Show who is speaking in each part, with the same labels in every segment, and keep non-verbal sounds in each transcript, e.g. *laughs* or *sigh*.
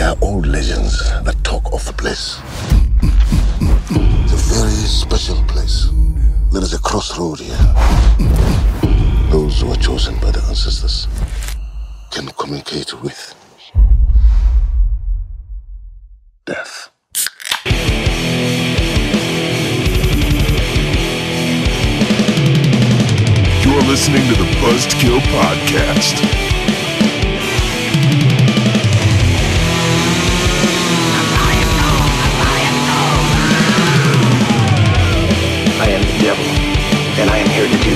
Speaker 1: are old legends that talk of the place. It's a very special place. There is a crossroad here. Those who are chosen by the ancestors can communicate with death.
Speaker 2: You're listening to the Buzzkill Podcast.
Speaker 3: I am the devil, and I am here to do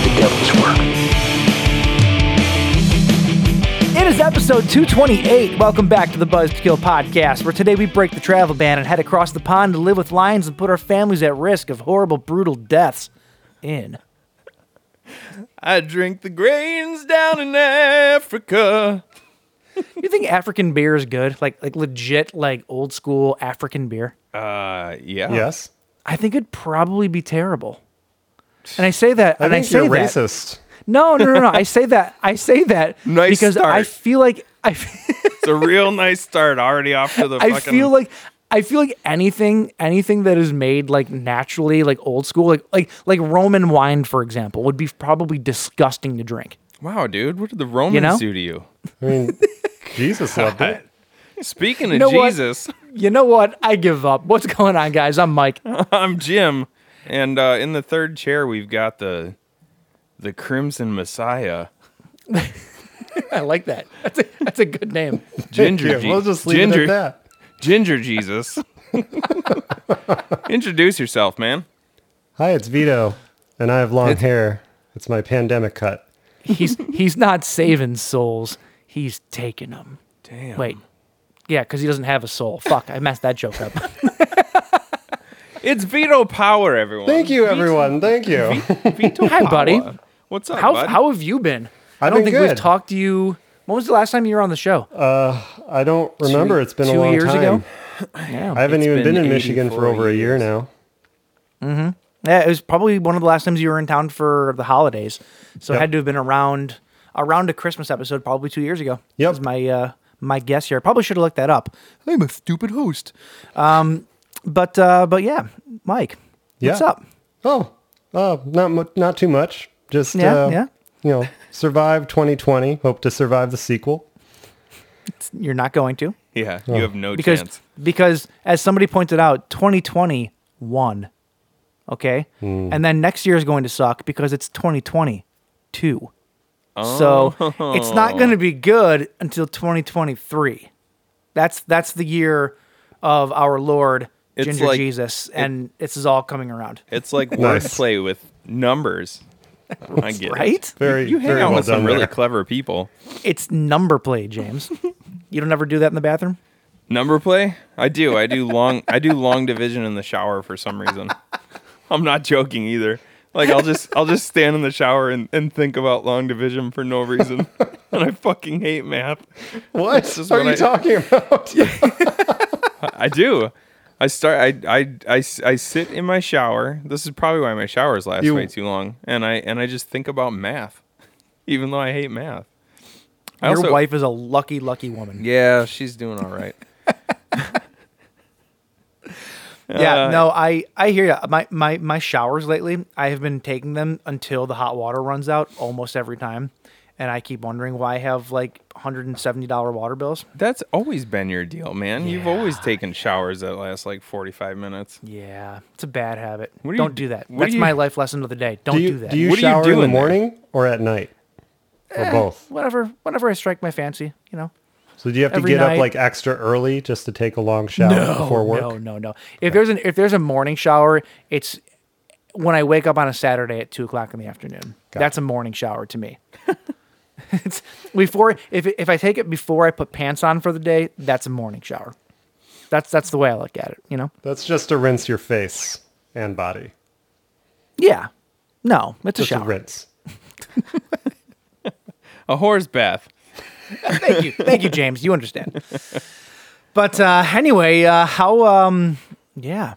Speaker 3: the devil's work.
Speaker 4: It is episode 228. Welcome back to the Buzzkill Podcast, where today we break the travel ban and head across the pond to live with lions and put our families at risk of horrible, brutal deaths. In.
Speaker 5: I drink the grains down in Africa.
Speaker 4: You think African beer is good? Like, like legit, like old school African beer?
Speaker 5: Uh, yeah.
Speaker 6: Yes.
Speaker 4: I think it'd probably be terrible. And I say that,
Speaker 6: I
Speaker 4: and I
Speaker 6: think
Speaker 4: say
Speaker 6: you're
Speaker 4: that.
Speaker 6: racist.
Speaker 4: No, no, no, no. I say that. I say
Speaker 6: *laughs*
Speaker 4: that
Speaker 5: Nice
Speaker 4: because I
Speaker 5: start.
Speaker 4: feel like I. *laughs*
Speaker 5: It's a real nice start already off to the
Speaker 4: I
Speaker 5: fucking.
Speaker 4: feel like I feel like anything anything that is made like naturally like old school like like like Roman wine for example would be probably disgusting to drink.
Speaker 5: wow, dude, what did the Romans
Speaker 4: know?
Speaker 5: do to you?
Speaker 6: I mean, Jesus loved it.
Speaker 5: *laughs* Speaking of
Speaker 4: know what?
Speaker 5: Jesus, *laughs*
Speaker 4: You know what? I give up. What's going on guys? I'm Mike.
Speaker 5: I'm Jim, and uh, in the third chair we've got the the Crimson Messiah,
Speaker 4: I like that. That's a, that's a good name.
Speaker 5: Ginger.
Speaker 6: Yeah,
Speaker 5: Je-
Speaker 6: we'll just leave
Speaker 5: Ginger,
Speaker 6: it at that.
Speaker 5: Ginger Jesus. *laughs* Introduce yourself, man.
Speaker 6: Hi, it's Vito, and I have long hair. It's my pandemic cut.
Speaker 4: He's he's not saving souls. He's taking them.
Speaker 5: Damn.
Speaker 4: Wait. Yeah, cuz he doesn't have a soul. Fuck, I messed
Speaker 5: *laughs*
Speaker 4: that joke up.
Speaker 5: It's Vito Power, everyone.
Speaker 6: Thank you, everyone. Thank you.
Speaker 5: Vito
Speaker 4: Hi, buddy.
Speaker 5: Power. What's up,
Speaker 4: How
Speaker 5: bud?
Speaker 4: how have you been? I
Speaker 6: I've
Speaker 4: don't
Speaker 6: been
Speaker 4: think we've
Speaker 6: good.
Speaker 4: talked to you. When was the last time you were on the show?
Speaker 6: I don't remember. It's been
Speaker 4: two
Speaker 6: a long
Speaker 4: years
Speaker 6: time.
Speaker 4: ago? Yeah.
Speaker 6: I haven't
Speaker 5: It's
Speaker 6: even
Speaker 5: been
Speaker 6: been, in Michigan
Speaker 5: 84
Speaker 6: for over a year
Speaker 5: years.
Speaker 6: now.
Speaker 4: Yeah, it was probably one of the last times you were in town for the holidays. So it
Speaker 6: Yep.
Speaker 4: had to have been around around a Christmas episode, probably two years ago.
Speaker 6: Yep.
Speaker 4: is my uh, my guess here. I probably should have looked that up. I'm a stupid host. Um, but uh, but yeah, Mike, what's
Speaker 6: Yeah.
Speaker 4: up?
Speaker 6: Oh, uh, not mu- not too much. Just
Speaker 4: Yeah,
Speaker 6: uh,
Speaker 4: yeah.
Speaker 6: You know, survive 2020. Hope to survive the sequel.
Speaker 4: You're not going to
Speaker 5: Yeah,
Speaker 6: Oh.
Speaker 5: you have no
Speaker 4: because
Speaker 5: chance.
Speaker 4: because as somebody pointed out, 2020 won. Okay,
Speaker 5: Hmm.
Speaker 4: and then next year is going to suck because it's 2020 two. So it's
Speaker 5: Oh.
Speaker 4: not going to be good until 2023. That's that's the year of our Lord
Speaker 5: It's
Speaker 4: Ginger
Speaker 5: like-
Speaker 4: Jesus, and this is all coming around,
Speaker 5: It's like
Speaker 6: Nice.
Speaker 5: wordplay with numbers. I get it.
Speaker 4: right?
Speaker 6: Very,
Speaker 5: You hang
Speaker 6: very
Speaker 5: out
Speaker 6: well
Speaker 5: with some
Speaker 6: done
Speaker 5: really
Speaker 6: there.
Speaker 5: clever people.
Speaker 4: It's number play,
Speaker 5: *laughs*
Speaker 4: James. you don't ever do that in the bathroom.
Speaker 5: Number play? I do. I do long. I do long division in the shower for some reason. *laughs* I'm not joking either. Like I'll just I'll just stand in the shower and, and think about long division for no reason. *laughs* and I fucking hate math.
Speaker 6: What
Speaker 5: is
Speaker 6: are
Speaker 5: what
Speaker 6: you
Speaker 5: I-
Speaker 6: talking about?
Speaker 5: I do. I start. I, I, I, s- I sit in my shower. This is probably why my showers last
Speaker 6: You-
Speaker 5: way too long. And I and I just think about math, *laughs* even though I hate math. I
Speaker 4: Your
Speaker 5: also-
Speaker 4: wife is a lucky, lucky woman.
Speaker 5: Yeah, she's doing all
Speaker 4: *laughs*
Speaker 5: right.
Speaker 4: Yeah,
Speaker 5: Uh,
Speaker 4: no, I I hear you. My my my showers lately, I have been taking them until the hot water runs out almost every time, and I keep wondering why I have like 170 dollar water bills.
Speaker 5: That's always been your deal, man. You've always taken showers that last like 45 minutes.
Speaker 4: Yeah, it's a bad habit.
Speaker 5: What do you
Speaker 4: don't
Speaker 5: d-
Speaker 4: do that.
Speaker 5: what do
Speaker 4: That's
Speaker 5: you-
Speaker 4: my life lesson of the day. Don't
Speaker 6: do
Speaker 4: do,
Speaker 6: you,
Speaker 4: that.
Speaker 6: do you
Speaker 5: What do you
Speaker 6: shower
Speaker 5: do
Speaker 6: in the
Speaker 5: in there?
Speaker 6: morning or at night? Or
Speaker 4: Eh.
Speaker 6: both?
Speaker 4: whatever, whenever I strike my fancy, you know.
Speaker 6: So do you have to
Speaker 4: every
Speaker 6: get
Speaker 4: night-
Speaker 6: up like extra early just to take a long shower before work?
Speaker 4: No, no, no. If there's an if there's a morning shower, it's when I wake up on a Saturday at two o'clock in the afternoon. That's a morning shower to me. *laughs* it's before if if I take it before I put pants on for the day, that's a morning shower. That's that's the way I look at it. You know.
Speaker 6: That's just to rinse your face and body.
Speaker 4: Yeah. No, it's
Speaker 6: Just
Speaker 4: a
Speaker 6: to
Speaker 4: shower.
Speaker 6: rinse.
Speaker 5: A horse bath.
Speaker 4: Thank you, thank you, James. You understand. *laughs* But uh, anyway, uh, how um, yeah,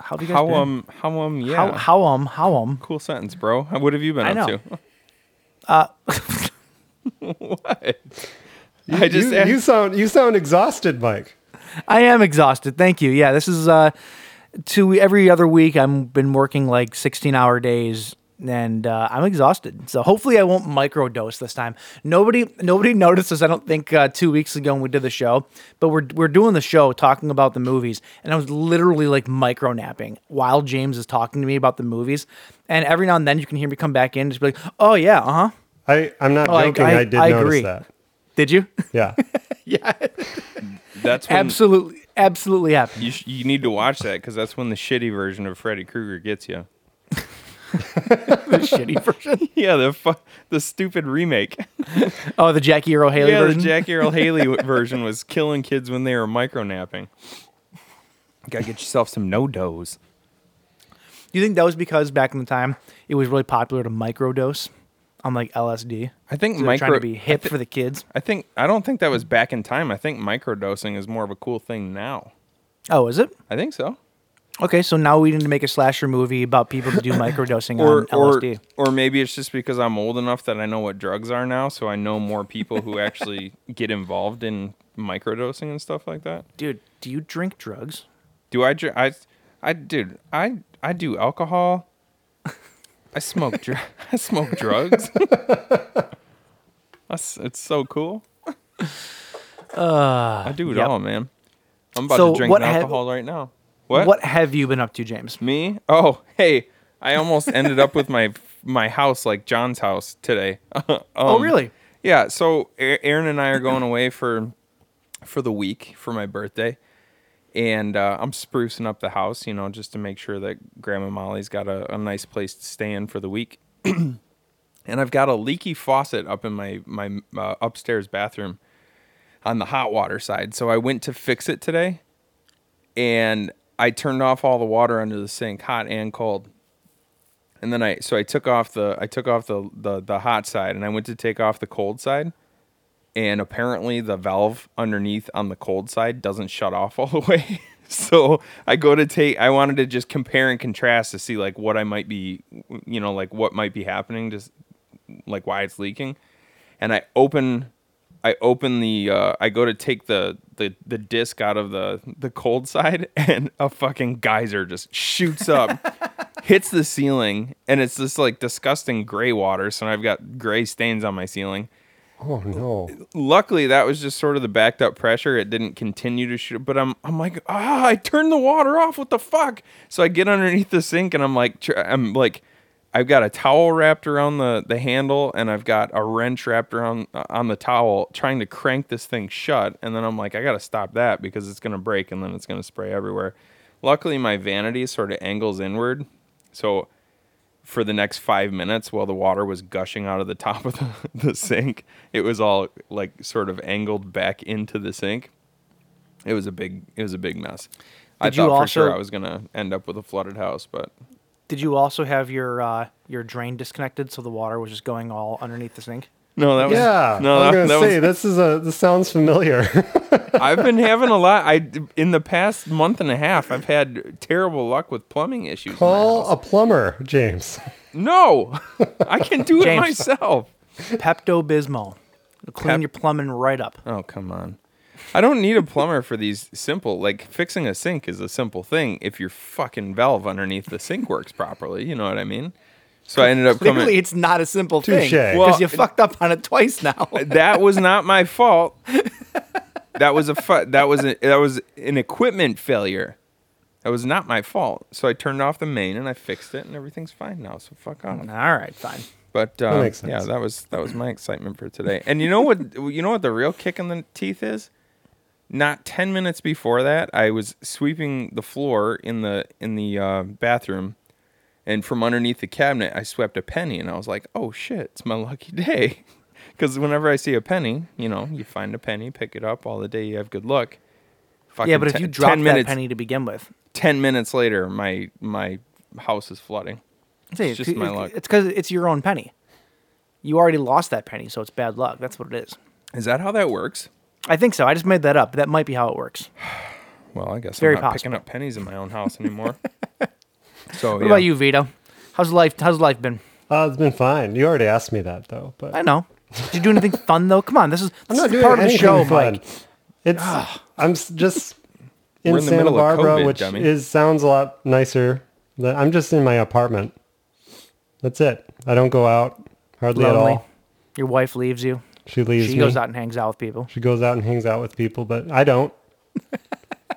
Speaker 4: how do you guys
Speaker 5: How
Speaker 4: been?
Speaker 5: um how um yeah.
Speaker 4: how, how um how um
Speaker 5: cool sentence, bro. What have you been
Speaker 4: I
Speaker 5: up
Speaker 4: know.
Speaker 5: to? *laughs* what? I just
Speaker 6: you,
Speaker 5: asked,
Speaker 6: you sound you sound exhausted, Mike.
Speaker 4: I am exhausted. Thank you. Yeah, this is uh to every other week I've been working like 16-hour days and uh, I'm exhausted. So hopefully I won't microdose this time. Nobody nobody *laughs* noticed this I don't think uh, 2 weeks ago when we did the show, but we're we're doing the show talking about the movies and I was literally like micro napping while James is talking to me about the movies. And every now and then you can hear me come back in and just be like, "Oh yeah, uh-huh."
Speaker 6: I, I'm not
Speaker 4: Oh, I-
Speaker 6: joking. I,
Speaker 4: I-
Speaker 6: did
Speaker 4: I
Speaker 6: notice
Speaker 4: agree.
Speaker 6: that.
Speaker 4: Did you? *laughs*
Speaker 6: Yeah.
Speaker 4: yeah.
Speaker 5: That's when
Speaker 4: Absolutely absolutely happened.
Speaker 5: you, sh- you need to watch that because that's when the shitty version of Freddy Krueger gets you.
Speaker 4: *laughs* The shitty version.
Speaker 5: *laughs* Yeah, the fu- the stupid remake.
Speaker 4: Oh, the Jackie Earl Haley
Speaker 5: yeah,
Speaker 4: version.
Speaker 5: the *laughs* Jackie Earl Haley w- version was killing kids when they were micro napping. Gotta get yourself some no dos.
Speaker 4: Do you think that was because back in the time it was really popular to microdose on like LSD?
Speaker 5: I think
Speaker 4: So they're
Speaker 5: micro.
Speaker 4: trying to be
Speaker 5: I,
Speaker 4: hip
Speaker 5: thi-
Speaker 4: for the kids.
Speaker 5: I think I don't think that was back in time. I think microdosing is more of a cool thing now.
Speaker 4: Oh, is it?
Speaker 5: I think so.
Speaker 4: Okay, so now we need to make a slasher movie about
Speaker 5: *laughs*
Speaker 4: people that do microdosing
Speaker 5: Or
Speaker 4: on
Speaker 5: or
Speaker 4: LSD.
Speaker 5: or maybe it's just because I'm old enough that I know what drugs are now, so I know more people who
Speaker 4: *laughs*
Speaker 5: actually get involved in microdosing and stuff like that.
Speaker 4: Dude, do you drink drugs?
Speaker 5: Do I drink? I, I, dude, I, I do
Speaker 4: *laughs*
Speaker 5: alcohol. I smoke. Dr- I smoke
Speaker 4: *laughs*
Speaker 5: drugs. That's it's so cool. I do it
Speaker 4: Uh, yep.
Speaker 5: all, man. I'm about
Speaker 4: So
Speaker 5: to drink
Speaker 4: what
Speaker 5: an
Speaker 4: have-
Speaker 5: alcohol right now. What?
Speaker 4: What have you been up to, James?
Speaker 5: Me? Oh, hey, I almost ended up with my my house like John's house today. *laughs*
Speaker 4: oh, really?
Speaker 5: Yeah, so A- Aaron and I are going away for for the week for my birthday, and uh, I'm sprucing up the house, you know, just to make sure that Grandma Molly's got a, a nice place to stay in for the week. *clears throat* and I've got a leaky faucet up in my my uh, upstairs bathroom on the hot water side, so I went to fix it today, and I turned off all the water under the sink, hot and cold and then I so I took off the I took off the the the hot side and I went to take off the cold side and apparently the valve underneath on the cold side doesn't shut off all *laughs* the way. so I go to take I wanted to just compare and contrast to see like what I might be you know like what might be happening just like why it's leaking. And I open I open the uh, I go to take the, the the disc out of the the cold side *laughs* and a fucking geyser just shoots up hits the ceiling and it's this like disgusting gray water so i've got gray stains on my ceiling
Speaker 6: Oh no.
Speaker 5: luckily that was just sort of the backed up pressure it didn't continue to shoot but i'm i'm like ah i turned the water off what the fuck so i get underneath the sink and i'm like tr- i'm like i've got a towel wrapped around the the handle and i've got a wrench wrapped around uh, on the towel trying to crank this thing shut and then i'm like i gotta stop that because it's gonna break and then it's gonna spray everywhere luckily my vanity sort of angles inward so for the next five minutes while the water was gushing out of the top of the, *laughs* the sink. It was all like sort of angled back into the sink. It was a big it was a big mess. I
Speaker 4: Did you
Speaker 5: thought for sure
Speaker 4: also-
Speaker 5: I was gonna end up with a flooded house, but
Speaker 4: Did you also have your uh, your drain disconnected so the water was just going all underneath the sink?
Speaker 5: no, that was
Speaker 6: Yeah.
Speaker 5: no,
Speaker 6: I was
Speaker 5: that,
Speaker 6: gonna
Speaker 5: that
Speaker 6: say
Speaker 5: was,
Speaker 6: this is a this sounds familiar. *laughs*
Speaker 5: I've been having a lot. I in the past month and a half, I've had terrible luck with plumbing issues. in my
Speaker 6: Call
Speaker 5: house.
Speaker 6: a plumber, James.
Speaker 5: No, I can do it
Speaker 4: James.
Speaker 5: myself.
Speaker 4: Pepto Bismol. Clean
Speaker 5: Pep-
Speaker 4: your plumbing right up.
Speaker 5: Oh, come on. I don't need a plumber for these simple, like fixing a sink is a simple thing if your fucking valve underneath the sink works properly. You know what I mean? So I ended up
Speaker 4: Clearly,
Speaker 5: coming.
Speaker 4: it's not a simple
Speaker 6: Touche.
Speaker 4: thing
Speaker 6: Well,
Speaker 4: because you fucked up on it twice now.
Speaker 5: *laughs* That was not my fault. That was a fu- that was a, that was an equipment failure. That was not my fault. So I turned off the main and I fixed it and everything's fine now. So fuck off.
Speaker 4: all right, fine.
Speaker 5: But um,
Speaker 6: makes
Speaker 5: yeah,
Speaker 6: sense.
Speaker 5: that was that was my excitement for today. And you know
Speaker 4: *laughs*
Speaker 5: what? you know what the real kick in the teeth is? Not ten minutes before that, I was sweeping the floor in the in the uh, bathroom, and from underneath the cabinet, I swept a penny, and I was like, "Oh shit, it's my lucky day," *laughs* because whenever I see a penny, you know, you find a penny, pick it up. All the day you have good luck.
Speaker 4: Yeah,
Speaker 5: Fucking
Speaker 4: but if
Speaker 5: ten-
Speaker 4: you dropped that
Speaker 5: 10 minutes,
Speaker 4: penny to begin with,
Speaker 5: ten minutes later, my my house is flooding.
Speaker 4: Hey,
Speaker 5: It's just my luck.
Speaker 4: It's because it's your own penny. You already lost that penny, so it's bad luck. That's what it is.
Speaker 5: Is that how that works?
Speaker 4: I think so. I just made that up. That might be how it works.
Speaker 5: Well, I guess
Speaker 4: Very
Speaker 5: I'm not picking
Speaker 4: possible.
Speaker 5: up pennies in my own house
Speaker 4: *laughs*
Speaker 5: anymore. so
Speaker 4: What about you, Vito? How's life? How's life been?
Speaker 6: Uh, it's been fine. You already asked me that though, but
Speaker 4: I know. Did *laughs* you do anything fun Ah. though? Come on, this is, this
Speaker 6: I'm not
Speaker 4: is
Speaker 6: doing
Speaker 4: part of the
Speaker 6: anything
Speaker 4: show,
Speaker 6: fun.
Speaker 4: Mike.
Speaker 6: It's I'm s- just in
Speaker 5: We're in the
Speaker 6: Santa
Speaker 5: middle of
Speaker 6: Barbara,
Speaker 5: COVID,
Speaker 6: which
Speaker 5: dummy.
Speaker 6: is sounds a lot nicer. But I'm just in my apartment. That's it. I don't go out hardly at
Speaker 4: Lonely.
Speaker 6: all.
Speaker 4: Your wife leaves you.
Speaker 6: She leaves
Speaker 4: She
Speaker 6: me.
Speaker 4: goes out and hangs out with people.
Speaker 6: She goes out and hangs out with people, but I don't.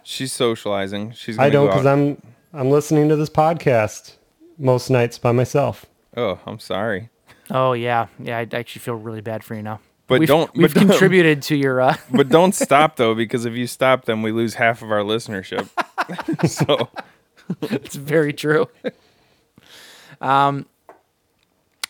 Speaker 5: She's socializing. She's. Gonna
Speaker 6: I don't
Speaker 5: go
Speaker 6: because
Speaker 5: out.
Speaker 6: I'm I'm listening to this podcast most nights by myself.
Speaker 5: Oh, I'm sorry.
Speaker 4: Oh yeah, yeah. I actually feel really bad for you now.
Speaker 5: But
Speaker 4: we've,
Speaker 5: don't- but
Speaker 4: we've
Speaker 5: don't-
Speaker 4: contributed to your. Uh,
Speaker 5: But
Speaker 6: *laughs*
Speaker 5: don't stop though, because if you stop, then we lose half of our
Speaker 6: *laughs*
Speaker 5: listenership. so
Speaker 4: it's very true. *laughs* um,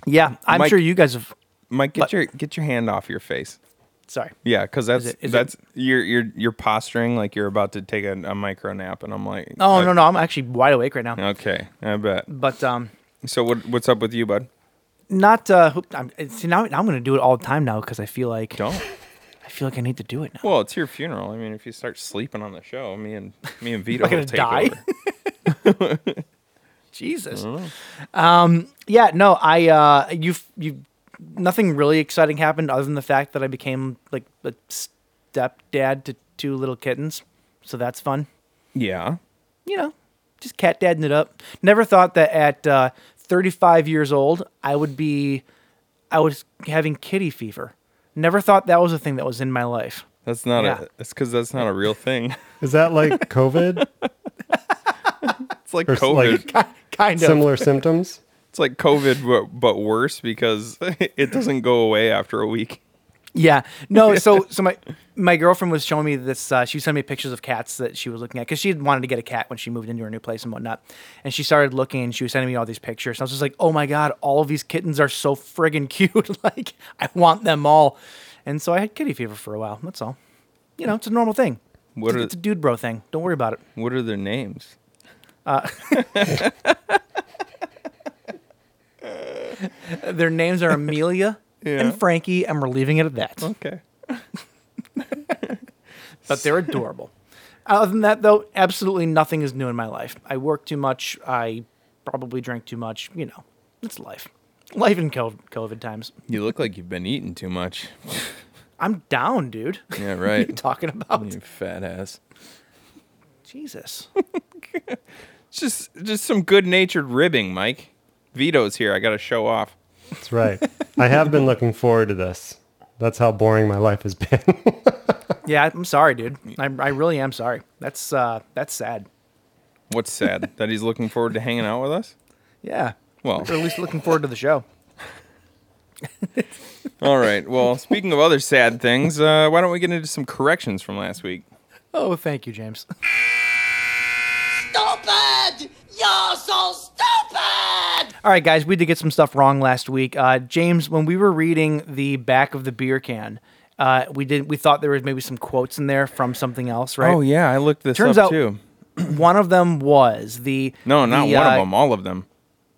Speaker 4: yeah, I'm
Speaker 5: Mike-
Speaker 4: sure you guys have.
Speaker 5: Mike, get your get your hand off your face.
Speaker 4: Sorry.
Speaker 5: Yeah, because that's
Speaker 4: it- is it-
Speaker 5: that's you're you're you're posturing like you're about to take a, a micro nap, and I'm like,
Speaker 4: Oh
Speaker 5: I-
Speaker 4: no, no, I'm actually wide awake right now.
Speaker 5: Okay, I bet.
Speaker 4: But um,
Speaker 5: So what what's up with you, bud?
Speaker 4: not. Uh, hoop- I'm, see now, now I'm going to do it all the time now because I feel like
Speaker 5: Don't.
Speaker 4: I feel like I need to do it now.
Speaker 5: Well, it's your funeral. I mean, if you start sleeping on the show, me and me and Vito
Speaker 4: Am I
Speaker 5: will
Speaker 4: gonna
Speaker 5: take
Speaker 4: die?
Speaker 5: over.
Speaker 4: *laughs*
Speaker 5: *laughs*
Speaker 4: Jesus. Um, yeah, no, I uh, you you nothing really exciting happened other than the fact that I became like a stepdad to two little kittens, so that's fun.
Speaker 5: Yeah.
Speaker 4: You know, just cat dadding it up. Never thought that at uh, 35 years old I would be I was having kitty fever. Never thought that was a thing that was in my life.
Speaker 5: That's not
Speaker 4: Yeah.
Speaker 5: a. It's because that's not a real thing. *laughs*
Speaker 6: Is
Speaker 4: *laughs*
Speaker 6: that like COVID?
Speaker 5: It's like
Speaker 6: Or it's
Speaker 5: COVID.
Speaker 6: like-
Speaker 4: *laughs* Kind of.
Speaker 6: Similar symptoms?
Speaker 5: It's like COVID, but, but worse because *laughs* it doesn't go away after a week.
Speaker 4: Yeah.
Speaker 5: *laughs*
Speaker 4: No. So so my my girlfriend was showing me this. Uh, she sent me pictures of cats that she was looking at because she had wanted to get a cat when she moved into her new place and whatnot. And she started looking. and She was sending me all these pictures. And I was just like, oh my god, all of these kittens are so friggin' *laughs* cute. like I want them all. And so I had kitty fever for a while. That's all. You know, it's a normal thing.
Speaker 5: What
Speaker 4: it's,
Speaker 5: are
Speaker 4: it's a dude bro thing. Don't worry about it.
Speaker 5: what are their names?
Speaker 4: Uh, Their
Speaker 5: *laughs*
Speaker 4: names are Amelia
Speaker 5: Yeah.
Speaker 4: and Frankie, and we're leaving it at that.
Speaker 5: Okay.
Speaker 4: but they're adorable. *laughs* Other than that, though, absolutely nothing is new in my life. I work too much. I probably drink too much. You know, it's life. Life in co- COVID times.
Speaker 5: You look like you've been eating too much.
Speaker 4: I'm down, dude. *laughs*
Speaker 5: Yeah,
Speaker 4: What
Speaker 5: right.
Speaker 4: are you talking about?
Speaker 5: You fat ass.
Speaker 4: Jesus.
Speaker 5: It's just just some good natured ribbing, Mike. Vito's here. I got to show off.
Speaker 6: That's right. I have been looking forward to this. That's how boring my life has been. *laughs*
Speaker 4: Yeah, I'm sorry, dude. I, I really am sorry. That's uh, that's sad.
Speaker 5: What's *laughs* sad that he's looking forward to hanging out with us?
Speaker 4: Yeah.
Speaker 5: Well,
Speaker 4: Or at least looking forward to the show.
Speaker 5: all right. Well, speaking of other sad things, uh, why don't we get into some corrections from last week?
Speaker 4: Oh, thank you, James. *laughs*
Speaker 7: stupid! You're so stupid!
Speaker 4: All right, guys, we did get some stuff wrong last week. Uh, James, when we were reading the back of the beer can, uh, we did we thought there was maybe some quotes in there from something else, right?
Speaker 5: Oh yeah, I looked this
Speaker 4: Turns
Speaker 5: up
Speaker 4: out-
Speaker 5: too.
Speaker 4: one of them was the
Speaker 5: No, not
Speaker 4: the,
Speaker 5: one
Speaker 4: uh,
Speaker 5: of them. All of them.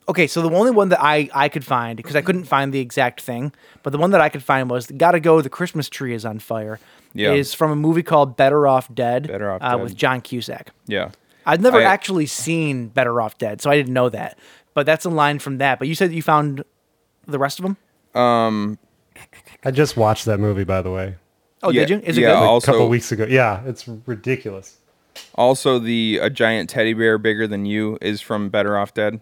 Speaker 4: Okay, so the only one that I I could find because I couldn't find the exact thing, but the one that I could find was "Gotta Go." The Christmas tree is on fire.
Speaker 5: Yeah.
Speaker 4: is from a movie called Better Off Dead.
Speaker 5: Better Off
Speaker 4: uh,
Speaker 5: Dead.
Speaker 4: with John Cusack.
Speaker 5: Yeah.
Speaker 4: I'd never
Speaker 5: I-
Speaker 4: actually seen Better Off Dead, so I didn't know that. But that's a line from that. But you said you found the rest of them.
Speaker 6: I just watched that movie, by the way,
Speaker 4: Oh,
Speaker 5: yeah,
Speaker 4: did you? Is it
Speaker 5: yeah,
Speaker 4: good?
Speaker 6: a couple
Speaker 5: Also,
Speaker 6: weeks ago. Yeah, it's ridiculous.
Speaker 5: also the a giant teddy bear bigger than you is from Better Off Dead.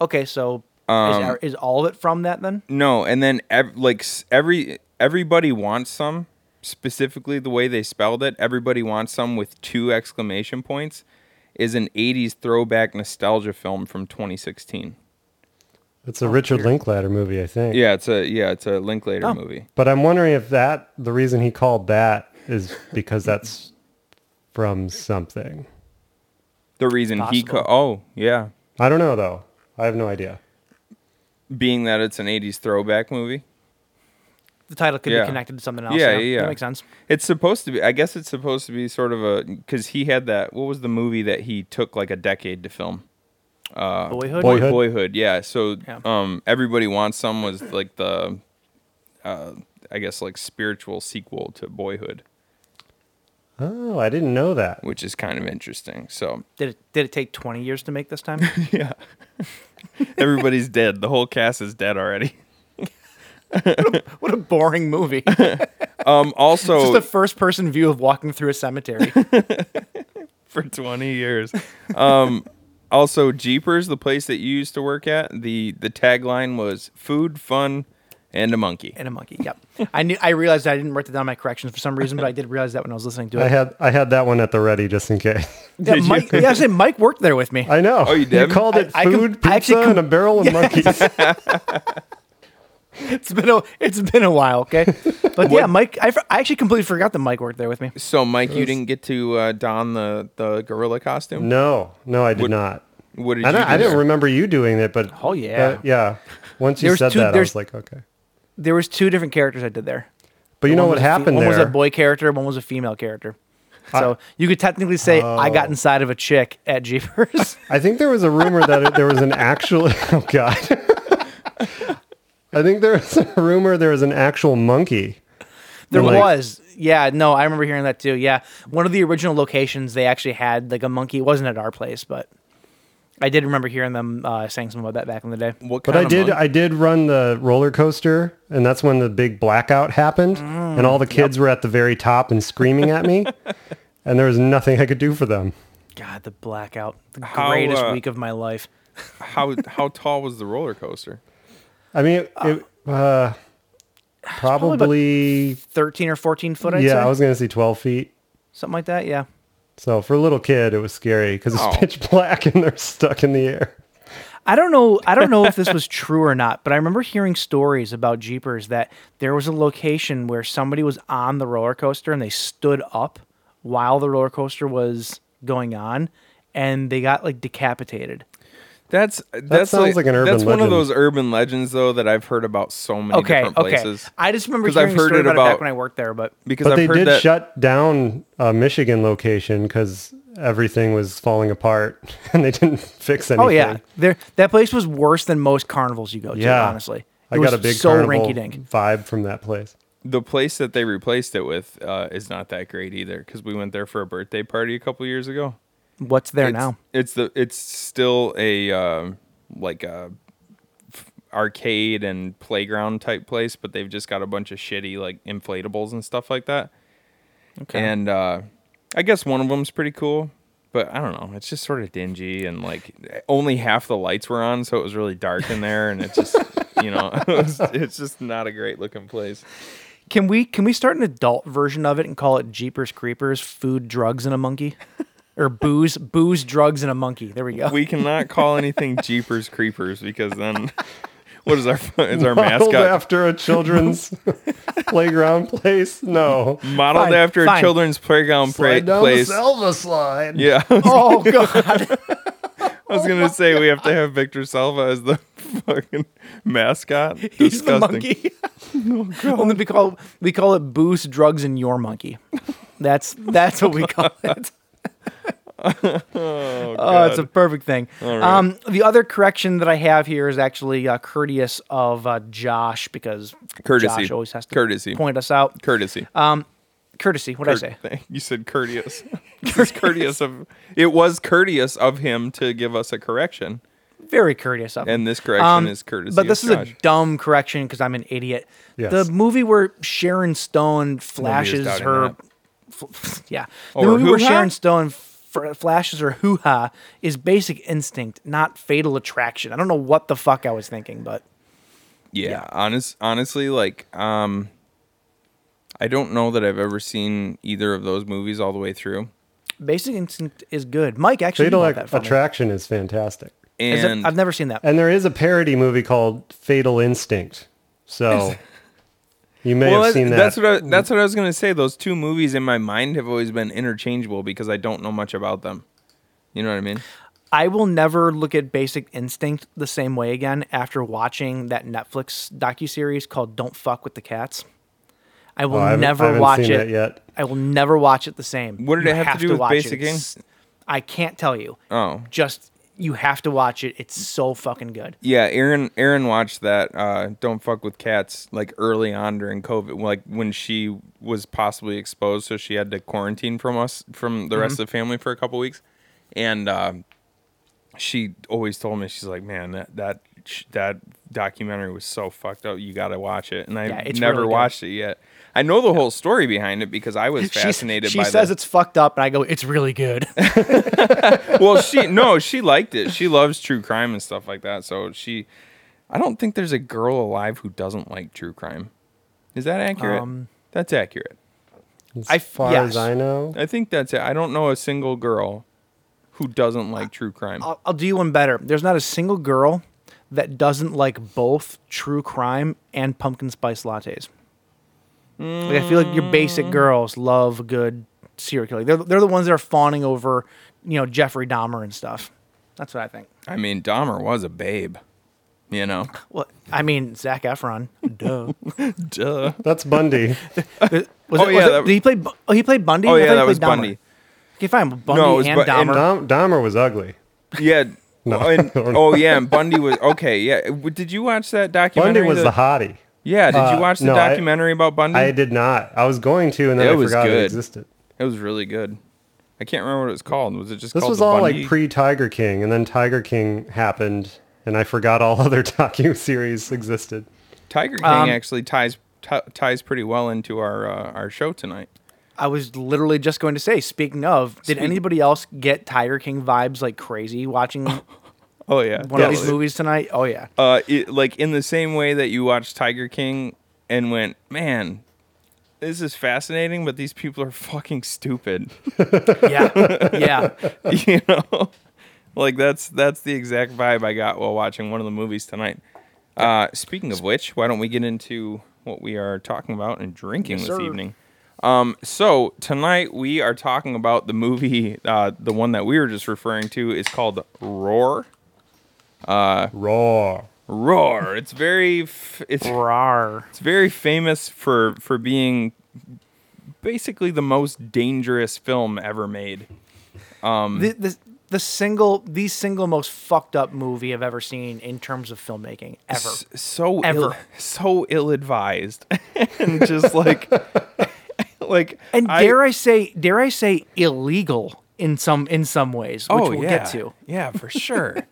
Speaker 4: Okay, so
Speaker 5: Um,
Speaker 4: is, is all of it from that then?
Speaker 5: No, and then ev- like s- every everybody wants some. Specifically, the way they spelled it, everybody wants some with two exclamation points, is an '80s throwback nostalgia film from 2016.
Speaker 6: It's a Richard Linklater movie, I think.
Speaker 5: Oh, Yeah, it's a yeah, it's a Linklater movie.
Speaker 6: But I'm wondering if that the reason he called that is because that's from something.
Speaker 5: The reason he
Speaker 4: possible.
Speaker 5: ca- oh yeah,
Speaker 6: I don't know though. I have no idea.
Speaker 5: being that it's an '80s throwback movie.
Speaker 4: The title could
Speaker 5: Yeah.
Speaker 4: be connected to something else.
Speaker 5: Yeah,
Speaker 4: you know?
Speaker 5: yeah, yeah.
Speaker 4: that makes sense.
Speaker 5: It's supposed to be. I guess it's supposed to be sort of a because he had that. What was the movie that he took like a decade to film? Uh,
Speaker 4: Boyhood.
Speaker 6: Boyhood.
Speaker 5: Boyhood, yeah. So
Speaker 4: Yeah.
Speaker 5: um everybody wants some was like the uh I guess like spiritual sequel to Boyhood,
Speaker 6: Oh, I didn't know that.
Speaker 5: which is kind of interesting.
Speaker 6: *laughs*
Speaker 5: So
Speaker 4: Did it did it take twenty years to make this
Speaker 5: *laughs*
Speaker 4: time?
Speaker 5: everybody's dead. The whole cast is dead already.
Speaker 6: *laughs*
Speaker 4: What a boring
Speaker 5: *laughs*
Speaker 4: movie. It's
Speaker 5: Um also
Speaker 4: just a first person view of walking through a cemetery.
Speaker 5: *laughs* for 20 years. Um, also, Jeepers, the place that you used to work at, the the tagline was food, fun, and a monkey.
Speaker 4: *laughs* and a monkey. Yep. I knew. I realized I didn't write that down in my corrections for some reason, but I did realize that when I was listening to
Speaker 6: I
Speaker 4: it.
Speaker 6: had I had that one at the ready just in case. *laughs*
Speaker 4: Yeah,
Speaker 5: Did you-
Speaker 4: Mike, yeah, I said Mike worked there with me.
Speaker 6: I know.
Speaker 5: Oh, you did?
Speaker 6: called it
Speaker 4: I- I com-
Speaker 6: food,
Speaker 4: I actually
Speaker 6: pizza,
Speaker 4: com-
Speaker 6: and
Speaker 4: *laughs*
Speaker 6: a barrel of monkeys.
Speaker 4: It's been a it's been a while, okay. But yeah, Mike, I, f- I actually completely forgot that Mike worked there with me.
Speaker 5: So, Mike, you didn't get to uh, don the, the gorilla costume?
Speaker 6: No, no, I did
Speaker 5: What-
Speaker 6: not.
Speaker 5: What did
Speaker 6: I,
Speaker 5: you
Speaker 6: don't,
Speaker 5: do
Speaker 6: I didn't
Speaker 5: there?
Speaker 6: remember you doing it, but
Speaker 4: Oh, yeah.
Speaker 6: but Uh, yeah. Once you
Speaker 4: There's
Speaker 6: said
Speaker 4: two-
Speaker 6: that, I
Speaker 4: there's-
Speaker 6: was like, okay.
Speaker 4: There was two different characters I did there.
Speaker 6: But you know
Speaker 4: One
Speaker 6: what
Speaker 4: was a fe-
Speaker 6: happened
Speaker 4: One
Speaker 6: there?
Speaker 4: was a boy character, one was a female character. So you could technically say I got inside of a chick at Jeepers. *laughs*
Speaker 6: I think there was a rumor that it, there was an actual. *laughs* Oh God. I think there was a rumor there was an actual monkey.
Speaker 4: there
Speaker 6: Like-
Speaker 4: was, yeah, no, I remember hearing that too. Yeah, one of the original locations they actually had like a monkey. It wasn't at our place, but I did remember hearing them uh, saying something about that back in the day.
Speaker 5: What
Speaker 6: But
Speaker 5: kind
Speaker 6: I
Speaker 5: of
Speaker 6: did
Speaker 5: monkey?
Speaker 6: I did run the roller coaster, and that's when the big blackout happened, and all the kids were at the very top and screaming at me, and there was nothing I could do for them.
Speaker 4: God, the blackout, the
Speaker 5: How,
Speaker 4: greatest
Speaker 5: uh,
Speaker 4: week of my life.
Speaker 5: how how tall was the roller coaster?
Speaker 6: I mean, it, it, uh, probably,
Speaker 4: Thirteen or fourteen foot, I'd
Speaker 6: yeah,
Speaker 4: say,
Speaker 6: I was gonna say twelve feet.
Speaker 4: something like that. Yeah,
Speaker 6: So for a little kid, it was scary because it's
Speaker 5: Oh.
Speaker 6: pitch black and they're stuck in the air.
Speaker 4: I don't know. I don't know if this
Speaker 5: *laughs*
Speaker 4: was true or not, but I remember hearing stories about Jeepers that there was a location where somebody was on the roller coaster and they stood up while the roller coaster was going on, and they got like decapitated.
Speaker 5: That's uh, that's
Speaker 6: sounds like an urban
Speaker 5: That's one of
Speaker 6: legend.
Speaker 5: those urban legends though that I've heard about so many
Speaker 4: Okay,
Speaker 5: different
Speaker 4: okay.
Speaker 5: places.
Speaker 4: I just remember
Speaker 5: 'Cause I've
Speaker 4: hearing a
Speaker 5: heard
Speaker 4: story
Speaker 5: it
Speaker 4: about, it
Speaker 5: about-
Speaker 4: back when I worked there, but
Speaker 5: because
Speaker 6: But
Speaker 5: I've
Speaker 6: they
Speaker 5: heard
Speaker 6: did
Speaker 5: that
Speaker 6: shut down a Michigan location because everything was falling apart *laughs* and they didn't fix anything.
Speaker 4: oh yeah, there that place was worse than most carnivals you go to.
Speaker 6: Yeah.
Speaker 4: honestly,
Speaker 6: I
Speaker 4: It
Speaker 6: got
Speaker 4: was
Speaker 6: a big
Speaker 4: so
Speaker 6: carnival
Speaker 4: rinky-dink.
Speaker 6: vibe from that place.
Speaker 5: the place that they replaced it with uh, is not that great either because we went there for a birthday party a couple years ago.
Speaker 4: What's there
Speaker 5: It's,
Speaker 4: now?
Speaker 5: it's the it's still a um like a f- arcade and playground type place, but they've just got a bunch of shitty like inflatables and stuff like that. Okay. And uh, I guess one of them's pretty cool, but I don't know. It's just sort of dingy and like only half the lights were on, so it was really dark in there, and it's just you know *laughs* it was, it's just not a great looking place.
Speaker 4: Can we can we start an adult version of it and call it Jeepers Creepers, food, drugs, and a monkey, or booze, booze, drugs, and a monkey? There we go.
Speaker 5: We cannot call anything Jeepers Creepers because then *laughs* what is our is our
Speaker 6: *laughs* Modeled
Speaker 5: mascot
Speaker 6: after
Speaker 5: *laughs*
Speaker 6: a children's *laughs* playground place? No.
Speaker 5: modeled
Speaker 4: Fine,
Speaker 5: after a
Speaker 4: fine.
Speaker 5: children's playground pra-
Speaker 6: Slide down
Speaker 5: place?
Speaker 6: the Selva slide.
Speaker 5: Yeah, *laughs* I
Speaker 4: *laughs* oh god,
Speaker 5: was
Speaker 4: Oh
Speaker 5: gonna say we have to have Victor Salva as the *laughs* fucking mascot.
Speaker 4: *laughs* he's the
Speaker 5: Disgusting.
Speaker 4: monkey. *laughs* Only we call we call it booze, drugs, and your monkey. That's that's
Speaker 5: *laughs*
Speaker 4: what we call it.
Speaker 5: Oh,
Speaker 4: Oh, it's a
Speaker 5: God.
Speaker 4: perfect thing. Um, the other correction that I have here is actually uh, courteous of uh, Josh because
Speaker 5: Courtesy.
Speaker 4: Josh always has to
Speaker 5: Courtesy.
Speaker 4: point us out.
Speaker 5: courtesy.
Speaker 4: courtesy, what would Ah, I
Speaker 5: Cur-
Speaker 4: say?
Speaker 5: thing. You said courteous. *laughs* It's courteous of it was courteous of him to give us a correction,
Speaker 4: Very courteous of him.
Speaker 5: and this correction
Speaker 4: Um,
Speaker 5: is courtesy.
Speaker 4: But this
Speaker 5: of
Speaker 4: is
Speaker 5: Josh.
Speaker 4: a dumb correction because I'm an idiot.
Speaker 6: Yes.
Speaker 4: The movie where Sharon Stone flashes
Speaker 5: doubting
Speaker 4: her,
Speaker 5: that.
Speaker 4: f- *laughs* yeah, the
Speaker 5: Or
Speaker 4: movie where
Speaker 5: hoo-ha?
Speaker 4: Sharon Stone f- flashes her hoo ha is Basic Instinct, not Fatal Attraction. I don't know what the fuck I was thinking, but
Speaker 5: yeah, honest honestly like um i don't know that i've ever seen either of those movies all the way through
Speaker 4: Basic Instinct is good. Mike actually you
Speaker 6: Fatal
Speaker 4: bought that for me.
Speaker 6: Attraction is fantastic.
Speaker 4: Is it-
Speaker 5: and
Speaker 4: I've never seen that.
Speaker 6: And there is a parody movie called Fatal Instinct. So you may
Speaker 5: well, that's,
Speaker 6: have seen that.
Speaker 5: that's what I, that's what I was gonna say. Those two movies in my mind have always been interchangeable because I don't know much about them. You know what I mean?
Speaker 4: I will never look at Basic Instinct the same way again after watching that Netflix docuseries called Don't Fuck with the Cats. I will
Speaker 6: Oh, I haven't- I
Speaker 4: never
Speaker 6: haven't
Speaker 4: watch
Speaker 6: seen
Speaker 4: it.
Speaker 6: that yet.
Speaker 4: I will never watch it the same.
Speaker 5: What did
Speaker 4: You
Speaker 5: it have to do with
Speaker 4: watch
Speaker 5: Basic
Speaker 4: It's- I can't tell you.
Speaker 5: Oh.
Speaker 4: Just you have to watch it. It's so fucking good.
Speaker 5: Yeah, Aaron Aaron watched that uh, "Don't Fuck with Cats" like early on during COVID, like when she was possibly exposed, so she had to quarantine from us from the rest
Speaker 4: Mm-hmm.
Speaker 5: of the family for a couple weeks, and uh, she always told me she's like, "Man, that that sh- that documentary was so fucked up. You got to watch it." And I
Speaker 4: Yeah,
Speaker 5: have
Speaker 4: it's
Speaker 5: never
Speaker 4: really good.
Speaker 5: watched it yet. I know the whole story behind it because
Speaker 4: *laughs*
Speaker 5: I was
Speaker 4: She-
Speaker 5: fascinated
Speaker 4: She
Speaker 5: by
Speaker 4: says
Speaker 5: the,
Speaker 4: it's fucked up, and I go, "It's really good." *laughs*
Speaker 5: well she no she liked it she loves true crime and stuff like that so she i don't think there's a girl alive who doesn't like true crime is that accurate
Speaker 4: Um,
Speaker 5: that's accurate
Speaker 6: As
Speaker 4: I-
Speaker 6: far
Speaker 4: yes.
Speaker 6: as I know,
Speaker 5: i think that's it i don't know a single girl who doesn't like true crime
Speaker 4: I'll, I'll do you one better. There's not a single girl that doesn't like both true crime and pumpkin spice lattes. Like I feel like your
Speaker 5: Mm.
Speaker 4: basic girls love good serial killer. They're they're the ones that are fawning over, you know, Jeffrey Dahmer and stuff. That's what I think.
Speaker 5: i mean dahmer was a babe you know
Speaker 4: Well, I mean, Zach Efron. Duh.
Speaker 5: duh
Speaker 6: that's Bundy.
Speaker 4: Was
Speaker 5: Oh,
Speaker 4: it,
Speaker 5: yeah,
Speaker 4: was it-
Speaker 5: that-
Speaker 4: did he play? Bu- Oh, he played Bundy.
Speaker 5: oh
Speaker 4: I
Speaker 5: yeah
Speaker 4: thought he
Speaker 5: that
Speaker 4: played
Speaker 5: was
Speaker 4: Dahmer.
Speaker 5: bundy
Speaker 4: Okay, fine. Bundy
Speaker 5: No, it was
Speaker 4: and
Speaker 5: Bu- and
Speaker 4: Dahmer.
Speaker 6: Dom- Dahmer was ugly. *laughs*
Speaker 5: yeah
Speaker 6: No,
Speaker 5: oh, and,
Speaker 6: I don't
Speaker 5: oh yeah and bundy was okay yeah W- did you watch that documentary
Speaker 6: Bundy was
Speaker 5: that-
Speaker 6: the hottie.
Speaker 5: yeah did
Speaker 6: uh,
Speaker 5: you watch the
Speaker 6: no, I-
Speaker 5: documentary about bundy
Speaker 6: I did not. I was going to, and then
Speaker 5: It
Speaker 6: I
Speaker 5: was
Speaker 6: forgot
Speaker 5: good.
Speaker 6: it existed.
Speaker 5: It was really good. I can't remember what it was called. Was it just
Speaker 6: This
Speaker 5: called
Speaker 6: was
Speaker 5: the
Speaker 6: all
Speaker 5: Bundy?
Speaker 6: like pre Tiger King, and then Tiger King happened, and I forgot all *laughs* other docu series existed.
Speaker 5: Tiger King
Speaker 4: Um,
Speaker 5: actually ties t- ties pretty well into our uh, our show tonight.
Speaker 4: I was literally just going to say. Speaking of, did
Speaker 5: Speak-
Speaker 4: anybody else get Tiger King vibes like crazy *laughs* watching one
Speaker 5: Oh yeah,
Speaker 4: of these movies tonight? Oh *laughs* yeah.
Speaker 5: Uh, it, like in the same way that you watched Tiger King and went, man, this is fascinating, but these people are fucking stupid.
Speaker 4: Yeah, yeah.
Speaker 5: *laughs* you know, like that's that's the exact vibe I got while watching one of the movies tonight. Uh, speaking of which, why don't we get into what we are talking about and drinking
Speaker 4: Yes,
Speaker 5: this
Speaker 4: sir.
Speaker 5: evening? Um, so tonight we are talking about the movie, uh, the one that we were just referring to is called Roar.
Speaker 6: Raw.
Speaker 5: Roar. It's very, f- it's
Speaker 4: Rar.
Speaker 5: it's very famous for for being basically the most dangerous film ever made.
Speaker 4: The, the the single the single most fucked up movie I've ever seen in terms of filmmaking ever. *laughs*
Speaker 5: s- so
Speaker 4: Ever.
Speaker 5: Ill, so ill *laughs* advised and just like *laughs* like
Speaker 4: *laughs* And dare I, say dare I say illegal in some in some ways, which we'll
Speaker 5: yeah,
Speaker 4: get to.
Speaker 5: yeah for sure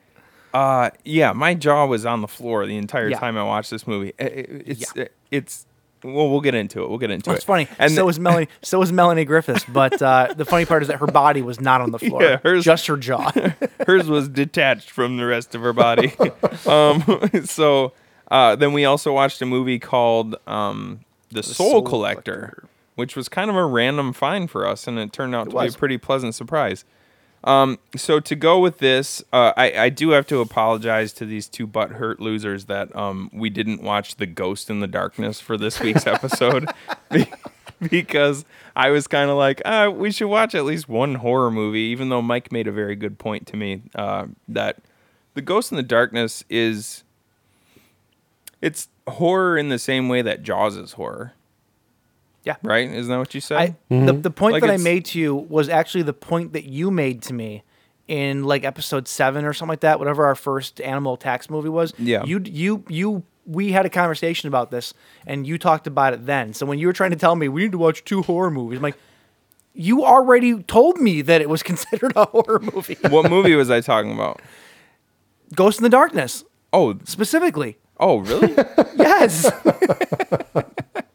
Speaker 5: uh *laughs* yeah my jaw was on the floor the entire
Speaker 4: Yeah.
Speaker 5: time I watched this movie I- I- it's uh, it's well we'll get into it we'll get into
Speaker 4: It's
Speaker 5: it
Speaker 4: funny. And so
Speaker 5: the-
Speaker 4: was Melanie. So was Melanie Griffiths. But uh, the funny part is that her body was not on the floor.
Speaker 5: Yeah, hers-
Speaker 4: just
Speaker 5: *laughs*
Speaker 4: her jaw.
Speaker 5: *laughs* hers was detached from the rest of her body. um, *laughs* so uh, then we also watched a movie called um, The, Soul,
Speaker 4: Soul
Speaker 5: Collector, which was kind of a random find for us, and it turned out to
Speaker 4: was.
Speaker 5: be a pretty pleasant surprise. Um, so to go with this, uh, I, I do have to apologize to these two butthurt losers that um, we didn't watch The Ghost in the Darkness for this
Speaker 4: *laughs*
Speaker 5: week's episode. Be- because I was kind of like, uh, we should watch at least one horror movie, even though Mike made a very good point to me uh, that The Ghost in the Darkness is it's horror in the same way that Jaws is horror,
Speaker 4: yeah.
Speaker 5: right? Isn't that what you said?
Speaker 4: I the, the point
Speaker 5: Like
Speaker 4: that I
Speaker 5: it's-
Speaker 4: made to you was actually the point that you made to me in like episode seven or something like that, whatever our first animal attacks movie was.
Speaker 5: Yeah.
Speaker 4: You you you we had a conversation about this and you talked about it then. So when you were trying to tell me we need to watch two horror movies, I'm like, you already told me that it was *laughs* considered a horror
Speaker 5: *laughs*
Speaker 4: movie.
Speaker 5: what movie was I talking about?
Speaker 4: Ghost in the Darkness,
Speaker 5: Oh,
Speaker 4: specifically.
Speaker 5: oh,
Speaker 4: *laughs*
Speaker 5: really?
Speaker 4: Yes.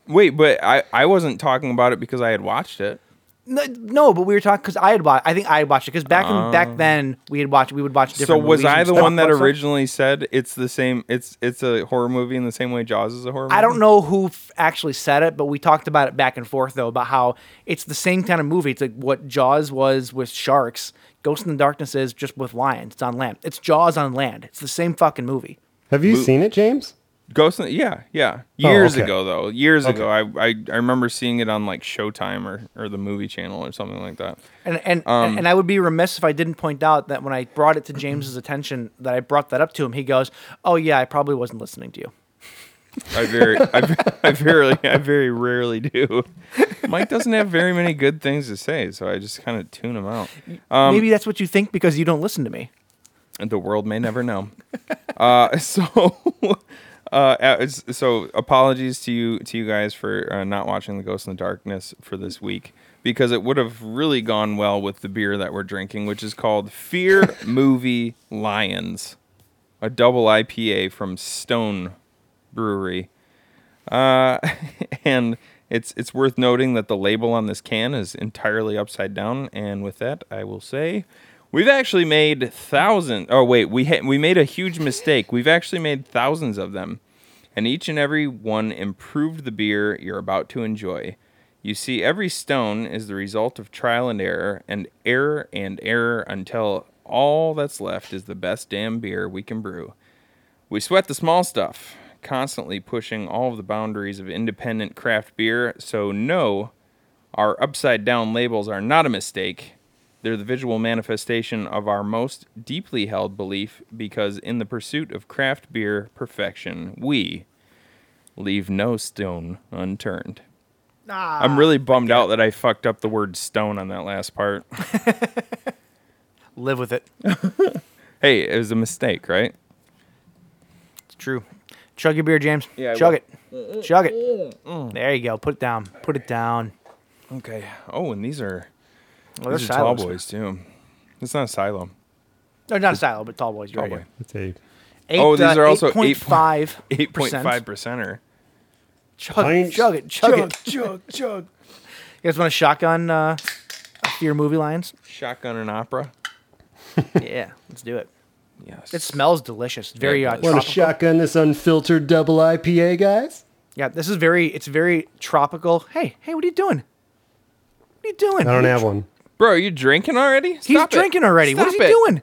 Speaker 5: Wait, but I, I wasn't talking about it because I had watched it.
Speaker 4: no, no, but we were talking because I had watched. I think I had watched it because back in back then we had watched. We would watch
Speaker 5: Oh. So
Speaker 4: different.
Speaker 5: was
Speaker 4: movies
Speaker 5: I
Speaker 4: and
Speaker 5: the
Speaker 4: stuff,
Speaker 5: one that
Speaker 4: watch stuff.
Speaker 5: originally said it's the same? It's it's a horror movie in the same way Jaws is a horror. movie?
Speaker 4: I don't know who f- actually said it, but we talked about it back and forth though about how it's the same kind of movie. It's like what Jaws was with sharks, Ghost in the Darkness is just with lions. It's on land. It's Jaws on land. It's the same fucking movie.
Speaker 6: Have you seen it, James?
Speaker 5: Ghost. In, yeah, yeah.
Speaker 6: Oh,
Speaker 5: Years
Speaker 6: okay.
Speaker 5: ago, though. Years ago, I, I I remember seeing it on like Showtime or or the movie channel or something like that.
Speaker 4: And and
Speaker 5: Um.
Speaker 4: and I would be remiss if I didn't point out that when I brought it
Speaker 5: *clears throat*
Speaker 4: to James's attention, that I brought that up to him. He goes, "Oh yeah, I probably wasn't listening to you."
Speaker 5: I very I, ve- I very I very rarely do. Mike doesn't have very many good things to say, so I just kind of tune him out. Um.
Speaker 4: Maybe that's what you think because you don't listen to me.
Speaker 5: And the world may never know. *laughs* Uh, so, *laughs* uh, as- so apologies to you to you guys for uh, not watching the Ghost in the Darkness for this week because it would have really gone well with the beer that we're drinking, which is called Fear Movie Lions, a double IPA from Stone Brewery, uh, *laughs* and It's it's worth noting that the label on this can is entirely upside down. And with that, I will say, we've actually made thousand. Oh wait, we ha- we made a huge mistake. We've actually made thousands of them, and each and every one improved the beer you're about to enjoy. You see, every stone is the result of trial and error, and error and error until all that's left is the best damn beer we can brew. We sweat the small stuff, constantly pushing all of the boundaries of independent craft beer. So, no, our upside down labels are not a mistake. They're the visual manifestation of our most deeply held belief because, in the pursuit of craft beer perfection, we leave no stone unturned. I'm really bummed out that I fucked up the word stone on that last part. *laughs*
Speaker 4: Live with it.
Speaker 5: hey, it was a mistake, right?
Speaker 4: It's true. Chug your beer, James.
Speaker 5: Yeah, I
Speaker 4: Chug
Speaker 5: will. Mm.
Speaker 4: it. Chug
Speaker 6: Mm.
Speaker 4: it. There you go. Put it down. Put it down.
Speaker 5: Okay. Oh, and these are
Speaker 4: Well,
Speaker 5: these
Speaker 4: they're
Speaker 5: are tall
Speaker 4: silos.
Speaker 5: boys too. It's not a silo.
Speaker 4: No, not silo, but tall boys. You're
Speaker 5: Tall boy.
Speaker 4: right. yeah.
Speaker 6: It's a
Speaker 4: Eight,
Speaker 5: Oh, these are also eight point-
Speaker 4: 8.5.
Speaker 5: *laughs* Eight point five percenter.
Speaker 4: Chug it.
Speaker 6: pints.
Speaker 4: Chug it. Chug it.
Speaker 5: chug, chug.
Speaker 4: You guys want to shotgun uh, to your
Speaker 5: *laughs*
Speaker 4: movie lines?
Speaker 5: Shotgun and opera.
Speaker 4: yeah, let's do it.
Speaker 5: Yes.
Speaker 4: It smells delicious. It's very
Speaker 5: Yeah,
Speaker 4: uh,
Speaker 5: it does.
Speaker 6: want to
Speaker 4: tropical.
Speaker 6: shotgun this unfiltered double IPA, guys.
Speaker 4: Yeah, this is very. It's very tropical. Hey, hey, what are you doing? What are you doing?
Speaker 6: I don't have one.
Speaker 5: Bro, you drinking already?
Speaker 4: He's
Speaker 5: Stop it.
Speaker 4: drinking already. what is
Speaker 5: Stop
Speaker 4: he
Speaker 5: it.
Speaker 4: doing?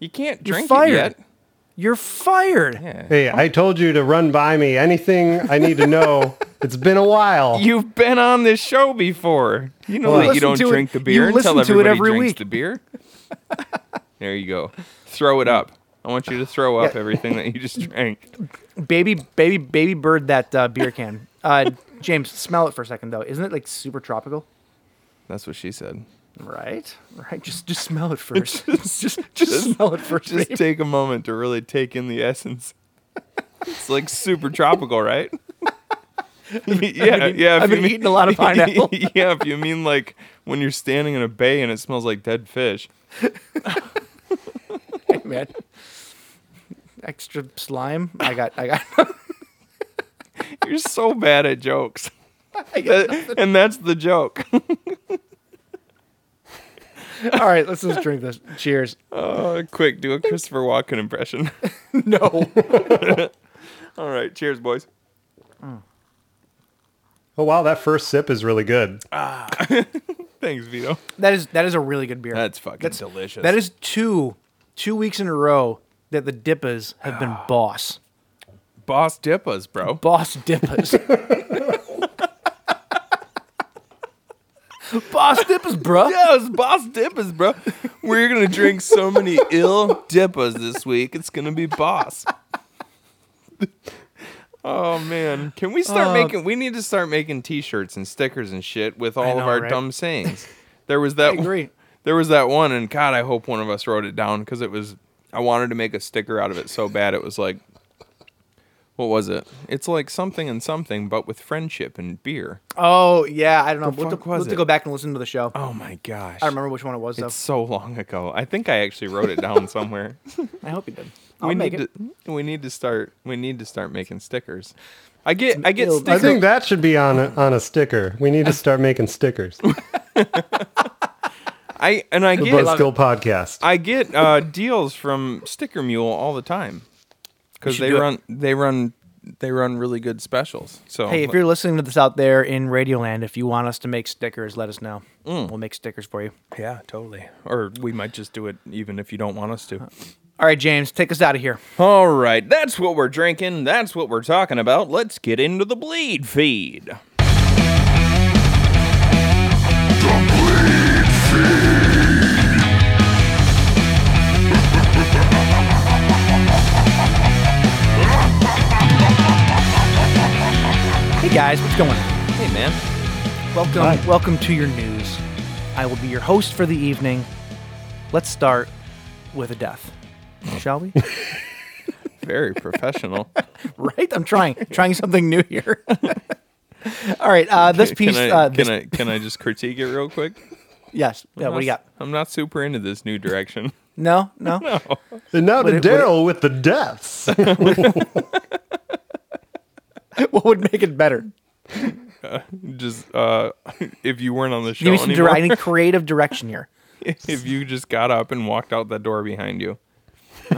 Speaker 5: You can't
Speaker 4: You're
Speaker 5: drink
Speaker 4: fired.
Speaker 5: it yet.
Speaker 4: You're fired.
Speaker 6: Hey, I told you to run by me. Anything I need
Speaker 5: *laughs*
Speaker 6: to know. it's been a while.
Speaker 5: You've been on this show before. You know
Speaker 6: Well,
Speaker 5: that you
Speaker 4: listen
Speaker 5: don't
Speaker 4: to it-
Speaker 5: drink the
Speaker 4: you
Speaker 5: beer until
Speaker 4: listen to it
Speaker 5: everybody
Speaker 4: every
Speaker 5: drinks
Speaker 4: week.
Speaker 5: the beer. *laughs* there you go. Throw it up. I want you to throw up
Speaker 4: Yeah.
Speaker 5: everything that you just drank.
Speaker 4: Baby, baby, baby bird that uh, beer can. Uh, James, smell it for a second though. Isn't it like super tropical?
Speaker 5: That's what she said.
Speaker 4: Right, right. Just, just smell it first. just, just, smell it first.
Speaker 5: Just
Speaker 4: babe.
Speaker 5: take a moment to really take in the essence. It's like super tropical,
Speaker 4: *laughs*
Speaker 5: right? *laughs* yeah, yeah. if
Speaker 4: I've
Speaker 5: you
Speaker 4: been
Speaker 5: mean-
Speaker 4: eating a lot of pineapple.
Speaker 5: *laughs*
Speaker 4: *laughs*
Speaker 5: yeah, if you mean like when you're standing in a bay and it smells like dead fish.
Speaker 4: man. Extra slime. I got. I got. *laughs*
Speaker 5: You're so bad at jokes. That- and that's the joke. *laughs*
Speaker 4: All right, let's just drink this. Cheers.
Speaker 5: Uh, quick, do a Christopher Walken impression. *laughs*
Speaker 4: No.
Speaker 5: All right, cheers, boys.
Speaker 6: Oh wow, that first sip is really good.
Speaker 5: Thanks, Vito.
Speaker 4: That is that is a really good beer.
Speaker 5: That's fucking delicious.
Speaker 4: That is two two weeks in a row that the Dippas have been boss.
Speaker 5: Boss Dippas, bro.
Speaker 4: Boss Dippas. boss Dippas, bruh.
Speaker 5: Yeah, it's Boss Dippas, bro. We're gonna drink so many ill dippas this week. It's gonna be Boss. Oh man, can we
Speaker 4: Uh,
Speaker 5: start making? We need to start making T-shirts and stickers and shit with all
Speaker 4: know,
Speaker 5: of our
Speaker 4: right?
Speaker 5: dumb sayings. There was that.
Speaker 4: I agree.
Speaker 5: There was that one, and God, I hope one of us wrote it down because it was. I wanted to make a sticker out of it so bad. It was like, what was it? It's like something and something, but with friendship and beer.
Speaker 4: Oh yeah, I don't know.
Speaker 5: The
Speaker 4: we'll have
Speaker 5: fuck
Speaker 4: to,
Speaker 5: was
Speaker 4: we'll have to
Speaker 5: it?
Speaker 4: go back and listen to the show.
Speaker 5: Oh my gosh!
Speaker 4: I don't remember which one it was though.
Speaker 5: It's so long ago. I think I actually wrote it down somewhere.
Speaker 4: I hope you did. I'll
Speaker 5: we
Speaker 4: make
Speaker 5: need
Speaker 4: it.
Speaker 5: to we need to start we need to start making stickers. I get I get
Speaker 4: it'll-
Speaker 6: I
Speaker 5: stickers.
Speaker 6: think that should be on a, on a sticker.
Speaker 5: *laughs*
Speaker 6: We need to start making stickers.
Speaker 5: I and I
Speaker 6: The
Speaker 5: get
Speaker 6: Buzzkill podcast.
Speaker 5: I get uh, deals from Sticker Mule all the time because
Speaker 4: should
Speaker 5: they
Speaker 4: do it.
Speaker 5: run they run they run really good specials. So
Speaker 4: Hey, if you're listening to this out there in Radioland, if you want us to make stickers, let us know.
Speaker 5: Mm.
Speaker 4: We'll make stickers for you.
Speaker 5: yeah, totally. Or we might just do it even if you don't want us to.
Speaker 4: All right, James, take us out of here.
Speaker 5: All right, that's what we're drinking. That's what we're talking about. Let's get into the bleed feed.
Speaker 4: Hey guys, what's going on?
Speaker 5: Hey man.
Speaker 4: Welcome,
Speaker 6: Hi.
Speaker 4: welcome to your news. I will be your host for the evening. Let's start with a death, shall we?
Speaker 5: Very professional.
Speaker 4: *laughs* right? I'm trying, trying something new here. *laughs* All right, uh, this piece.
Speaker 5: can I,
Speaker 4: uh,
Speaker 5: can
Speaker 4: this-
Speaker 5: I can I just critique it real quick?
Speaker 4: yes. *laughs* Yeah. What do you
Speaker 5: *laughs*
Speaker 4: got?
Speaker 5: I'm not super into this new direction. *laughs*
Speaker 4: No, no. *laughs*
Speaker 6: And now to
Speaker 4: Would it- would it-
Speaker 6: Daryl with the deaths. *laughs*
Speaker 4: what would make it better?
Speaker 5: just uh, *laughs* if you weren't on the show
Speaker 4: Give me some
Speaker 5: anymore,
Speaker 4: dire- I need creative direction here.
Speaker 5: *laughs* if you just got up and walked out that door behind you, *laughs*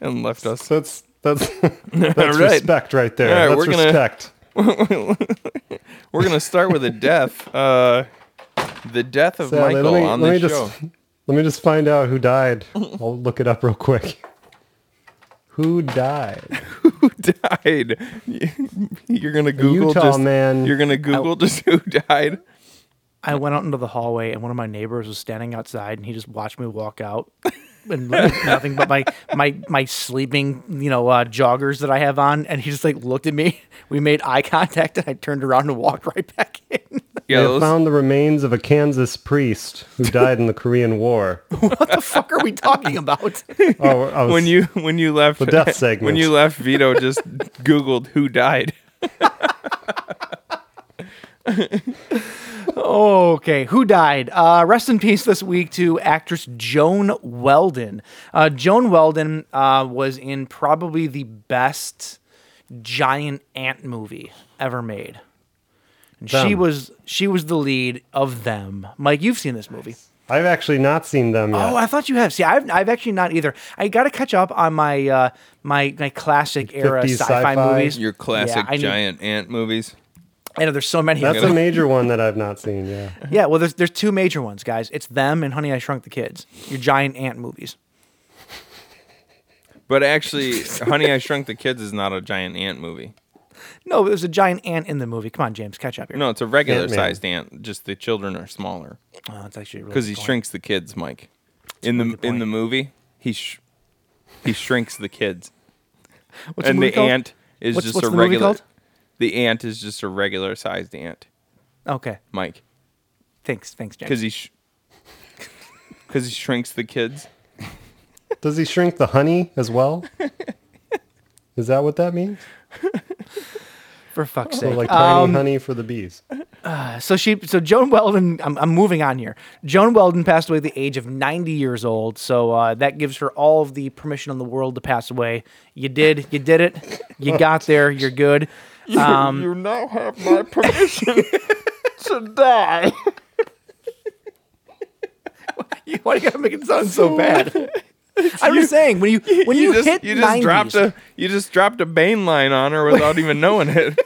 Speaker 5: and left us.
Speaker 6: That's
Speaker 5: *laughs*
Speaker 6: that's that's
Speaker 5: right.
Speaker 6: respect right there.
Speaker 5: All right,
Speaker 6: that's
Speaker 5: we're gonna-
Speaker 6: respect.
Speaker 5: We're gonna start with a death. *laughs* Uh, the death of
Speaker 6: So,
Speaker 5: Michael
Speaker 6: let me,
Speaker 5: on
Speaker 6: let
Speaker 5: the
Speaker 6: me
Speaker 5: show. *laughs*
Speaker 6: just let me just find out who died. I'll look it up real quick. Who died?
Speaker 5: died. *laughs* You're gonna Google
Speaker 6: Utah
Speaker 5: just
Speaker 6: man.
Speaker 5: You're gonna Google just who
Speaker 6: *laughs*
Speaker 5: died.
Speaker 4: I went out into the hallway, and one of my neighbors was standing outside, and he just watched me walk out, and looked
Speaker 5: *laughs*
Speaker 4: at nothing but my my my sleeping, you know, uh, joggers that I have on, and he just like looked at me. We made eye contact, and I turned around and walked right back in. *laughs*
Speaker 5: Yeah,
Speaker 6: they
Speaker 5: those-
Speaker 6: found the remains of a Kansas priest who died in the
Speaker 5: *laughs*
Speaker 6: Korean War.
Speaker 4: what the fuck are we talking about?
Speaker 6: Oh, I was,
Speaker 5: when you when you left
Speaker 6: The
Speaker 5: *laughs*
Speaker 6: death
Speaker 5: When
Speaker 6: segment.
Speaker 5: you left, Vito just *laughs* Googled who died.
Speaker 4: Okay, who died? Uh, rest in peace this week to actress Joan Weldon. Uh, Joan Weldon uh, was in probably the best giant ant movie ever made. And she
Speaker 6: Them.
Speaker 4: was she was the lead of them. Mike, you've seen this movie.
Speaker 6: I've actually not seen them yet.
Speaker 4: Oh, I thought you have. See, I've, I've actually not either. I got to catch up on my uh, my my classic era
Speaker 6: 50s
Speaker 4: sci-fi,
Speaker 6: sci-fi.
Speaker 4: movies.
Speaker 5: Your
Speaker 4: Yeah,
Speaker 5: classic
Speaker 4: I need-
Speaker 5: giant ant movies.
Speaker 4: I know there's so many.
Speaker 6: That's
Speaker 5: *laughs*
Speaker 4: of them.
Speaker 6: a major one that I've not seen. Yeah,
Speaker 4: Yeah, well, there's there's two major ones, guys. It's them and Honey I Shrunk the Kids. Your giant ant movies.
Speaker 5: But
Speaker 4: *laughs*
Speaker 5: actually, Honey I Shrunk the Kids is not a giant ant movie.
Speaker 4: No, but there's a giant ant in the movie. Come on, James, catch up here.
Speaker 5: No, it's a regular
Speaker 6: Ant-Man.
Speaker 5: sized ant. Just the children are smaller
Speaker 4: oh, that's actually a really
Speaker 5: because
Speaker 4: good
Speaker 5: he
Speaker 4: point.
Speaker 5: shrinks the kids. Mike, in the in the movie, he sh- he shrinks the kids,
Speaker 4: What's
Speaker 5: and
Speaker 4: movie
Speaker 5: the
Speaker 4: called?
Speaker 5: ant is
Speaker 4: What's-
Speaker 5: just
Speaker 4: what's
Speaker 5: a
Speaker 4: the movie
Speaker 5: regular.
Speaker 4: called?
Speaker 5: The ant is just a regular sized ant,
Speaker 4: Okay,
Speaker 5: Mike.
Speaker 4: thanks, thanks, James.
Speaker 5: Because he,
Speaker 4: *laughs*
Speaker 5: sh- 'cause he shrinks the kids.
Speaker 6: does he shrink the honey
Speaker 4: *laughs*
Speaker 6: as well? Is that what that means?
Speaker 4: For fuck's
Speaker 6: So
Speaker 4: sake.
Speaker 6: like tiny honey for the bees.
Speaker 4: so she, so Joan Weldon. I'm, I'm moving on here. Joan Weldon passed away at the age of 90 years old. So uh, that gives her all of the permission in the world to pass away. You did, you did it. *laughs* You got there. You're good.
Speaker 5: *laughs* you now have my permission.
Speaker 4: *laughs* Why do you gotta make it sound so bad? *laughs* I'm just
Speaker 5: *laughs*
Speaker 4: saying when you when you,
Speaker 5: just,
Speaker 4: hit
Speaker 5: you just
Speaker 4: 90s,
Speaker 5: dropped a you just dropped a Bane line on her without even knowing
Speaker 4: *laughs*
Speaker 5: it.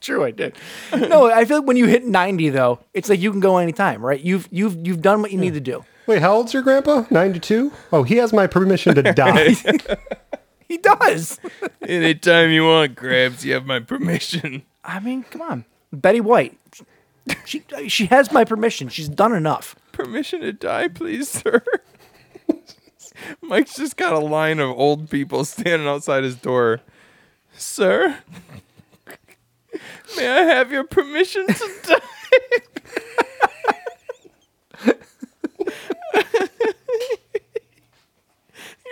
Speaker 4: true. I did. *laughs* No, I feel like when you hit ninety, though, it's like you can go anytime, right? You've you've you've done what you need to do.
Speaker 6: Wait, how old's your grandpa? Ninety-two. Oh, he has my permission to
Speaker 4: *laughs*
Speaker 6: die.
Speaker 4: He does.
Speaker 5: Anytime you want, Krabs, you have my permission.
Speaker 4: *laughs* I mean, come on, Betty White. She she has my permission. She's done enough.
Speaker 5: Permission to die, please, sir. Mike's just got a line of old people standing outside his door. Sir, may I have your permission to die?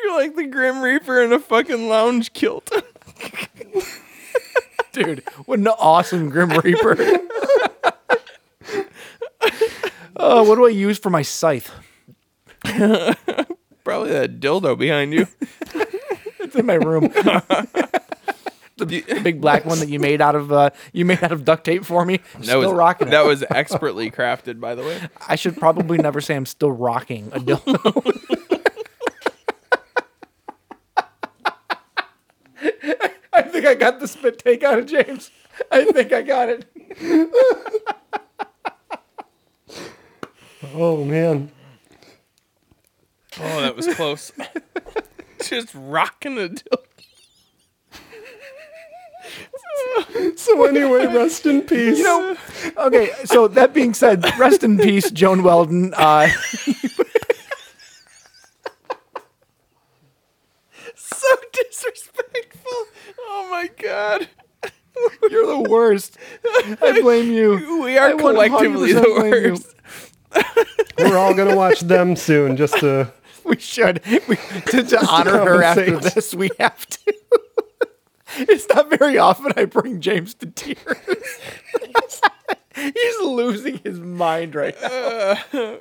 Speaker 5: You're like the Grim Reaper in a fucking lounge kilt.
Speaker 4: Dude, *laughs* what an awesome Grim Reaper. *laughs* Oh, what do I use for my scythe?
Speaker 5: Probably that dildo behind you.
Speaker 4: It's in my *laughs* room. the big black one that you made out of uh, you made out of duct tape for me. I'm
Speaker 5: That
Speaker 4: still
Speaker 5: was
Speaker 4: rocking. it.
Speaker 5: That was expertly crafted, by the way.
Speaker 4: I should probably never say I'm still rocking a dildo. *laughs* I think I got the spit take out of James. I think I got it.
Speaker 6: oh man.
Speaker 5: Oh, that was close. *laughs* Just rocking the dildo.
Speaker 6: So anyway, rest in peace. You know,
Speaker 4: Okay, so that being said, rest in peace, Joan Weldon. Uh,
Speaker 5: So disrespectful. Oh my god.
Speaker 4: you're the worst. I blame you.
Speaker 5: We are
Speaker 4: I 100%
Speaker 5: collectively the
Speaker 4: blame you.
Speaker 5: worst.
Speaker 6: *laughs* we're all gonna watch them soon. Just to *laughs*
Speaker 4: *laughs* We should. We, to, to honor her after
Speaker 6: compensate.
Speaker 4: this, we have to. *laughs* It's not very often I bring James to tears. *laughs* He's losing his mind right now.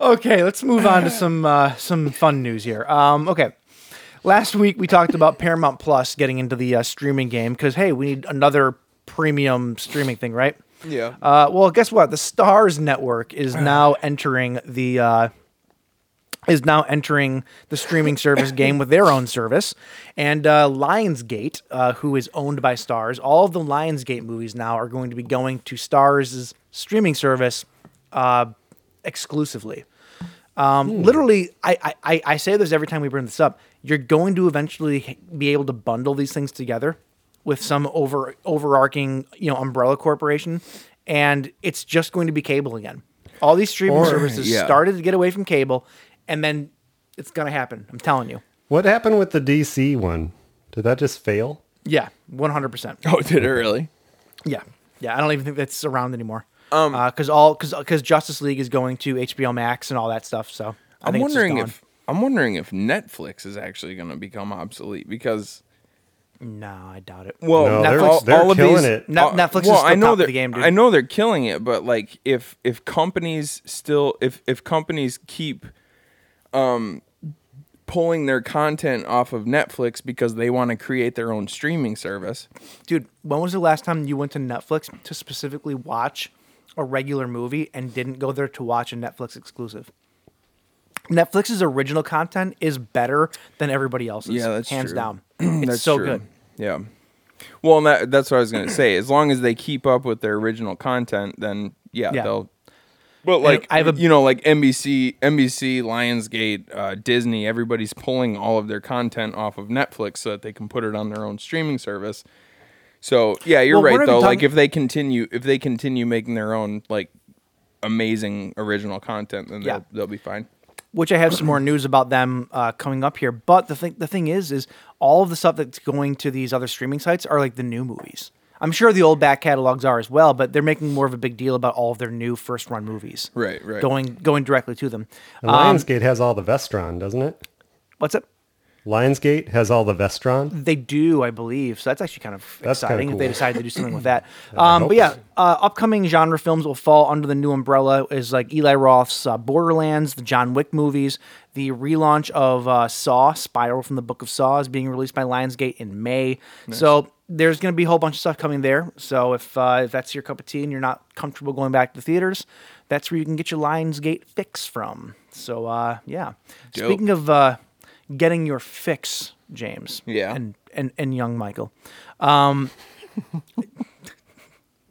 Speaker 4: Okay, let's move on to some uh, some fun news here. Um, okay, last week we talked about Paramount Plus getting into the uh, streaming game because hey, we need another premium streaming thing, right?
Speaker 5: Yeah.
Speaker 4: Uh, well, guess what? The Stars Network is now entering the uh, is now entering the streaming service game with their own service, and uh, Lionsgate, uh, who is owned by Stars, all of the Lionsgate movies now are going to be going to Stars' streaming service uh, exclusively.
Speaker 5: Hmm.
Speaker 4: Um, literally, I, I- I I say this every time we bring this up. You're going to eventually h- be able to bundle these things together with some over overarching you know umbrella corporation, and it's just going to be cable again. All these streaming
Speaker 6: Or-
Speaker 4: services
Speaker 5: yeah.
Speaker 4: started to get away from cable, and then it's gonna happen. I'm telling you.
Speaker 6: What happened with the DC one? Did that just fail?
Speaker 4: Yeah, 100. percent
Speaker 5: Oh, did it really?
Speaker 4: Yeah, yeah. I don't even think that's around anymore. Um, because all because because Justice League is going to HBO Max and all that stuff. So I
Speaker 5: I'm
Speaker 4: think it's just
Speaker 5: wondering
Speaker 4: gone.
Speaker 5: if I'm wondering if Netflix is actually going to become obsolete because
Speaker 4: no, I doubt it.
Speaker 5: well,
Speaker 6: No,
Speaker 4: they're-
Speaker 5: all,
Speaker 6: they're
Speaker 5: all of
Speaker 6: killing
Speaker 5: these,
Speaker 6: it.
Speaker 4: Net-
Speaker 5: all-
Speaker 4: Netflix is
Speaker 5: well,
Speaker 4: still
Speaker 5: I know
Speaker 4: top of
Speaker 5: they're-
Speaker 4: the game, dude.
Speaker 5: I know they're killing it, but like if if companies still if if companies keep um pulling their content off of Netflix because they want to create their own streaming service,
Speaker 4: Dude, when was the last time you went to Netflix to specifically watch a regular movie and didn't go there to watch a Netflix exclusive? Netflix's original content is better than everybody else's.
Speaker 5: Yeah, that's
Speaker 4: hands
Speaker 5: true.
Speaker 4: down. It's so good.
Speaker 5: Yeah. Well, and that, that's what I was gonna say. As long as they keep up with their original content, then yeah,
Speaker 4: Yeah.
Speaker 5: they'll. But like
Speaker 4: I have a-
Speaker 5: you know, like NBC, NBC, Lionsgate, uh, Disney, everybody's pulling all of their content off of Netflix so that they can put it on their own streaming service. So yeah, you're
Speaker 4: Well, we're
Speaker 5: right
Speaker 4: not
Speaker 5: though.
Speaker 4: even
Speaker 5: Like
Speaker 4: talking-
Speaker 5: if they continue, if they continue making their own like amazing original content, then
Speaker 4: Yeah.
Speaker 5: they'll, they'll be fine.
Speaker 4: which I have some more news about them uh, coming up here. But the thing, the thing is, is all of the stuff that's going to these other streaming sites are like the new movies. I'm sure the old back catalogs are as well, but they're making more of a big deal about all of their new first run movies.
Speaker 5: Right, right.
Speaker 4: Going going directly to them.
Speaker 6: And
Speaker 4: Um,
Speaker 6: Lionsgate has all the Vestron, doesn't it?
Speaker 4: What's it?
Speaker 6: Lionsgate has all the Vestron.
Speaker 4: They do, I believe. So that's actually kind of
Speaker 6: That's kinda
Speaker 4: exciting if they
Speaker 6: cool.
Speaker 4: decide to do
Speaker 6: *laughs*
Speaker 4: something with that. Um,
Speaker 6: hope
Speaker 4: but yeah,
Speaker 6: so.
Speaker 4: uh, upcoming genre films will fall under the new umbrella is like Eli Roth's uh, Borderlands, the John Wick movies, the relaunch of uh, Saw, Spiral from the Book of Saw is being released by Lionsgate in May. So there's going to be a whole bunch of stuff coming there. So if uh, if that's your cup of tea and you're not comfortable going back to the theaters, that's where you can get your Lionsgate fix from. So uh, yeah,
Speaker 5: Dope.
Speaker 4: speaking of uh, getting your fix, James.
Speaker 5: Yeah.
Speaker 4: And and and young Michael. Um *laughs*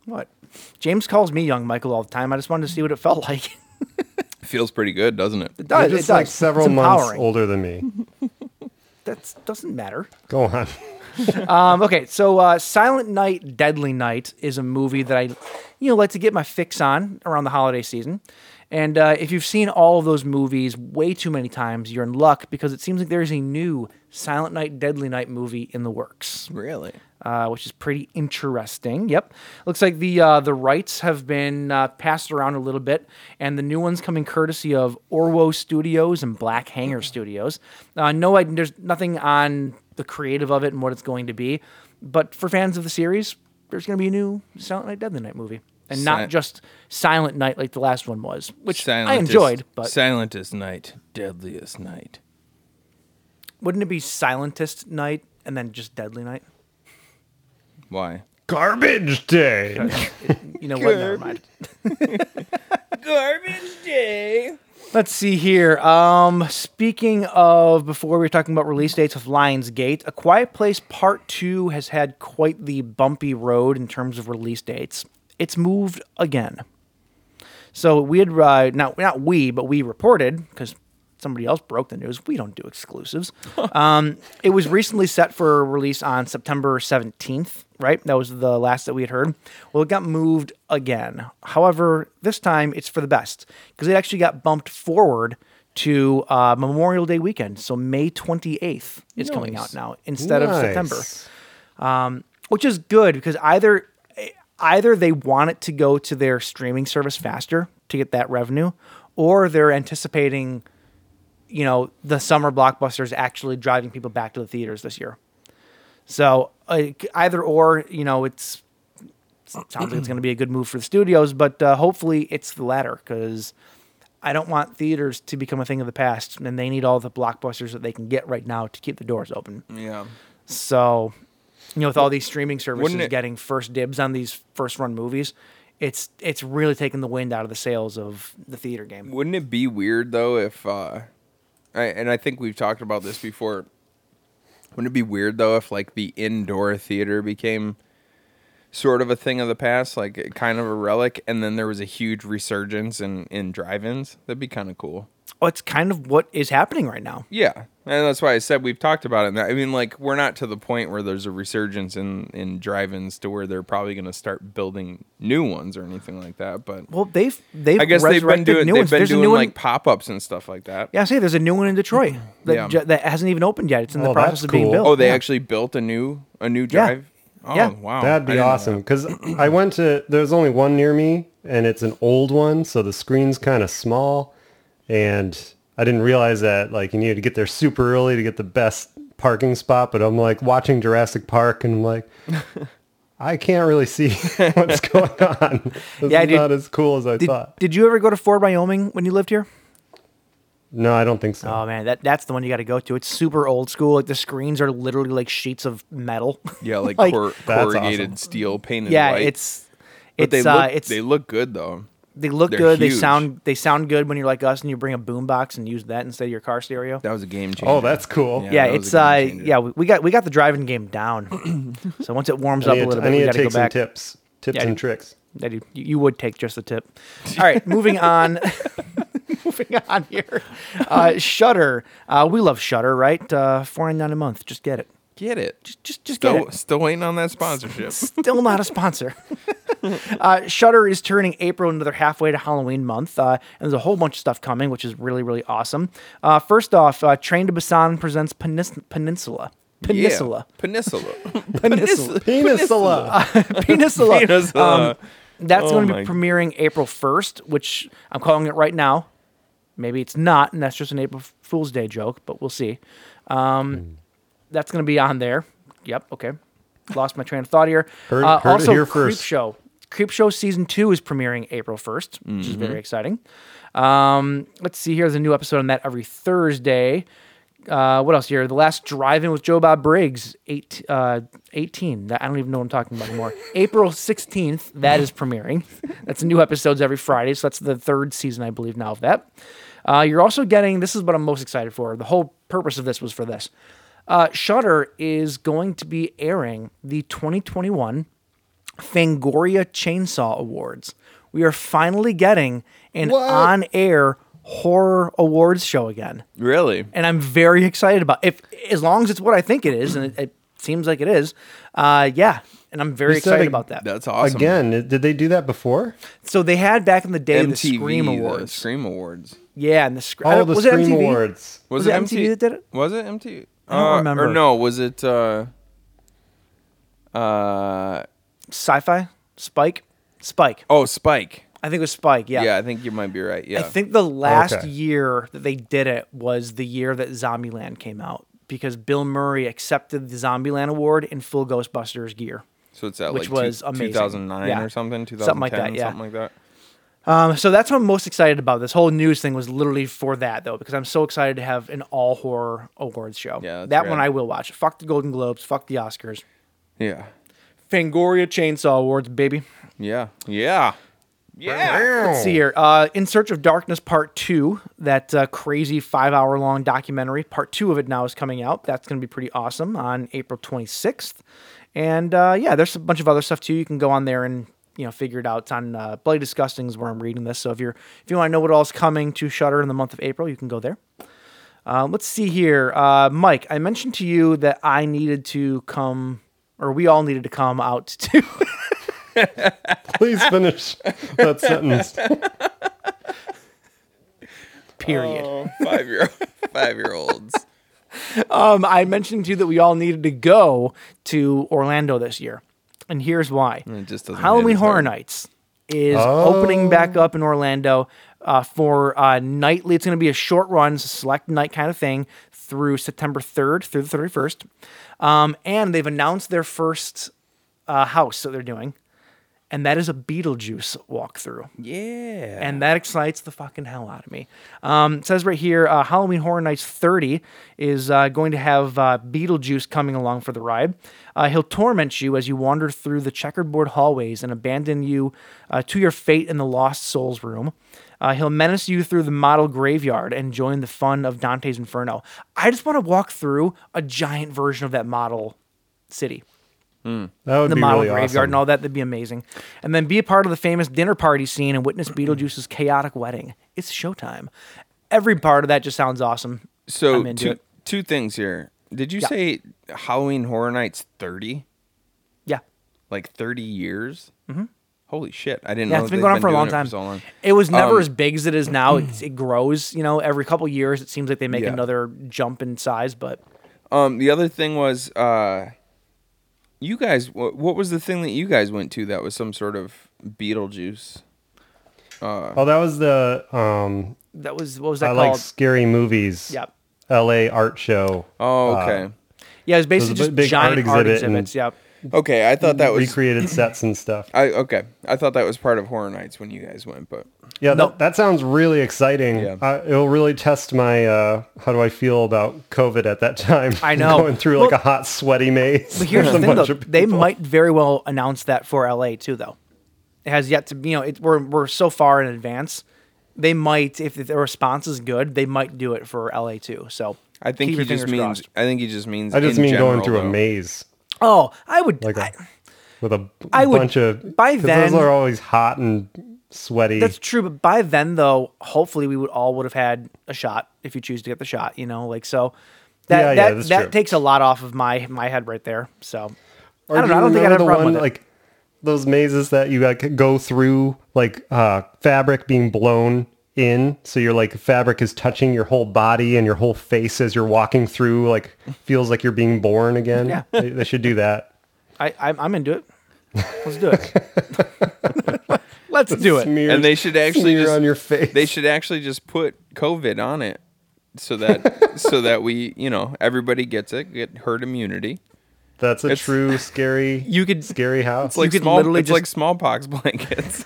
Speaker 4: What? James calls me young Michael all the time. I just wanted to see what it felt *laughs* like.
Speaker 5: feels pretty good, doesn't it?
Speaker 4: It does.
Speaker 6: You're
Speaker 4: Uh, it
Speaker 6: just
Speaker 4: does.
Speaker 6: like several
Speaker 4: It's
Speaker 6: months
Speaker 4: empowering.
Speaker 6: older than me.
Speaker 4: That doesn't matter. *laughs*
Speaker 6: Go on.
Speaker 4: Um, okay, so uh, Silent Night, Deadly Night is a movie that I, you know, like to get my fix on around the holiday season. And uh, if you've seen all of those movies way too many times, you're in luck because it seems like there's a new Silent Night, Deadly Night movie in the works.
Speaker 5: Really?
Speaker 4: uh, which is pretty interesting. Yep, looks like the uh, the rights have been uh, passed around a little bit, and the new one's coming courtesy of Orwo Studios and Black Hanger Studios. Uh, no, I, there's nothing on the creative of it and what it's going to be, but for fans of the series, there's going to be a new Silent Night Deadly Night movie, and
Speaker 5: Si-
Speaker 4: not just Silent Night like the last one was, which I
Speaker 5: Silentest-
Speaker 4: enjoyed. But
Speaker 5: silentest night, deadliest night.
Speaker 4: wouldn't it be Silentest Night and then just Deadly Night?
Speaker 5: Why?
Speaker 6: Garbage day.
Speaker 4: You know what? Never mind. Garbage *laughs* day. Let's see here. Um, speaking of before we were talking about release dates with Lionsgate, A Quiet Place Part Two has had quite the bumpy road in terms of release dates. It's moved again. So we had uh, not not we, but we reported because somebody else broke the news. We don't do exclusives. um, it was recently set for release on September seventeenth, right? That was the last that we had heard. Well, it got moved again. However, this time it's for the best because it actually got bumped forward to uh, Memorial Day weekend. So May twenty eighth is coming
Speaker 5: Nice.
Speaker 4: out now instead of
Speaker 6: Nice.
Speaker 4: September which is good because either either they want it to go to their streaming service faster to get that revenue or they're anticipating you know the summer blockbusters actually driving people back to the theaters this year so like, either or you know it's sounds like it's going to be a good move for the studios but uh, hopefully it's the latter because I don't want theaters to become a thing of the past, and they need all the blockbusters that they can get right now to keep the doors open.
Speaker 5: Yeah.
Speaker 4: So, you know, with all these streaming services
Speaker 5: Wouldn't it-
Speaker 4: getting first dibs on these first run movies, it's it's really taking the wind out of the sails of the theater game.
Speaker 5: Wouldn't it be weird though if uh I, and I think we've talked about this before. Wouldn't it be weird though if like the indoor theater became sort of a thing of the past, like kind of a relic, and then there was a huge resurgence in in drive-ins? That'd be kind of cool.
Speaker 4: Oh, it's kind of what is happening right now.
Speaker 5: Yeah, and that's why I said we've talked about it. And I mean, like we're not to the point where there's a resurgence in in drive-ins to where they're probably going to start building new ones or anything like that. But
Speaker 4: Well, they've they've
Speaker 5: I guess they've been
Speaker 4: resurrected
Speaker 5: doing
Speaker 4: new
Speaker 5: they've
Speaker 4: ones.
Speaker 5: been
Speaker 4: There's a
Speaker 5: doing
Speaker 4: new one-
Speaker 5: like pop-ups and stuff like that.
Speaker 4: Yeah, I say there's a new one in Detroit that
Speaker 5: Yeah.
Speaker 4: ju- that hasn't even opened yet. It's in the
Speaker 6: Oh,
Speaker 4: process
Speaker 6: that's
Speaker 4: of being
Speaker 6: cool.
Speaker 4: built.
Speaker 5: Oh, they
Speaker 4: Yeah.
Speaker 5: actually built a new a new
Speaker 4: Yeah.
Speaker 5: drive. Oh,
Speaker 4: Yeah.
Speaker 5: wow.
Speaker 6: That'd
Speaker 5: I
Speaker 6: be
Speaker 5: didn't know
Speaker 6: awesome because I went to. There's only one near me, and it's an old one, so the screen's kind of small, and I didn't realize that like you needed to get there super early to get the best parking spot. But I'm like watching Jurassic Park, and I'm like, I can't really see *laughs*
Speaker 4: *laughs*
Speaker 6: what's going on. This
Speaker 4: Yeah,
Speaker 6: is
Speaker 4: dude.
Speaker 6: not as cool as I
Speaker 4: Did,
Speaker 6: thought.
Speaker 4: did you ever go to Ford, Wyoming when you lived here?
Speaker 6: No, I don't think so.
Speaker 4: Oh man, that that's the one you got to go to. It's super old school. Like the screens are literally like sheets of metal.
Speaker 5: Yeah, like,
Speaker 4: Like-
Speaker 5: cor-
Speaker 6: That's
Speaker 5: corrugated
Speaker 6: awesome.
Speaker 5: steel painted
Speaker 4: *laughs* yeah,
Speaker 5: white.
Speaker 4: it's
Speaker 5: but
Speaker 4: it's
Speaker 5: they look
Speaker 4: uh, it's
Speaker 5: they look good though.
Speaker 4: They look
Speaker 5: They're
Speaker 4: good. They
Speaker 5: huge.
Speaker 4: sound they sound good when you're like us and you bring a boombox and use that instead of your car stereo.
Speaker 5: That was a game changer.
Speaker 6: oh, that's cool.
Speaker 5: Yeah.
Speaker 4: yeah,
Speaker 5: that was
Speaker 4: it's
Speaker 5: a
Speaker 4: uh
Speaker 5: game changer.
Speaker 4: yeah we we got we got the driving game
Speaker 6: *coughs*
Speaker 4: down. so once it warms up
Speaker 6: I
Speaker 4: a
Speaker 6: need,
Speaker 4: little
Speaker 6: to,
Speaker 4: bit,
Speaker 6: I need
Speaker 4: we
Speaker 6: to
Speaker 4: got to
Speaker 6: take
Speaker 4: go
Speaker 6: some
Speaker 4: back.
Speaker 6: tips, tips
Speaker 4: Yeah,
Speaker 6: and
Speaker 4: dude. *laughs*
Speaker 6: tricks.
Speaker 4: That you, you would take just the tip. All right, moving on. *laughs* moving on
Speaker 6: *laughs*
Speaker 4: here. Uh, Shutter. Uh, we love Shutter, right? Uh, Four ninety nine a month. Just get it.
Speaker 5: get it.
Speaker 4: Just just get
Speaker 5: Still,
Speaker 4: it.
Speaker 5: still waiting on that
Speaker 4: *laughs*
Speaker 5: sponsorship.
Speaker 4: Still not a sponsor. *laughs* uh, Shutter is turning April another halfway to Halloween month, uh, and there's a whole bunch of stuff coming, which is really really awesome. Uh, first off, uh, Train to Busan presents Penis- Peninsula. Peninsula.
Speaker 5: Yeah. *laughs* Peninsula.
Speaker 4: Peninsula.
Speaker 6: Peninsula.
Speaker 4: Peninsula.
Speaker 5: Peninsula.
Speaker 4: Um, that's
Speaker 5: Oh
Speaker 4: going to
Speaker 5: my-
Speaker 4: be premiering April 1st, which I'm calling it right now. Maybe it's not, and that's just an April Fool's Day joke, but we'll see. Um,
Speaker 5: Hmm.
Speaker 4: That's going to be on there. Yep. Okay. Lost my train of thought here.
Speaker 6: Heard-
Speaker 4: Uh,
Speaker 6: heard it
Speaker 4: also,
Speaker 6: here
Speaker 4: Creep
Speaker 6: first.
Speaker 4: Show. Creep Show season two is premiering April 1st, which is
Speaker 5: Mm-hmm.
Speaker 4: very exciting. Um, let's see. Here's a new episode on that every Thursday. Uh, what else here? The last drive-in with Joe Bob Briggs, eight, uh, 18. That, I don't even know what I'm talking about anymore. April 16th, that is premiering. That's new episodes every Friday, so that's the third season, I believe, now of that. Uh, you're also getting, this is what I'm most excited for. The whole purpose of this was for this. Uh, Shutter is going to be airing the 2021 Fangoria Chainsaw Awards. We are finally getting an on-air horror awards show again
Speaker 5: really?
Speaker 4: and I'm very excited about. If as long as it's what I think it is, and it, it seems like it is, uh, yeah. And I'm very
Speaker 6: You said
Speaker 4: excited
Speaker 6: ag-
Speaker 4: about that.
Speaker 5: That's awesome.
Speaker 6: Again, did they do that before?
Speaker 4: So they had back in the day
Speaker 5: MTV
Speaker 4: the Scream Awards,
Speaker 5: Scream Awards.
Speaker 4: yeah, and the Scream.
Speaker 6: All the Scream Awards.
Speaker 4: Was it MTV that did it?
Speaker 5: Was it MTV? I
Speaker 4: don't
Speaker 5: uh,
Speaker 4: remember.
Speaker 5: Or no, was it uh uh
Speaker 4: Sci-fi, Spike, Spike.
Speaker 5: oh, Spike.
Speaker 4: I think it was Spike. Yeah.
Speaker 5: Yeah, I think you might be right. Yeah.
Speaker 4: I think the last
Speaker 6: Okay.
Speaker 4: year that they did it was the year that Zombieland came out because Bill Murray accepted the Zombieland award in full Ghostbusters gear.
Speaker 5: so it's at
Speaker 4: which
Speaker 5: like two-
Speaker 4: was amazing.
Speaker 5: 2009
Speaker 4: Yeah.
Speaker 5: or something, 2010
Speaker 4: Something like that, yeah.
Speaker 5: something like that.
Speaker 4: So that's what I'm most excited about. This whole news thing was literally for that though, because I'm so excited to have an all horror awards show.
Speaker 5: Yeah, that's
Speaker 4: that
Speaker 5: rad.
Speaker 4: one I will watch. Fuck the Golden Globes. Fuck the Oscars.
Speaker 5: Yeah.
Speaker 4: Fangoria Chainsaw Awards, baby.
Speaker 5: Yeah. Yeah. Yeah.
Speaker 4: Let's see here. Uh, in Search of Darkness Part Two, that uh, crazy five-hour-long documentary. Part two of it now is coming out. That's going to be pretty awesome on April 26th. And uh, yeah, there's a bunch of other stuff too. You can go on there and you know figure it out. It's on uh, Bloody Disgusting is where I'm reading this. So if you're if you want to know what all's coming to Shutter in the month of April, you can go there. Uh, let's see here, uh, Mike. I mentioned to you that I needed to come, or we all needed to come out *laughs* to.
Speaker 6: Please finish
Speaker 4: *laughs*
Speaker 6: that sentence.
Speaker 4: period.
Speaker 5: Five *laughs* year five year olds.
Speaker 4: Um, I mentioned to you that we all needed to go to Orlando this year, and here's why:
Speaker 5: It just doesn't hit
Speaker 4: Halloween
Speaker 5: as
Speaker 4: Horror
Speaker 5: hard. Oh.
Speaker 4: Nights is opening back up in Orlando uh, for uh, nightly. It's going to be a short run, it's a select night kind of thing through September 3rd through the 31st, um, and they've announced their first uh, house that they're doing. and that is a Beetlejuice walkthrough.
Speaker 5: Yeah.
Speaker 4: And that excites the fucking hell out of me. Um, it says right here uh, Halloween Horror Nights 30 is uh, going to have uh, Beetlejuice coming along for the ride. Uh, he'll torment you as you wander through the checkerboard hallways and abandon you uh, to your fate in the Lost Souls room. Uh, he'll menace you through the model graveyard and join the fun of Dante's Inferno. I just want to walk through a giant version of that model city
Speaker 6: That would
Speaker 4: the
Speaker 6: be
Speaker 4: model
Speaker 6: really
Speaker 4: graveyard
Speaker 6: awesome.
Speaker 4: and all that. That'd be amazing. And then be a part of the famous dinner party scene and witness Beetlejuice's chaotic wedding. It's showtime. Every part of that just sounds awesome.
Speaker 5: so
Speaker 4: I'm into
Speaker 5: two
Speaker 4: it.
Speaker 5: two things here. Did you say Halloween Horror Nights thirty?
Speaker 4: Yeah.
Speaker 5: Like thirty years? Mm-hmm. Holy shit! I didn't
Speaker 4: Yeah,
Speaker 5: know
Speaker 4: it's been
Speaker 5: they've
Speaker 4: going on for a
Speaker 5: doing
Speaker 4: long
Speaker 5: it
Speaker 4: time.
Speaker 5: so long.
Speaker 4: It was never
Speaker 5: Um,
Speaker 4: as big as it is now. It's, it grows, you know, every couple years. It seems like they make
Speaker 5: Yeah.
Speaker 4: another jump in size, but
Speaker 5: Um, the other thing was, uh, you guys, what, what was the thing that you guys went to that was some sort of Beetlejuice?
Speaker 6: Oh, that was the um,
Speaker 4: that was what was
Speaker 6: I
Speaker 4: that
Speaker 6: like
Speaker 4: called?
Speaker 6: scary movies.
Speaker 4: Yep.
Speaker 6: L.A. art show.
Speaker 5: Oh,
Speaker 6: Uh,
Speaker 5: okay,
Speaker 4: yeah, it was basically
Speaker 6: a
Speaker 4: just
Speaker 6: big art
Speaker 4: giant art,
Speaker 6: exhibit and-
Speaker 4: exhibits. Yep.
Speaker 5: okay. I thought that was
Speaker 6: recreated sets
Speaker 4: *laughs*
Speaker 6: and stuff.
Speaker 5: I okay. I thought that was part of Horror Nights when you guys went, but
Speaker 6: Yeah,
Speaker 4: No.
Speaker 6: that, that sounds really exciting.
Speaker 5: Yeah.
Speaker 6: I, it'll really test my uh, how do I feel about COVID at that time.
Speaker 4: I know.
Speaker 6: *laughs* going through like
Speaker 4: Well-
Speaker 6: a hot sweaty maze.
Speaker 5: *laughs*
Speaker 4: But here's
Speaker 6: with
Speaker 4: the
Speaker 6: a
Speaker 4: thing, though.
Speaker 6: bunch of
Speaker 4: They
Speaker 6: people.
Speaker 4: might very well announce that for LA too, though. It has yet to, you know, it, we're we're so far in advance. They might, if the response is good, they might do it for LA too. So
Speaker 5: I think
Speaker 4: keep
Speaker 5: he
Speaker 4: your
Speaker 5: just
Speaker 4: fingers
Speaker 5: means.
Speaker 4: crossed.
Speaker 5: I think he just means.
Speaker 6: I just
Speaker 5: in
Speaker 6: mean going
Speaker 5: general,
Speaker 6: through
Speaker 5: though.
Speaker 6: a maze
Speaker 4: Oh, I would.
Speaker 6: like a
Speaker 4: I-
Speaker 6: with a b-
Speaker 4: I would-
Speaker 6: bunch of
Speaker 4: by
Speaker 6: 'cause
Speaker 4: then-
Speaker 6: those are always hot and sweaty.
Speaker 4: that's true, but by then, though, hopefully we would all would have had a shot if you choose to get the shot. You know, like so. That
Speaker 6: Yeah, yeah,
Speaker 4: that,
Speaker 6: that's
Speaker 4: that
Speaker 6: true.
Speaker 4: takes a lot off of my my head right there. So
Speaker 6: Or
Speaker 4: I don't know.
Speaker 6: do
Speaker 4: I
Speaker 6: you
Speaker 4: don't think I
Speaker 6: remember
Speaker 4: have a
Speaker 6: the
Speaker 4: problem
Speaker 6: one
Speaker 4: with it.
Speaker 6: like those mazes that you like go through, like uh, fabric being blown in, so you're like fabric is touching your whole body and your whole face as you're walking through, like feels like you're being born again.
Speaker 4: Yeah.
Speaker 6: they, they should do that.
Speaker 4: I, I I'm into it. Let's do it.
Speaker 6: *laughs*
Speaker 4: Let's do it.
Speaker 6: Smear-
Speaker 5: And they should actually
Speaker 6: smear
Speaker 5: just-
Speaker 6: on your face.
Speaker 5: They should actually just put COVID on it, so that
Speaker 4: *laughs*
Speaker 5: so that we, you know, everybody gets it, get herd immunity.
Speaker 6: That's a
Speaker 5: it's- *laughs*
Speaker 6: true scary.
Speaker 4: You could-
Speaker 6: scary house.
Speaker 5: It's like
Speaker 4: could
Speaker 5: small.
Speaker 4: literally
Speaker 5: It's like
Speaker 4: just-
Speaker 5: smallpox *laughs*
Speaker 4: *laughs*
Speaker 5: blankets.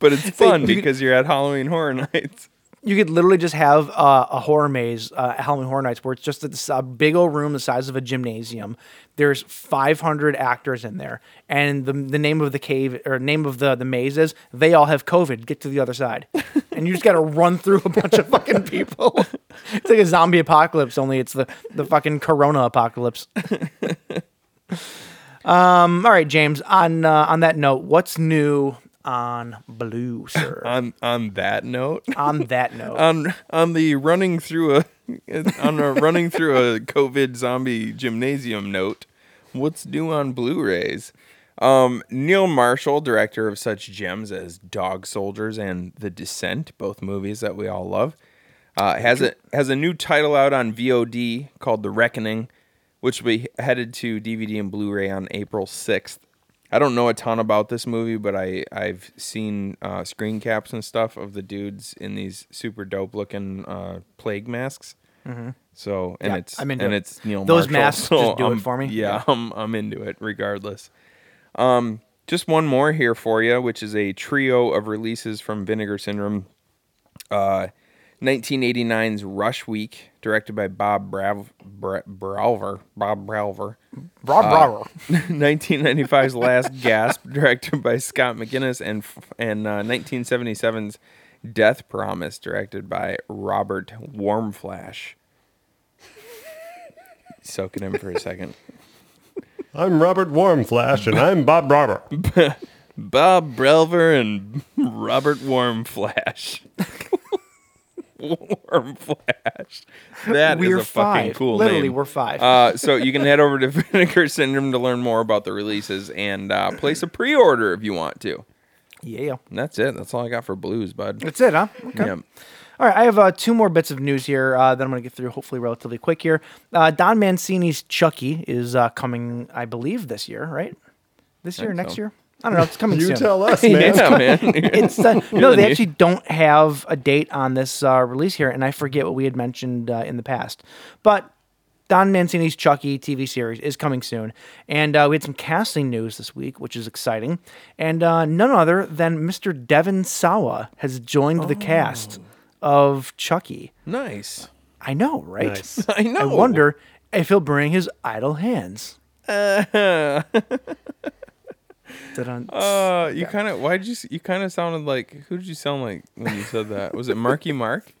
Speaker 5: but it's fun
Speaker 4: you could-
Speaker 5: because you're at Halloween Horror Nights.
Speaker 4: you could literally just have uh, a horror maze, uh, Halloween Horror Nights, where it's just this uh, big old room the size of a gymnasium. There's 500 actors in there, and the, the name of the cave or name of the the maze is they all have COVID. Get to the other side, and you just got to run through a bunch of fucking people. it's like a zombie apocalypse, only it's the the fucking Corona apocalypse. um, all right, James. On uh, on that note, what's new on Blue,
Speaker 5: *laughs*
Speaker 4: sir?
Speaker 5: On on that note,
Speaker 4: on that note.
Speaker 5: on on the running through a on a running through a COVID zombie gymnasium note. What's new on Blu-rays? Um, Neil Marshall, director of such gems as Dog Soldiers and The Descent, both movies that we all love, uh, has a has a new title out on VOD called The Reckoning, which will be headed to DVD and Blu-ray on April sixth. I don't know a ton about this movie, but I I've seen uh, screen caps and stuff of the dudes in these super dope looking uh, plague masks. So and
Speaker 4: Mm-hmm. Yeah,
Speaker 5: it's
Speaker 4: I'm into
Speaker 5: and
Speaker 4: it.
Speaker 5: it's Neil
Speaker 4: Those
Speaker 5: Marshall, *laughs*
Speaker 4: masks
Speaker 5: so
Speaker 4: just do it
Speaker 5: I'm-
Speaker 4: for me.
Speaker 5: Yeah, I'm I'm into it regardless. Um, just one more here for you, which is a trio of releases from Vinegar Syndrome. Uh, 1989's Rush Week, directed by Bob Brav- Bra- Browver. Bob *laughs* Browver.
Speaker 4: Brah, brah, brah.
Speaker 5: 1995's Last Gasp, directed by Scott McGinnis, and and uh, 1977's Death Promise, directed by Robert Warmflash. Soaking in for a second.
Speaker 6: I'm Robert Warmflash, and I'm Bob Robert.
Speaker 5: Bob Brelver and Robert *laughs* Warmflash. Warmflash. That is
Speaker 4: we're
Speaker 5: a
Speaker 4: five.
Speaker 5: fucking cool
Speaker 4: Literally,
Speaker 5: name.
Speaker 4: we're five.
Speaker 5: Uh, so you can head over to *laughs* Vinegar Syndrome to learn more about the releases and uh, place a pre-order if you want to.
Speaker 4: yeah,
Speaker 5: And that's it. That's all I got for blues, bud.
Speaker 4: that's it, huh? Okay.
Speaker 5: Yeah.
Speaker 4: All right, I have uh, two more bits of news here uh, that I'm going to get through, hopefully relatively quick here. Uh, Don Mancini's Chucky is uh, coming, I believe, this year, right? This year, or
Speaker 5: think
Speaker 4: next
Speaker 5: so.
Speaker 4: year? I don't know. It's coming
Speaker 6: You
Speaker 4: soon.
Speaker 6: tell
Speaker 4: *laughs*
Speaker 6: us, man.
Speaker 5: Yeah, man. *laughs*
Speaker 4: it's uh, no,
Speaker 5: the
Speaker 4: they
Speaker 5: new-
Speaker 4: actually don't have a date on this uh, release here, and I forget what we had mentioned uh, in the past. But Don Mancini's Chucky TV series is coming soon. And uh, we had some casting news this week, which is exciting. And uh, none other than Mr. Devin Sawa has joined the cast
Speaker 5: Oh.
Speaker 4: of Chucky.
Speaker 5: Nice.
Speaker 4: I know, right?
Speaker 6: Nice.
Speaker 5: I know.
Speaker 4: *laughs* I wonder if he'll bring his idle hands.
Speaker 5: *laughs*
Speaker 4: Dun-dun. *laughs*
Speaker 5: Uh, you kind of. Why'd you? s- You kind of sounded like. Who did you sound like when you said that? Was it Marky Mark?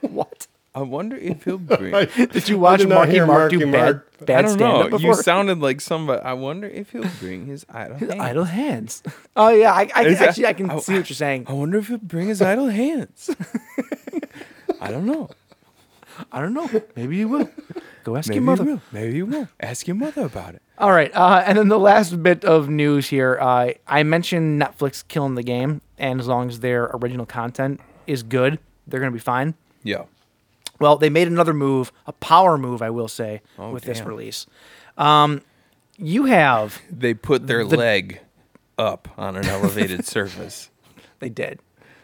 Speaker 4: what?
Speaker 5: I wonder if he'll bring. I
Speaker 4: Did you watch
Speaker 6: did not
Speaker 4: Marky
Speaker 6: hear
Speaker 4: Mark
Speaker 6: Marky
Speaker 4: do
Speaker 6: Mark.
Speaker 4: bad, bad
Speaker 5: don't
Speaker 4: stand-up
Speaker 5: know. You
Speaker 4: before?
Speaker 6: *laughs*
Speaker 5: sounded like somebody. I wonder if he'll bring his idol. hand.
Speaker 4: idle hands. Oh yeah, I, I
Speaker 5: Is Oh, that-
Speaker 4: actually I can
Speaker 5: I-
Speaker 4: see what you're saying.
Speaker 5: I wonder if he'll bring his idle hands. I don't know.
Speaker 4: I don't know. Maybe you will. Go ask
Speaker 5: Maybe
Speaker 4: your mother.
Speaker 5: You will. Maybe you will. Ask your mother about it.
Speaker 4: All right, uh, and then the last bit of news here. Uh, I mentioned Netflix killing the game, and as long as their original content is good, they're going to be fine.
Speaker 5: Yeah.
Speaker 4: Well, they made another move, a power move, I will say, with this
Speaker 5: Oh, damn.
Speaker 4: release. Um, you have,
Speaker 5: They put their leg up on an elevated
Speaker 4: *laughs*
Speaker 5: surface.
Speaker 4: they did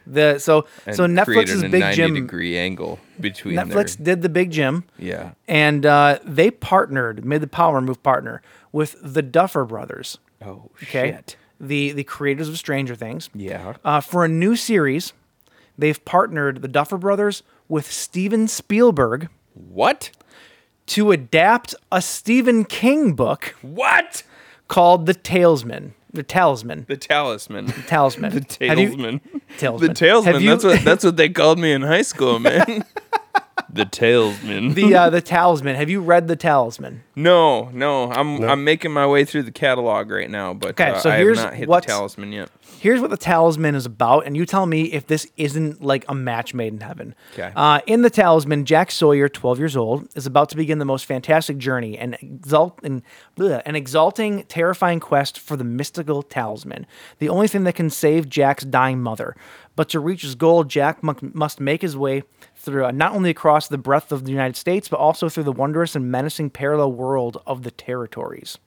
Speaker 4: the so
Speaker 5: And
Speaker 4: so
Speaker 5: created
Speaker 4: Netflix's
Speaker 5: a
Speaker 4: big
Speaker 5: 90
Speaker 4: gym.
Speaker 5: degree angle between
Speaker 4: Netflix
Speaker 5: their,
Speaker 4: did the big gym,
Speaker 5: yeah.
Speaker 4: and uh, they partnered, made the power move partner with the Duffer Brothers.
Speaker 5: Oh
Speaker 4: Okay,
Speaker 5: shit.
Speaker 4: the the creators of Stranger Things.
Speaker 5: Yeah.
Speaker 4: uh, for a new series, they've partnered the Duffer Brothers with Steven Spielberg
Speaker 5: What?
Speaker 4: to adapt a Stephen King book
Speaker 5: What?
Speaker 4: called The Talesman. The Talisman.
Speaker 5: *laughs* The
Speaker 4: *laughs*
Speaker 5: talisman.
Speaker 4: Talisman.
Speaker 5: The
Speaker 4: Have you-
Speaker 5: *laughs* talesman.
Speaker 4: Talesman.
Speaker 5: The talesman.
Speaker 4: Have you-
Speaker 5: that's what that's what they called me in high school, man. the talesman.
Speaker 4: *laughs* the uh, the Talisman. Have you read The Talisman?
Speaker 5: no, no. I'm I'm making my way through the catalog right now, but
Speaker 4: Okay,
Speaker 5: uh,
Speaker 4: so
Speaker 5: I
Speaker 4: here's
Speaker 5: have not hit
Speaker 4: what's-
Speaker 5: the talisman yet.
Speaker 4: Here's what The Talisman is about, and you tell me if this isn't like a match made in heaven.
Speaker 5: Okay.
Speaker 4: Uh, in The Talisman, Jack Sawyer, 12 years old, is about to begin the most fantastic journey and exalt and bleh, an exalting, terrifying quest for the mystical talisman, the only thing that can save Jack's dying mother. But to reach his goal, Jack mu- must make his way through uh, not only across the breadth of the United States, but also through the wondrous and menacing parallel world of the territories.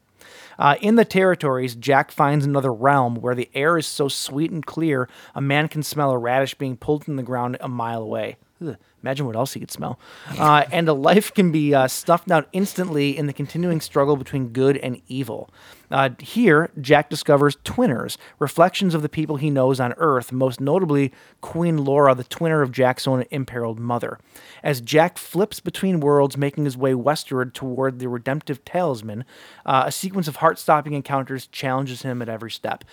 Speaker 4: Uh, in the territories, Jack finds another realm where the air is so sweet and clear, a man can smell a radish being pulled from the ground a mile away. Ugh, imagine what else he could smell. Uh, and a life can be uh, stuffed out instantly in the continuing struggle between good and evil. Uh, here, Jack discovers twinners, reflections of the people he knows on Earth, most notably Queen Laura, the twinner of Jack's own imperiled mother. As Jack flips between worlds, making his way westward toward the redemptive talisman, uh, a sequence of heart stopping encounters challenges him at every step.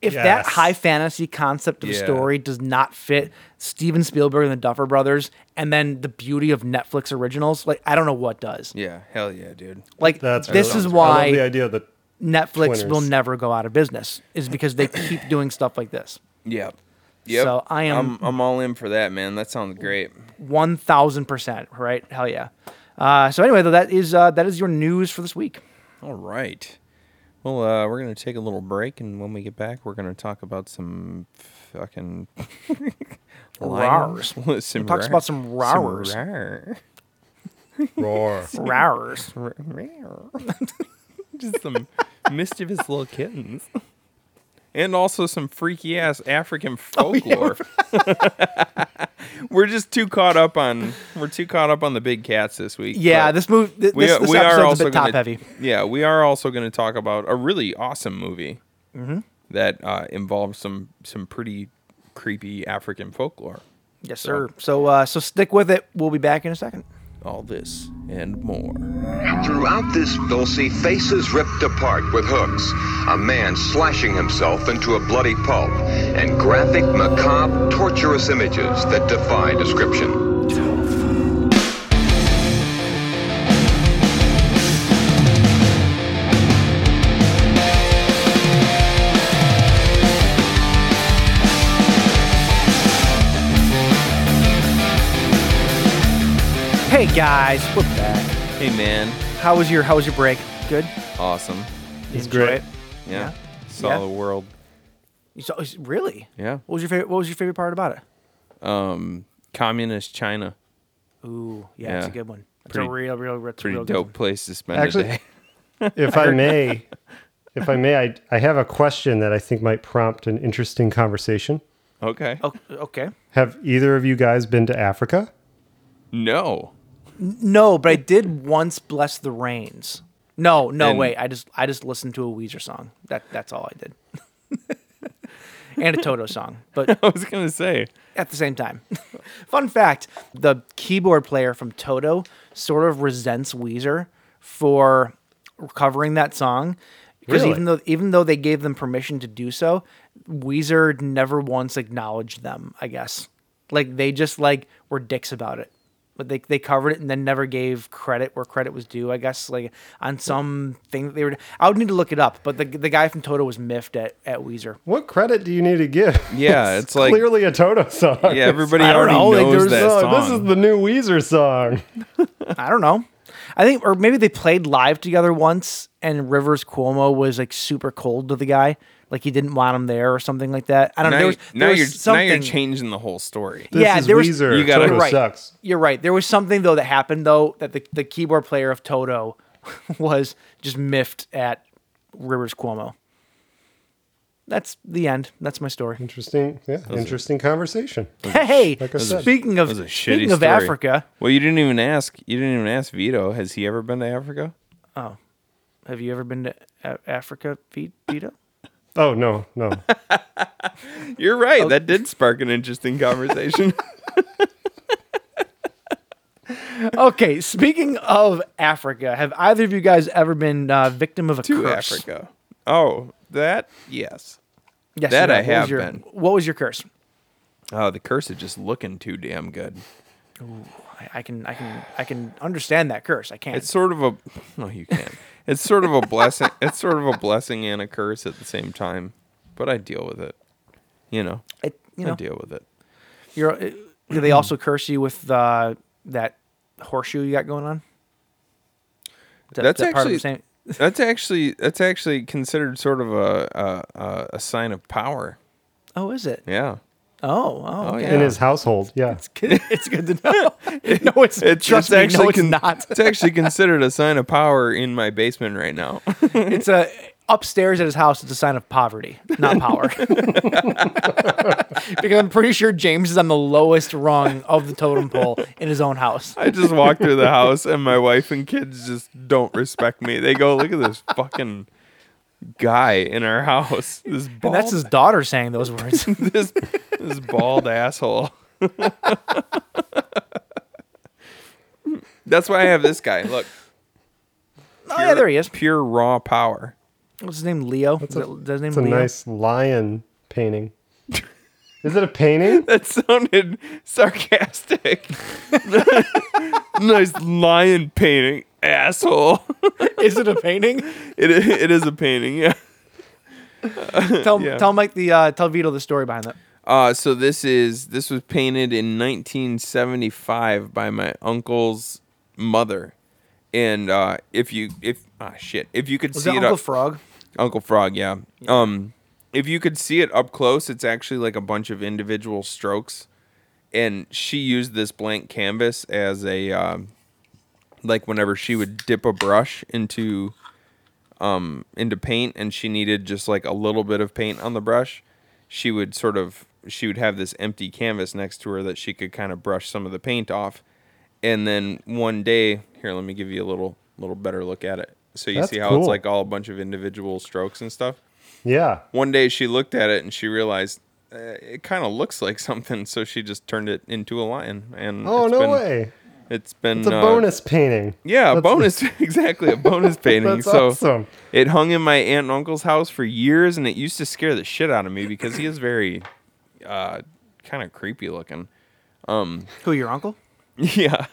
Speaker 4: If that
Speaker 6: Yes.
Speaker 4: high fantasy concept of the
Speaker 5: Yeah.
Speaker 4: story does not fit Steven Spielberg and the Duffer Brothers, and then the beauty of Netflix originals, like I don't know what does.
Speaker 5: Yeah, hell yeah, dude.
Speaker 4: Like
Speaker 6: That's
Speaker 4: this
Speaker 6: really-
Speaker 4: is
Speaker 6: I love the
Speaker 4: why
Speaker 6: idea that
Speaker 4: Netflix will
Speaker 6: Twinners.
Speaker 4: never go out of business, is because they keep doing stuff like this.
Speaker 5: Yep. Yep.
Speaker 4: So I am-
Speaker 5: I'm, I'm all in for that, man. That sounds great.
Speaker 4: One thousand percent, right? Hell yeah. Uh, so anyway, though, that is uh, that is your news for this week.
Speaker 5: All right. Well, uh, we're gonna take a little break, and when we get back, we're gonna talk about some fucking lions. *laughs* some
Speaker 4: talks
Speaker 5: rar-
Speaker 4: about some rowers.
Speaker 5: Some rar-
Speaker 4: *laughs*
Speaker 6: roar.
Speaker 4: Rowers.
Speaker 5: r- rar. *laughs* Just some mischievous little kittens, and also some freaky ass
Speaker 4: *laughs*
Speaker 5: African
Speaker 4: Oh,
Speaker 5: folklore. *laughs* we're just too caught up on we're too caught up on the big cats this week.
Speaker 4: Yeah,
Speaker 5: but-
Speaker 4: this move. This,
Speaker 5: we,
Speaker 4: this
Speaker 5: we are
Speaker 4: episode's
Speaker 5: also
Speaker 4: a bit top
Speaker 5: gonna-
Speaker 4: heavy.
Speaker 5: Yeah, we are also going to talk about a really awesome movie
Speaker 4: Mm-hmm.
Speaker 5: that uh, involves some some pretty creepy African folklore.
Speaker 4: Yes, sir. So uh, so stick with it. We'll be back in a second.
Speaker 5: All this and more.
Speaker 8: Throughout this, they'll see faces ripped apart with hooks, a man slashing himself into a bloody pulp, and graphic, macabre, torturous images that defy description.
Speaker 4: Hey guys, we're back.
Speaker 5: Hey, man,
Speaker 4: How was your How was your break? Good.
Speaker 5: awesome.
Speaker 4: It's
Speaker 6: great.
Speaker 5: Yeah, saw
Speaker 4: Yeah.
Speaker 5: the world.
Speaker 4: So, oh, really?
Speaker 5: Yeah.
Speaker 4: What was your favorite? What was your favorite part about it?
Speaker 5: Communist China,
Speaker 4: Ooh, yeah, it's a
Speaker 5: Yeah.
Speaker 4: good one. It's
Speaker 5: Pretty-
Speaker 4: a real, real, real, it's a
Speaker 5: pretty
Speaker 4: real good
Speaker 5: dope
Speaker 4: one.
Speaker 5: place to spend
Speaker 6: Actually-
Speaker 5: a day. *laughs*
Speaker 6: If I may, if I may, I, I have a question that I think might prompt an interesting conversation.
Speaker 5: Okay.
Speaker 4: O- okay.
Speaker 6: Have either of you guys been to Africa?
Speaker 5: No. *laughs*
Speaker 4: No, but I did once bless the rains. No, no,
Speaker 5: And-
Speaker 4: wait. I just I just listened to a Weezer song. That that's all I did. *laughs* and a Toto song, but
Speaker 5: I was gonna say
Speaker 4: at the same time. *laughs* Fun fact: the keyboard player from Toto sort of resents Weezer for covering that song because
Speaker 6: Really?
Speaker 4: even though even though they gave them permission to do so, Weezer never once acknowledged them. I guess like they just like were dicks about it. But they, they covered it and then never gave credit where credit was due, I guess, like on some thing that they were. I would need to look it up, but the, the guy from Toto was miffed at, at Weezer.
Speaker 6: What credit do you need to give?
Speaker 5: Yeah, it's like-
Speaker 6: clearly a Toto song.
Speaker 5: yeah, everybody
Speaker 4: I don't
Speaker 5: already
Speaker 4: know, like,
Speaker 5: knows
Speaker 4: there's
Speaker 5: that
Speaker 6: Oh,
Speaker 5: song.
Speaker 6: this is the new Weezer song.
Speaker 4: I don't know. I think, or maybe they played live together once, and Rivers Cuomo was like super cold to the guy, like he didn't want him there or something like that. I don't know.
Speaker 5: now,
Speaker 4: There was,
Speaker 5: you-
Speaker 4: there
Speaker 5: now
Speaker 4: was
Speaker 5: you're
Speaker 4: something.
Speaker 5: now you're changing the whole story.
Speaker 6: This
Speaker 4: Yeah,
Speaker 6: is
Speaker 4: there was-
Speaker 6: Weezer.
Speaker 5: You gotta-
Speaker 6: Toto
Speaker 4: right.
Speaker 6: sucks.
Speaker 4: You're right. There was something though that happened though that the, the keyboard player of Toto *laughs* was just miffed at Rivers Cuomo. That's the end. That's my story.
Speaker 6: Interesting. Yeah, interesting conversation.
Speaker 4: Hey,
Speaker 6: like I said,
Speaker 4: speaking of
Speaker 5: That was a shitty
Speaker 4: speaking of
Speaker 5: story.
Speaker 4: Africa,
Speaker 5: Well, you didn't even ask. You didn't even ask Vito. Has he ever been to Africa?
Speaker 4: have you ever been to A- Africa, Fe- Vito?
Speaker 6: Oh no, no.
Speaker 5: You're right. That did spark an interesting
Speaker 4: *laughs*
Speaker 5: conversation.
Speaker 4: Okay, speaking of Africa, have either of you guys ever been uh, victim of a
Speaker 5: to
Speaker 4: curse?
Speaker 5: Africa. Oh, that yes.
Speaker 4: Yes,
Speaker 5: That
Speaker 4: you
Speaker 5: I
Speaker 4: What was
Speaker 5: have
Speaker 4: your-
Speaker 5: been.
Speaker 4: What was your curse?
Speaker 5: Oh, the curse is just looking too damn good.
Speaker 4: I, I can, I can, I can understand that curse. I can't.
Speaker 5: It's sort of a no, you can't. It's sort of a
Speaker 4: *laughs*
Speaker 5: blessing. It's sort of a blessing and a curse at the same time. But I deal with it. You know,
Speaker 4: It- you
Speaker 5: I
Speaker 4: know,
Speaker 5: deal with it.
Speaker 4: you're. uh, do they also curse you with uh, that horseshoe you got going on? Is that-
Speaker 5: That's
Speaker 4: that part of the
Speaker 5: actually-
Speaker 4: same-
Speaker 5: *laughs* That's actually that's actually considered sort of a a, a, a sign of power.
Speaker 4: Oh, is it?
Speaker 5: Yeah.
Speaker 4: Oh, oh,
Speaker 5: Oh
Speaker 4: okay.
Speaker 5: yeah.
Speaker 6: In his household, yeah.
Speaker 4: Good- *laughs* it's good to know. *laughs* no,
Speaker 5: *laughs*
Speaker 4: it's,
Speaker 5: It's,
Speaker 4: trust
Speaker 5: it's
Speaker 4: me,
Speaker 5: actually
Speaker 4: no, it's
Speaker 5: con-
Speaker 4: not.
Speaker 5: it's actually considered a sign of power in my basement right now.
Speaker 4: It's a upstairs at his house. It's a sign of poverty, not
Speaker 5: *laughs*
Speaker 4: power. because I'm pretty sure James is on the lowest rung of the totem pole in his own house.
Speaker 5: I just walk through the house and my wife and kids just don't respect me. They go, look at this fucking guy in our house. This
Speaker 4: And
Speaker 5: bald,
Speaker 4: that's his daughter saying
Speaker 5: *laughs*
Speaker 4: those words. Oh,
Speaker 5: this, this bald asshole. *laughs* that's why I have this guy. Look,
Speaker 4: oh yeah, there he is.
Speaker 5: pure raw power.
Speaker 4: What's his name? Leo. Is that- is his name
Speaker 6: It's a
Speaker 4: Leo?
Speaker 6: nice lion painting. Is it
Speaker 5: *laughs*
Speaker 6: a painting?
Speaker 5: That sounded sarcastic. *laughs* nice lion painting, asshole.
Speaker 4: *laughs*
Speaker 5: *laughs*
Speaker 4: Is it a painting?
Speaker 5: It, i- it is a painting, yeah.
Speaker 4: tell
Speaker 5: Yeah.
Speaker 4: tell Mike the uh, tell Vito the story behind that.
Speaker 5: Uh, so this is this was painted in 1975 by my uncle's mother, and uh, if you if ah shit if you could
Speaker 4: Was
Speaker 5: see
Speaker 4: that
Speaker 5: it
Speaker 4: Uncle
Speaker 5: up,
Speaker 4: Frog?
Speaker 5: Uncle Frog, yeah. Um, if you could see it up close, it's actually like a bunch of individual strokes, and she used this blank canvas as a um, like whenever she would dip a brush into um into paint, and she needed just like a little bit of paint on the brush, she would sort of she would have this empty canvas next to her that she could kind of brush some of the paint off, and then one day here, let me give you a little little better look at it. So you
Speaker 6: That's
Speaker 5: see how it's
Speaker 6: cool.
Speaker 5: like all a bunch of individual strokes and stuff.
Speaker 6: Yeah.
Speaker 5: One day she looked at it and she realized uh, it kind of looks like something, so she just turned it into a lion. And
Speaker 6: Oh
Speaker 5: it's
Speaker 6: no
Speaker 5: been-
Speaker 6: way.
Speaker 5: It's been
Speaker 6: It's a
Speaker 5: uh,
Speaker 6: bonus painting.
Speaker 5: Yeah, a
Speaker 6: That's-
Speaker 5: bonus *laughs* exactly a
Speaker 6: *laughs*
Speaker 5: bonus painting.
Speaker 6: That's
Speaker 5: so
Speaker 6: awesome.
Speaker 5: it hung in my aunt and uncle's house for years, and it used to scare the shit out of me because he is very uh, kind of creepy looking.
Speaker 4: Who your uncle?
Speaker 5: *laughs* Yeah.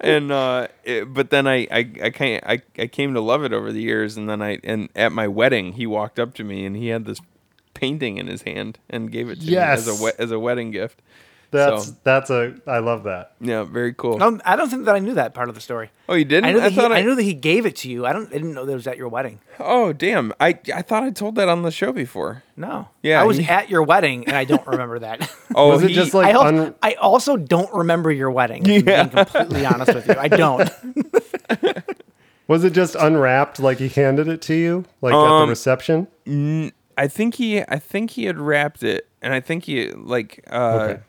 Speaker 5: and uh it- but then I I I can't I, I came to love it over the years and then I and at my wedding he walked up to me and he had this painting in his hand and gave it to me as
Speaker 6: Yes.
Speaker 5: a we- as a wedding gift.
Speaker 6: That's Oh.
Speaker 5: So-
Speaker 6: that's a I love that.
Speaker 5: Yeah, very cool.
Speaker 4: Um, I don't think that I knew that part of the story.
Speaker 5: Oh, you didn't?
Speaker 4: I knew,
Speaker 5: I
Speaker 4: that he,
Speaker 5: thought I-
Speaker 4: I knew that he gave it to you. I don't. I didn't know that it was at your wedding.
Speaker 5: Oh, damn. I I thought I told that on the show before.
Speaker 4: No.
Speaker 5: Yeah,
Speaker 4: I was
Speaker 5: he-
Speaker 4: at your wedding and I don't remember that. *laughs*
Speaker 5: Oh,
Speaker 6: Was it
Speaker 5: he-
Speaker 6: just like
Speaker 4: I, al-
Speaker 6: un-
Speaker 4: I also don't remember your wedding. if I'm being completely honest with you.
Speaker 5: *laughs*
Speaker 4: I don't.
Speaker 6: was it just unwrapped like he handed it to you like at
Speaker 5: Um,
Speaker 6: the reception?
Speaker 5: I think he I think he had wrapped it and I think he like uh
Speaker 6: Okay.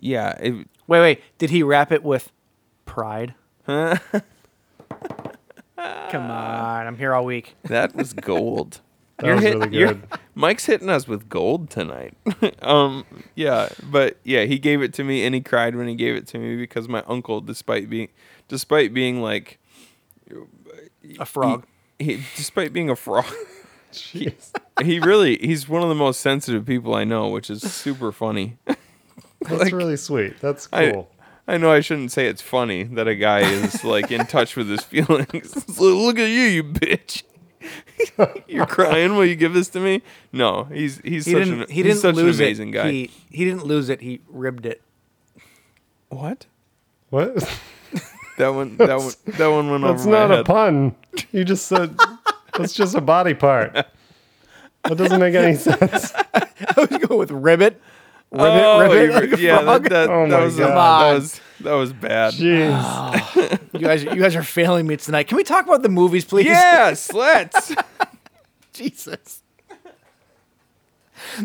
Speaker 5: yeah, it,
Speaker 4: Wait, wait. Did he wrap it with
Speaker 5: *laughs*
Speaker 4: pride. Come on, I'm here all week.
Speaker 5: That was gold.
Speaker 6: *laughs* That was really good.
Speaker 5: Mike's hitting us with gold tonight. *laughs* um, yeah, but yeah, he gave it to me, and he cried when he gave it to me because my uncle, despite being, despite being like,
Speaker 4: A frog.
Speaker 5: he, despite being a frog, *laughs* he, he really, he's one of the most sensitive people I know, which is super funny.
Speaker 6: That's really sweet. That's
Speaker 5: I-
Speaker 6: cool.
Speaker 5: I know I shouldn't say it's funny that a guy
Speaker 4: *laughs*
Speaker 5: is like in touch with his feelings. *laughs* It's like, Look at you, you bitch. *laughs* You're crying. Will you give this to me? No, he's he's
Speaker 4: He
Speaker 5: such
Speaker 4: didn't.
Speaker 5: an
Speaker 4: he
Speaker 5: he's
Speaker 4: didn't
Speaker 5: such
Speaker 4: lose
Speaker 5: an amazing
Speaker 4: it.
Speaker 5: guy.
Speaker 4: He he didn't lose it. He ribbed it. *laughs*
Speaker 5: What? *laughs*
Speaker 6: what?
Speaker 5: That one that one that one went
Speaker 6: That's
Speaker 5: over my
Speaker 6: not a
Speaker 5: head.
Speaker 6: pun. You just said that's just a body part. That doesn't
Speaker 5: *laughs*
Speaker 6: make any sense.
Speaker 4: I was going with ribbit. Ribbit.
Speaker 5: Oh,
Speaker 4: ribbit.
Speaker 5: you-
Speaker 4: like a
Speaker 5: yeah,
Speaker 4: frog.
Speaker 5: that, that,
Speaker 6: Oh
Speaker 5: that
Speaker 6: my
Speaker 5: was a-
Speaker 6: God.
Speaker 5: that was that was bad.
Speaker 6: Jeez.
Speaker 4: you guys. You guys are failing me tonight. Can we talk about the movies, please?
Speaker 5: Yes, let's.
Speaker 4: *laughs* Jesus.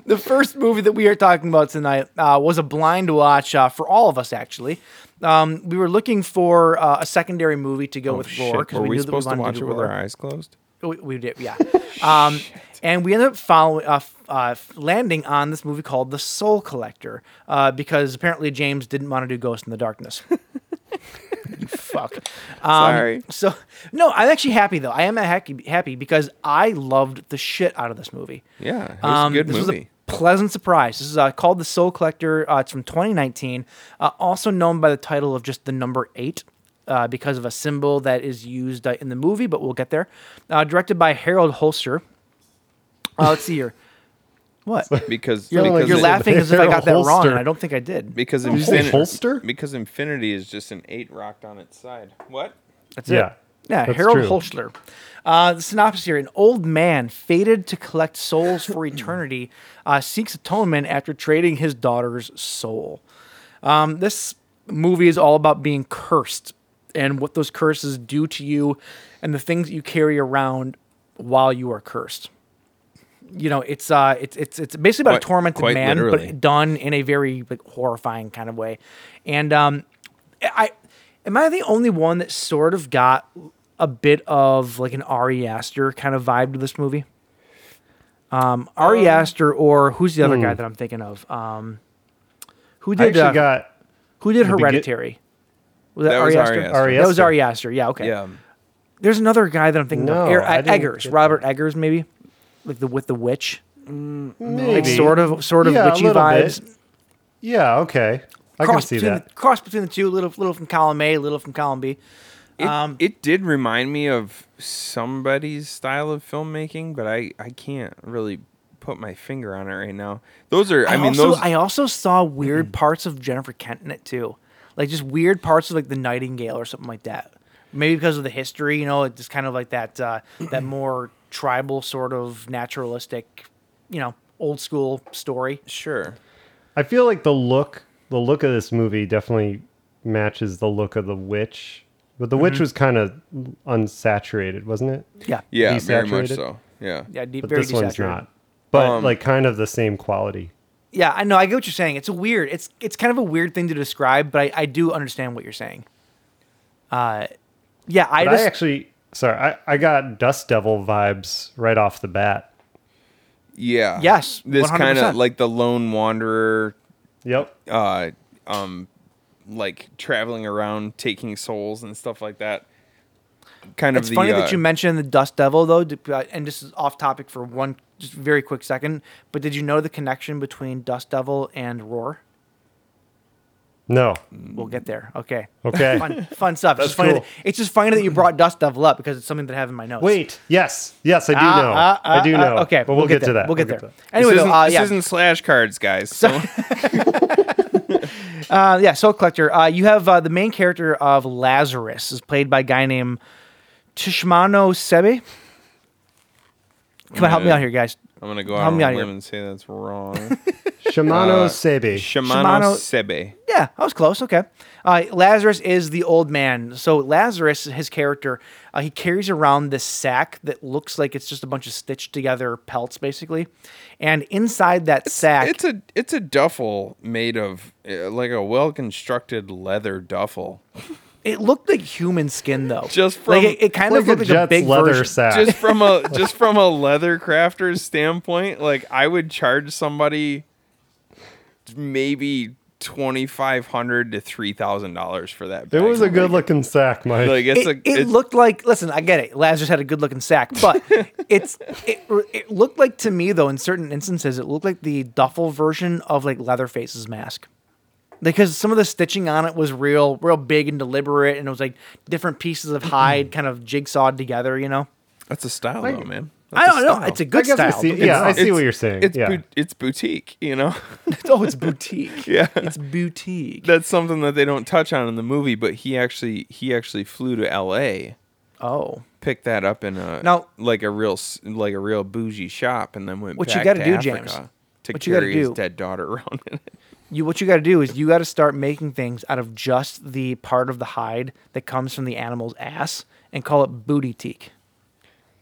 Speaker 4: The first movie that we are talking about tonight uh, was a blind watch uh, for all of us, actually. Um, we were looking for uh, a secondary movie to go *laughs* with Roar
Speaker 5: Oh, Shit,
Speaker 4: because
Speaker 5: were
Speaker 4: we,
Speaker 5: we
Speaker 4: knew that we
Speaker 5: supposed to
Speaker 4: wanted
Speaker 5: watch
Speaker 4: to
Speaker 5: it
Speaker 4: do
Speaker 5: with
Speaker 4: Roar.
Speaker 5: our eyes closed?
Speaker 4: Oh, We, we did, yeah. *laughs* Um, and we ended up following, uh, f- uh, f- landing on this movie called The Soul Collector uh, because apparently James didn't want to do Ghost in the Darkness. *laughs* you fuck. Um,
Speaker 5: Sorry.
Speaker 4: So no, I'm actually happy though. I am happy happy because I loved the shit out of this movie.
Speaker 5: Yeah, it was
Speaker 4: Um,
Speaker 5: a good
Speaker 4: this
Speaker 5: movie.
Speaker 4: was a pleasant surprise. This is uh, called The Soul Collector. Uh, it's from 2019, uh, also known by the title of just the number eight. Uh, because of a symbol that is used uh, in the movie, but we'll get there. Uh, directed by Harold Holster. Uh, let's see
Speaker 6: *laughs*
Speaker 4: here. What?
Speaker 5: because
Speaker 4: You're,
Speaker 5: because
Speaker 4: you're
Speaker 5: it-
Speaker 4: laughing as if I got that wrong,
Speaker 6: Holster.
Speaker 4: and I don't think I did.
Speaker 5: because
Speaker 6: you say
Speaker 5: infinity,
Speaker 6: holster?
Speaker 5: because infinity is just an eight rocked on its side. What?
Speaker 4: That's it.
Speaker 6: Yeah.
Speaker 4: Yeah,
Speaker 6: That's
Speaker 4: Harold
Speaker 6: true.
Speaker 4: Holschler. Uh, the synopsis here: An old man fated to collect souls
Speaker 6: *clears throat*
Speaker 4: for eternity uh, seeks atonement after trading his daughter's soul. Um, this movie is all about being cursed and what those curses do to you, and the things that you carry around while you are cursed. You know, it's uh, it's it's it's basically about
Speaker 5: Quite-
Speaker 4: a tormented
Speaker 5: quite
Speaker 4: man,
Speaker 5: literally.
Speaker 4: but done in a very like, horrifying kind of way, and um, I am I the only one that sort of got a bit of like an Ari Aster kind of vibe to this movie? Um, Ari Aster, or who's the other guy that I'm thinking of? Um, who
Speaker 6: I
Speaker 4: did
Speaker 6: actually
Speaker 4: uh,
Speaker 6: got
Speaker 4: who did
Speaker 6: begin-
Speaker 4: Hereditary? Was that,
Speaker 5: That
Speaker 4: Ari
Speaker 5: was
Speaker 4: Aster?
Speaker 5: Ari Aster.
Speaker 6: Ari
Speaker 4: That was
Speaker 6: Aster.
Speaker 4: Ari Aster. Yeah. Okay.
Speaker 5: Yeah.
Speaker 4: There's another guy that I'm thinking of.
Speaker 6: No,
Speaker 4: Er-
Speaker 6: I didn't
Speaker 4: Eggers,
Speaker 6: get
Speaker 4: Robert Eggers, maybe, like the with the witch,
Speaker 6: maybe.
Speaker 4: like sort of sort of
Speaker 6: Yeah, a
Speaker 4: witchy
Speaker 6: little bit.
Speaker 4: vibes.
Speaker 6: Yeah, okay. I can
Speaker 4: cross
Speaker 6: see
Speaker 4: between
Speaker 6: that.
Speaker 4: The, cross between the two, little little from column A, little from column B.
Speaker 5: It,
Speaker 4: Um,
Speaker 5: it did remind me of somebody's style of filmmaking, but I, I can't really put my finger on it right now. Those are I, mean
Speaker 4: also,
Speaker 5: those
Speaker 4: I also saw weird
Speaker 6: *clears throat*
Speaker 4: parts of Jennifer Kent in it too, like just weird parts of like the Nightingale or something like that. Maybe because of the history, you know, it's just kind of like that
Speaker 6: *clears throat*
Speaker 4: uh, that more tribal sort of naturalistic, you know, old school story.
Speaker 5: sure.
Speaker 6: I feel like the look, the look of this movie definitely matches the look of the witch. But the witch was kind of unsaturated, wasn't it?
Speaker 4: Mm-hmm. Yeah,
Speaker 5: Yeah, very much
Speaker 6: Desaturated?
Speaker 5: so. Yeah.
Speaker 4: yeah, de-
Speaker 6: But
Speaker 4: very
Speaker 6: this one's
Speaker 4: desaturated.
Speaker 6: not. But
Speaker 4: Um,
Speaker 6: like kind of the same quality.
Speaker 4: Yeah, I know. I get what you're saying. It's a weird. It's it's kind of a weird thing to describe, but I, I do understand what you're saying. Uh, yeah, I
Speaker 6: But
Speaker 4: just
Speaker 6: I actually, sorry, I, I got Dust Devil vibes right off the bat.
Speaker 5: Yeah.
Speaker 4: Yes,
Speaker 5: This kind of
Speaker 4: 100%.
Speaker 5: like the lone wanderer
Speaker 6: Yep.
Speaker 4: Oh.
Speaker 5: uh um like traveling around taking souls and stuff like that. Kind
Speaker 4: it's
Speaker 5: of the,
Speaker 4: funny
Speaker 5: uh,
Speaker 4: that you mentioned the Dust Devil, though, d- uh, and this is off topic for one just very quick second. But did you know the connection between Dust Devil and Roar?
Speaker 6: No.
Speaker 4: We'll get there. Okay.
Speaker 6: Okay.
Speaker 4: Fun, fun stuff. It's just funny.
Speaker 6: cool.
Speaker 4: That, it's just funny that you brought Dust Devil up because it's something that I have in my notes.
Speaker 6: Wait. Yes. Yes, I do
Speaker 4: Ah,
Speaker 6: know.
Speaker 4: ah, ah,
Speaker 6: I do
Speaker 4: ah,
Speaker 6: know.
Speaker 4: okay,
Speaker 6: But we'll, get, to
Speaker 4: there.
Speaker 6: that.
Speaker 4: We'll get there.
Speaker 6: to that.
Speaker 5: this
Speaker 4: Anyway,
Speaker 5: isn't,
Speaker 4: though, uh,
Speaker 5: this
Speaker 4: yeah.
Speaker 5: isn't slash cards, guys. So
Speaker 4: Uh, yeah, Soul Collector. Uh, you have uh, the main character of Lazarus is played by a guy named Tishmano Sebe. Come on, help me
Speaker 5: Yeah.
Speaker 4: out here, guys.
Speaker 5: I'm gonna go
Speaker 4: Help
Speaker 5: out on
Speaker 4: me out
Speaker 5: a
Speaker 4: here.
Speaker 5: limb and say that's
Speaker 4: *laughs*
Speaker 5: wrong.
Speaker 4: Uh,
Speaker 6: Shimano Sebi.
Speaker 5: Shimano,
Speaker 4: Shimano-
Speaker 5: Sebe.
Speaker 4: Yeah, I was close. Okay. Uh, Lazarus is the old man. So Lazarus, his character, uh, he carries around this sack that looks like it's just a bunch of stitched together pelts, basically. And inside that sack,
Speaker 5: It's a it's eh, a duffel made of uh, like a well constructed leather duffel.
Speaker 4: It looked like human skin though.
Speaker 5: Just
Speaker 4: like
Speaker 5: from-
Speaker 4: it, it kind
Speaker 6: like
Speaker 4: of looked
Speaker 6: a
Speaker 4: like
Speaker 6: Jets
Speaker 4: a big
Speaker 6: leather
Speaker 4: version.
Speaker 6: sack.
Speaker 5: just from
Speaker 4: *laughs*
Speaker 5: a just from a leather crafter's standpoint, like I would charge somebody maybe twenty five hundred to three thousand dollars for that.
Speaker 6: it
Speaker 5: bag.
Speaker 4: *laughs*
Speaker 6: was a good looking sack, Mike.
Speaker 5: Like it's
Speaker 4: it,
Speaker 5: a.
Speaker 4: it
Speaker 5: it's-
Speaker 4: looked like listen i get it lazarus had a good looking sack but it's it, it looked like to me though in certain instances it looked like the duffel version of like leatherface's mask because some of the stitching on it was real real big and deliberate and it was like different pieces of hide kind of jigsawed together you know
Speaker 5: that's a style, though, man.
Speaker 4: i
Speaker 5: That's a
Speaker 4: don't know
Speaker 5: style.
Speaker 4: it's a good
Speaker 6: guess I
Speaker 4: style
Speaker 6: see-
Speaker 4: Don't get me
Speaker 6: yeah, I
Speaker 4: wrong.
Speaker 6: see what you're saying.
Speaker 5: It's
Speaker 6: Yeah.
Speaker 5: bout- it's boutique, you know.
Speaker 4: oh *laughs* it's boutique
Speaker 5: yeah,
Speaker 4: it's boutique
Speaker 5: that's something that they don't touch on in the movie. But he actually he actually flew to L.A.
Speaker 4: oh
Speaker 5: picked that up in a
Speaker 4: Now-
Speaker 5: like a real s- like a real bougie shop, and then went
Speaker 4: What you
Speaker 5: back
Speaker 4: gotta
Speaker 5: to
Speaker 4: do,
Speaker 5: Africa
Speaker 4: James.
Speaker 5: to
Speaker 4: What you gotta
Speaker 5: carry his
Speaker 4: do-
Speaker 5: dead daughter *laughs* around in it.
Speaker 4: you what you got to do is you got to start making things out of just the part of the hide that comes from the animal's ass and call it booty teak.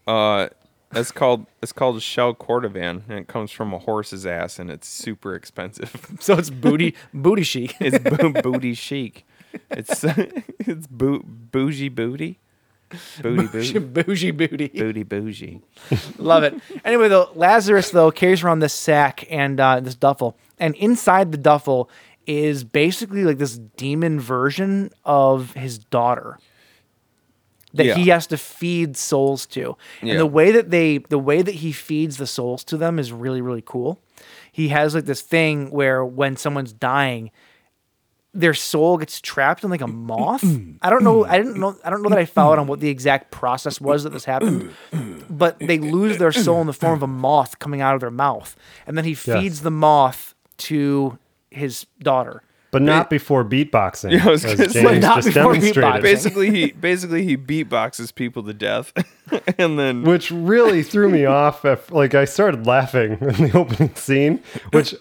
Speaker 5: Uh, it's called it's called a shell cordovan, and it comes from a horse's ass, and it's super expensive. *laughs*
Speaker 4: So it's booty *laughs* booty chic.
Speaker 5: It's
Speaker 4: *laughs*
Speaker 5: bo- booty chic. It's *laughs* it's boo- bougie booty, booty booty,
Speaker 4: *laughs* Bougie booty.
Speaker 5: booty bougie.
Speaker 4: Love it. Anyway, though, Lazarus though carries around this sack and uh, this duffel, and inside the duffel is basically like this demon version of his daughter that he
Speaker 5: Yeah.
Speaker 4: has to feed souls to.
Speaker 5: Yeah.
Speaker 4: And the way that they the way that he feeds the souls to them is really really cool. He has like this thing where when someone's dying, their soul gets trapped in like a moth. I don't know. I didn't know. I don't know that I followed on what the exact process was that this happened, but they lose their soul in the form of a moth coming out of their mouth, and then he feeds the moth to his daughter.
Speaker 6: but not
Speaker 4: *laughs*
Speaker 6: before beatboxing.
Speaker 5: I was
Speaker 6: as
Speaker 5: gonna say-
Speaker 6: James
Speaker 4: Not
Speaker 6: just
Speaker 4: before
Speaker 6: demonstrated.
Speaker 4: beatboxing.
Speaker 5: Basically, he basically he beatboxes people to death, *laughs* and then
Speaker 6: which really threw me off. At, like I started laughing *laughs* in the opening scene, which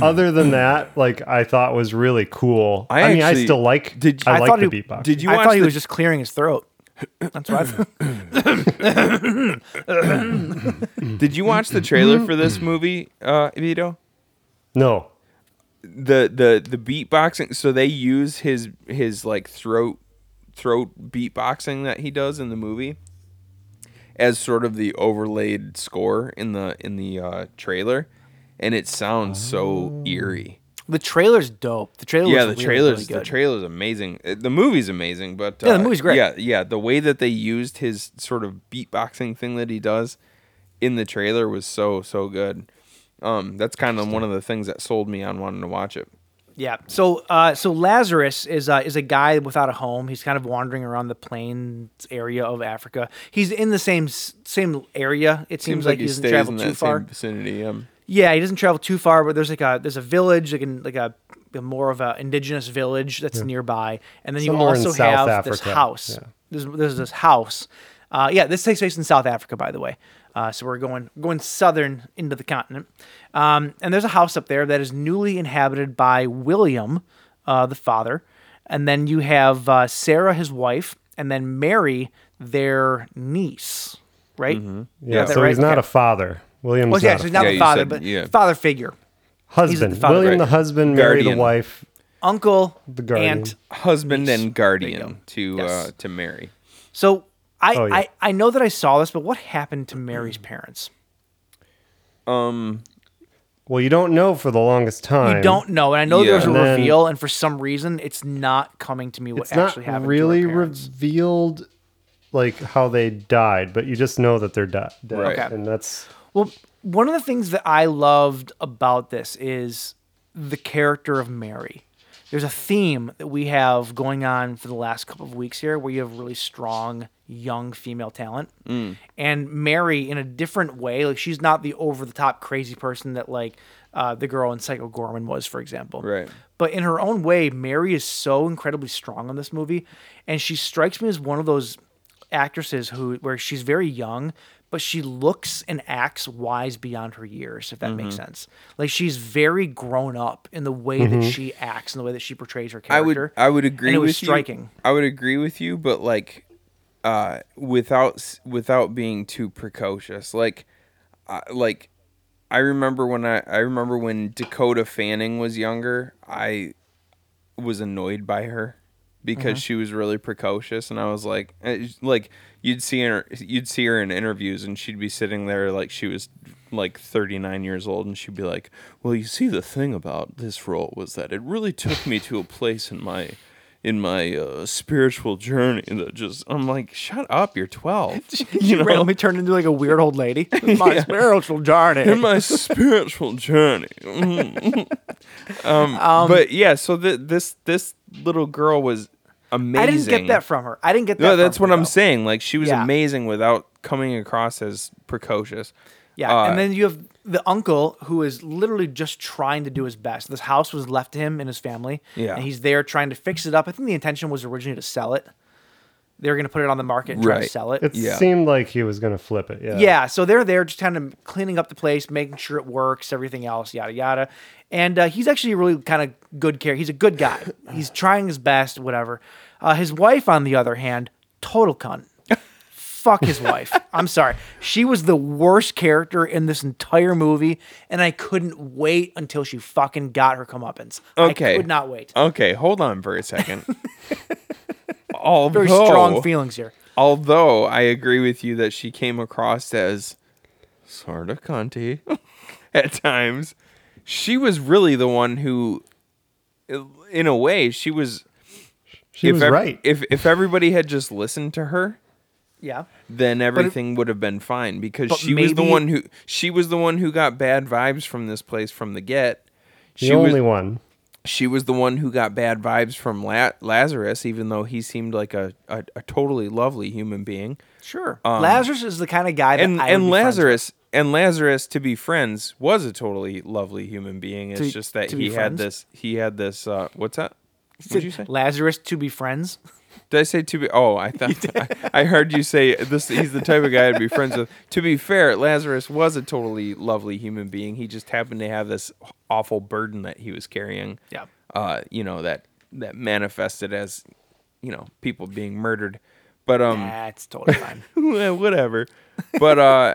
Speaker 6: other than that, like I thought was really cool. I,
Speaker 5: I
Speaker 6: mean, I
Speaker 5: actually-
Speaker 6: still like.
Speaker 5: did-
Speaker 6: I,
Speaker 5: I
Speaker 6: like
Speaker 4: thought
Speaker 6: the
Speaker 4: he-
Speaker 6: beatbox.
Speaker 5: did you
Speaker 4: I
Speaker 5: watch
Speaker 4: thought he
Speaker 5: the-
Speaker 4: was just clearing his throat. That's what
Speaker 5: *laughs*
Speaker 4: I thought.
Speaker 5: Did you watch the trailer for this movie, uh, Vito?
Speaker 6: no,
Speaker 5: The the the beatboxing. So they use his his like throat throat beatboxing that he does in the movie as sort of the overlaid score in the in the uh, trailer, and it sounds so eerie.
Speaker 4: The trailer's dope. The trailer.
Speaker 5: yeah, the
Speaker 4: was really,
Speaker 5: trailers
Speaker 4: really good.
Speaker 5: the trailer's amazing. Uh, The movie's amazing, but uh,
Speaker 4: Yeah, the movie's great.
Speaker 5: Yeah, yeah, the way that they used his sort of beatboxing thing that he does in the trailer was so so good. Um, that's kind of one of the things that sold me on wanting to watch it.
Speaker 4: Yeah. So, uh, so Lazarus is uh, is a guy without a home. He's kind of wandering around the plains area of Africa. He's in the same s- same area. It seems, like he doesn't travel too far.
Speaker 5: same vicinity. Um,
Speaker 4: Yeah, he doesn't travel too far, but there's like a there's a village like in, like a, a more of a indigenous village that's nearby, and then
Speaker 6: Somewhere in
Speaker 4: you also
Speaker 6: South
Speaker 4: have this
Speaker 6: Africa.
Speaker 4: house.
Speaker 6: Yeah.
Speaker 4: There's, there's this house. Uh, yeah, this takes place in South Africa, by the way. Uh, so we're going going southern into the continent, um, and there's a house up there that is newly inhabited by William, uh, the father, and then you have uh, Sarah, his wife, and then Mary, their niece, right?
Speaker 6: yeah.
Speaker 4: Is that
Speaker 6: So he's
Speaker 4: right?
Speaker 6: not
Speaker 4: Okay.
Speaker 6: a father. William's
Speaker 4: Well, yeah,
Speaker 6: not
Speaker 4: so
Speaker 6: a
Speaker 4: he's
Speaker 5: Mm-hmm.
Speaker 4: not
Speaker 5: Yeah,
Speaker 4: the
Speaker 5: you
Speaker 4: father,
Speaker 5: said-
Speaker 4: but
Speaker 5: yeah.
Speaker 4: father figure.
Speaker 6: husband.
Speaker 4: father.
Speaker 6: William
Speaker 5: Right.
Speaker 6: the husband, Mary the
Speaker 5: Guardian.
Speaker 6: wife.
Speaker 4: uncle,
Speaker 6: The guardian.
Speaker 4: aunt.
Speaker 5: husband and guardian
Speaker 4: go.
Speaker 5: to
Speaker 4: Yes.
Speaker 5: uh, to Mary.
Speaker 4: So I,
Speaker 6: Oh, yeah.
Speaker 4: I I know that I saw this, but what happened to Mary's parents?
Speaker 6: Well, you don't know for the longest time.
Speaker 4: I don't know, and I know there's
Speaker 5: Yeah.
Speaker 4: a
Speaker 6: And then-
Speaker 4: reveal, and for some reason, it's not coming to me what
Speaker 6: It's not
Speaker 4: actually happened. to her
Speaker 6: really
Speaker 4: parents.
Speaker 6: revealed, like how they died, but you just know that they're di- dead,
Speaker 5: Right.
Speaker 4: Okay.
Speaker 6: and that's
Speaker 4: Well, one of the things that I loved about this is the character of Mary. There's a theme that we have going on for the last couple of weeks here where you have really strong young female talent. And Mary, in a different way, like she's not the over the top crazy person that, like, uh, the girl in Psycho Gorman was, for example.
Speaker 5: Right.
Speaker 4: But in her own way, Mary is so incredibly strong in this movie, and she strikes me as one of those actresses who where she's very young, but she looks and acts wise beyond her years, if that
Speaker 5: Mm-hmm.
Speaker 4: makes sense. Like she's very grown up in the way that she acts and the way that she portrays her
Speaker 5: Mm-hmm. I would
Speaker 4: character.
Speaker 5: I would agree
Speaker 4: and it
Speaker 5: with
Speaker 4: was striking. *laughs*
Speaker 5: you. I would agree with you, but like uh without s- without being too precocious. Like I like I remember when I I remember when Dakota Fanning was younger, I was annoyed by her because she was really precocious and I was like eh, like you'd see her you'd see her in interviews and she'd be sitting there like she was like 39 years old and she'd be like well you see the thing about this role was that it really took me to a place in my in my uh, spiritual journey that just I'm like shut up you're 12 *laughs* you
Speaker 4: You randomly turned into like a weird old
Speaker 5: *laughs*
Speaker 4: lady. My spiritual
Speaker 5: in
Speaker 4: journey.
Speaker 5: my spiritual journey. Mm. um, but yeah, so th- this this little girl was amazing.
Speaker 4: I didn't get that from her. I didn't get that.
Speaker 5: No,
Speaker 4: from
Speaker 5: that's
Speaker 4: her,
Speaker 5: what I'm
Speaker 4: though.
Speaker 5: saying. Like she was
Speaker 4: Yeah.
Speaker 5: amazing without coming across as precocious.
Speaker 4: Yeah,
Speaker 5: Uh,
Speaker 4: and then you have the uncle who is literally just trying to do his best. This house was left to him and his family.
Speaker 5: Yeah.
Speaker 4: and he's there trying to fix it up. I think the intention was originally to sell it. They were going to put it on the market and try to
Speaker 5: Right.
Speaker 4: sell it.
Speaker 6: It
Speaker 5: Yeah.
Speaker 6: seemed like he was going to flip it. Yeah.
Speaker 4: Yeah, so they're there just kind of cleaning up the place, making sure it works, everything else, yada yada. And uh, he's actually a really kind of good care. He's a
Speaker 5: *laughs*
Speaker 4: good guy. he's trying his best, whatever. Uh, his wife, on the other hand, total cunt. Fuck his
Speaker 5: *laughs*
Speaker 4: wife. I'm sorry. She was the worst character in this entire movie, and I couldn't wait until she fucking got her comeuppance.
Speaker 5: Okay. Uh,
Speaker 4: I could not wait.
Speaker 5: Okay, hold on for a
Speaker 4: *laughs*
Speaker 5: second. although,
Speaker 4: Very strong feelings here.
Speaker 5: Although I agree with you that she came across as sort of cunty *laughs* at times, she was really the one who, in a way, she was
Speaker 6: She was
Speaker 5: ev-
Speaker 6: right.
Speaker 5: If if everybody had just listened to her,
Speaker 4: Yeah.
Speaker 5: then everything would have been fine because
Speaker 4: But
Speaker 5: she was the
Speaker 4: maybe-
Speaker 5: one who she was the one who got bad vibes from this place from the get.
Speaker 6: the
Speaker 5: She was
Speaker 6: only one.
Speaker 5: she was the one who got bad vibes from La- Lazarus, even though he seemed like a, a, a totally lovely human being.
Speaker 4: Sure.
Speaker 5: Um,
Speaker 4: Lazarus is the kind of guy that
Speaker 5: and
Speaker 4: I would
Speaker 5: and
Speaker 4: be friends with.
Speaker 5: Lazarus and Lazarus to be friends was a totally lovely human being. It's
Speaker 4: To-
Speaker 5: just that
Speaker 4: to be
Speaker 5: he had
Speaker 4: friends?
Speaker 5: this he had this uh, what's that? What'd you
Speaker 4: *laughs*
Speaker 5: say?
Speaker 4: Lazarus to be friends.
Speaker 5: Did I say to be? Oh, I thought *laughs* I, I heard you say this. He's the type of guy I'd be friends with. To be fair, Lazarus was a totally lovely human being. He just happened to have this awful burden that he was carrying.
Speaker 4: Yeah.
Speaker 5: Uh, you know that that manifested as, you know, people being murdered. But um,
Speaker 4: That's totally fine.
Speaker 5: *laughs* whatever. But uh,